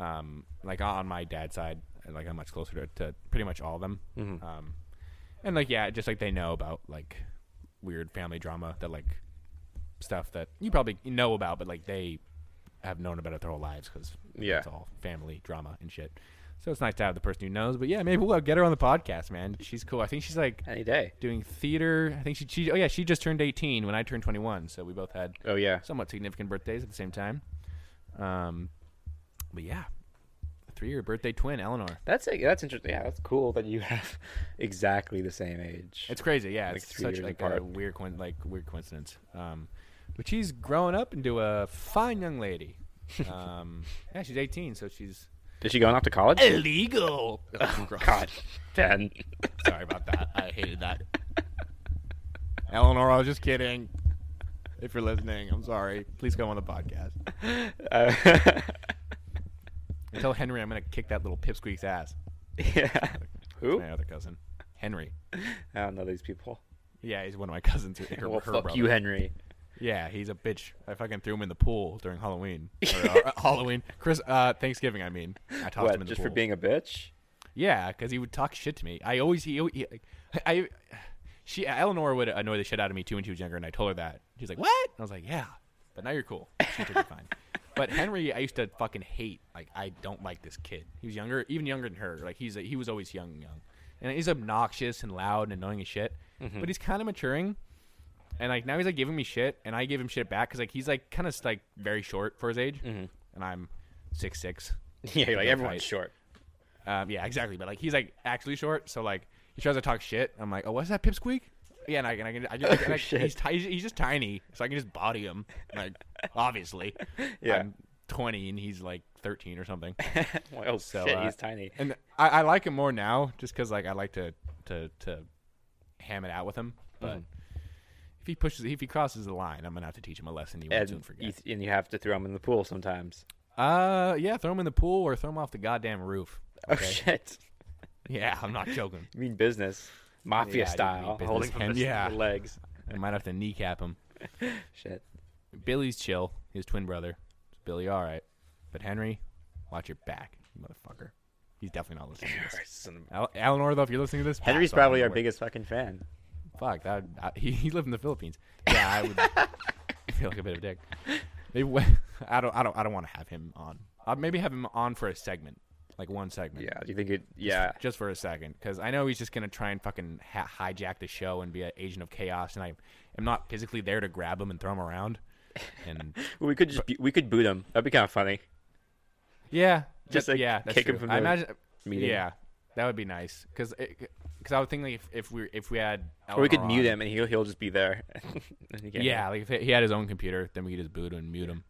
Speaker 1: um, like on my dad's side, like I'm much closer to, to pretty much all of them. Um, and like yeah, just like they know about like weird family drama that like stuff that you probably know about, but like they have known about it their whole lives because
Speaker 2: Yeah.
Speaker 1: it's all family drama and shit. So it's nice to have the person who knows. But yeah, maybe we'll uh, get her on the podcast, man. She's cool. I think she's like
Speaker 2: Any day.
Speaker 1: doing theater. I think she, she oh yeah, she just turned 18 when I turned 21, so we both had
Speaker 2: Oh yeah.
Speaker 1: somewhat significant birthdays at the same time. Um, but yeah, three year birthday twin, Eleanor.
Speaker 2: That's a, that's interesting. Yeah, that's cool that you have exactly the same age.
Speaker 1: It's crazy, yeah.
Speaker 2: Like
Speaker 1: it's
Speaker 2: three
Speaker 1: such
Speaker 2: years
Speaker 1: like a
Speaker 2: apart.
Speaker 1: weird, coin- like weird coincidence. Um, but she's growing up into a fine young lady. Um, yeah, she's 18, so she's
Speaker 2: Is she going off to college?
Speaker 1: illegal. Oh,
Speaker 2: God, Ben.
Speaker 1: Sorry about that. I hated that. Eleanor, I was just kidding. If you're listening, I'm sorry. Please go on the podcast.
Speaker 2: Uh,
Speaker 1: And tell Henry I'm gonna kick that little pipsqueak's ass.
Speaker 2: yeah. Who?
Speaker 1: My other cousin, Henry.
Speaker 2: I don't know these people.
Speaker 1: Yeah, he's one of my cousins. Her, her
Speaker 2: well, fuck
Speaker 1: brother.
Speaker 2: you, Henry.
Speaker 1: Yeah, he's a bitch. I fucking threw him in the pool during Halloween. Or, uh, Halloween, Chris, uh, Thanksgiving. I mean, I tossed him
Speaker 2: What?
Speaker 1: in the
Speaker 2: Just
Speaker 1: pool.
Speaker 2: for being a bitch?
Speaker 1: Yeah, because he would talk shit to me. I always he, he I, she Eleanor would annoy the shit out of me too when she was younger, and I told her that. She's like, "What?" I was like, "Yeah," but now you're cool. She took it fine. But Henry, I used to fucking hate. Like, I don't like this kid. He was younger, even younger than her. Like, he's he was always young, young, and he's obnoxious and loud and annoying as shit.
Speaker 2: Mm-hmm.
Speaker 1: But he's kind of maturing, and like now he's like giving me shit, and I give him shit back because like he's like kind of like very short for his age, and I'm six six.
Speaker 2: Mm-hmm. Yeah, like
Speaker 1: fight.
Speaker 2: everyone's short.
Speaker 1: Um, yeah, exactly. But like he's like actually short, so like he tries to talk shit. I'm like, oh, what's that pipsqueak? Yeah, and I can, I can, I just, and I-
Speaker 2: Oh, shit.
Speaker 1: he's, ti- he's he's just tiny, so I can just body him. Like obviously,
Speaker 2: Yeah.
Speaker 1: I'm 20 and he's like 13 or something.
Speaker 2: Well, oh
Speaker 1: So,
Speaker 2: shit,
Speaker 1: uh,
Speaker 2: he's tiny.
Speaker 1: And I, I like him more now, just because like I like to to to ham it out with him. But
Speaker 2: Mm-hmm.
Speaker 1: if he pushes, if he crosses the line, I'm gonna have to teach him a lesson he won't soon
Speaker 2: And
Speaker 1: forget.
Speaker 2: you, and you have to throw him in the pool sometimes.
Speaker 1: Uh, yeah, throw him in the pool or throw him off the goddamn roof.
Speaker 2: Oh shit,
Speaker 1: Yeah, I'm not joking.
Speaker 2: you mean business,
Speaker 1: Yeah,
Speaker 2: mafia
Speaker 1: I do
Speaker 2: style,
Speaker 1: mean business.
Speaker 2: holding from
Speaker 1: And-
Speaker 2: the,
Speaker 1: yeah.
Speaker 2: the legs.
Speaker 1: I might have to kneecap him.
Speaker 2: Shit.
Speaker 1: Billy's chill, his twin brother. Billy, all right. But Henry, watch your back, you motherfucker. He's definitely not listening to this.
Speaker 2: Son of a-
Speaker 1: Al- Eleanor, though, if you're listening to this,
Speaker 2: Henry's
Speaker 1: pass on
Speaker 2: probably
Speaker 1: your
Speaker 2: our
Speaker 1: word.
Speaker 2: biggest fucking fan.
Speaker 1: Fuck, that would, I, he, he lived in the Philippines. Yeah, I would feel like a bit of a dick. Maybe when, I don't, I don't, I don't want to have him on. I'd maybe have him on for a segment, like one segment.
Speaker 2: Yeah, do you think it? Yeah,
Speaker 1: Just for a second, because I know he's just gonna try and fucking ha- hijack the show and be an agent of chaos, and I am not physically there to grab him and throw him around. And
Speaker 2: Well, we could just bu- we could boot him. That'd be kind of funny.
Speaker 1: Yeah,
Speaker 2: Just,
Speaker 1: that-
Speaker 2: like,
Speaker 1: yeah, that's
Speaker 2: kick him
Speaker 1: true.
Speaker 2: from
Speaker 1: I
Speaker 2: the
Speaker 1: imagine,
Speaker 2: meeting.
Speaker 1: Yeah, that would be nice because because I would think like if, if we if we had
Speaker 2: Or we could
Speaker 1: Eleanor
Speaker 2: mute
Speaker 1: on-
Speaker 2: him, and he'll he'll just be there. And he can't-
Speaker 1: Yeah, like if he- he had his own computer, then we could just boot him and mute him.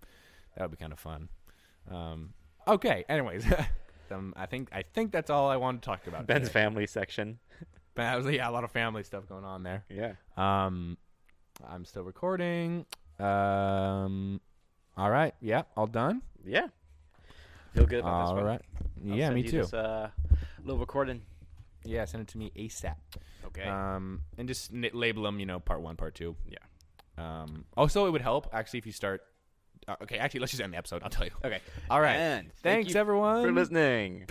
Speaker 1: That would be kind of fun. Um, okay. Anyways, um, I think I think that's all I wanted to talk about.
Speaker 2: Ben's
Speaker 1: today.
Speaker 2: family section.
Speaker 1: But I was yeah, a lot of family stuff going on there.
Speaker 2: Yeah.
Speaker 1: Um, I'm still recording. Um, all right. Yeah, all done.
Speaker 2: Yeah. Feel good about this
Speaker 1: All
Speaker 2: one.
Speaker 1: right.
Speaker 2: I'll
Speaker 1: yeah,
Speaker 2: send
Speaker 1: me
Speaker 2: you
Speaker 1: too.
Speaker 2: This, uh, little recording.
Speaker 1: Yeah, send it to me ASAP.
Speaker 2: Okay.
Speaker 1: Um, and just n- label them, you know, part one, part two.
Speaker 2: Yeah.
Speaker 1: Um, also, it would help actually if you start. Uh, okay, actually, let's just end the episode. I'll tell you. Okay. All right.
Speaker 2: And thank
Speaker 1: Thanks
Speaker 2: you
Speaker 1: everyone
Speaker 2: for listening.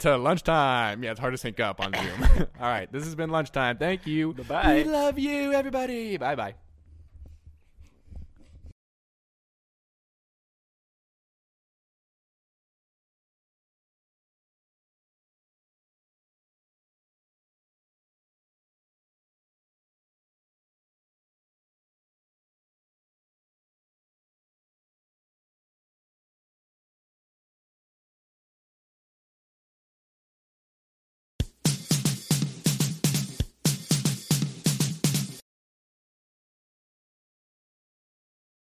Speaker 1: to lunchtime. Yeah, it's hard to sync up on Zoom. All right, this has been lunchtime. Thank you.
Speaker 2: Bye-bye.
Speaker 1: We love you, everybody. Bye bye.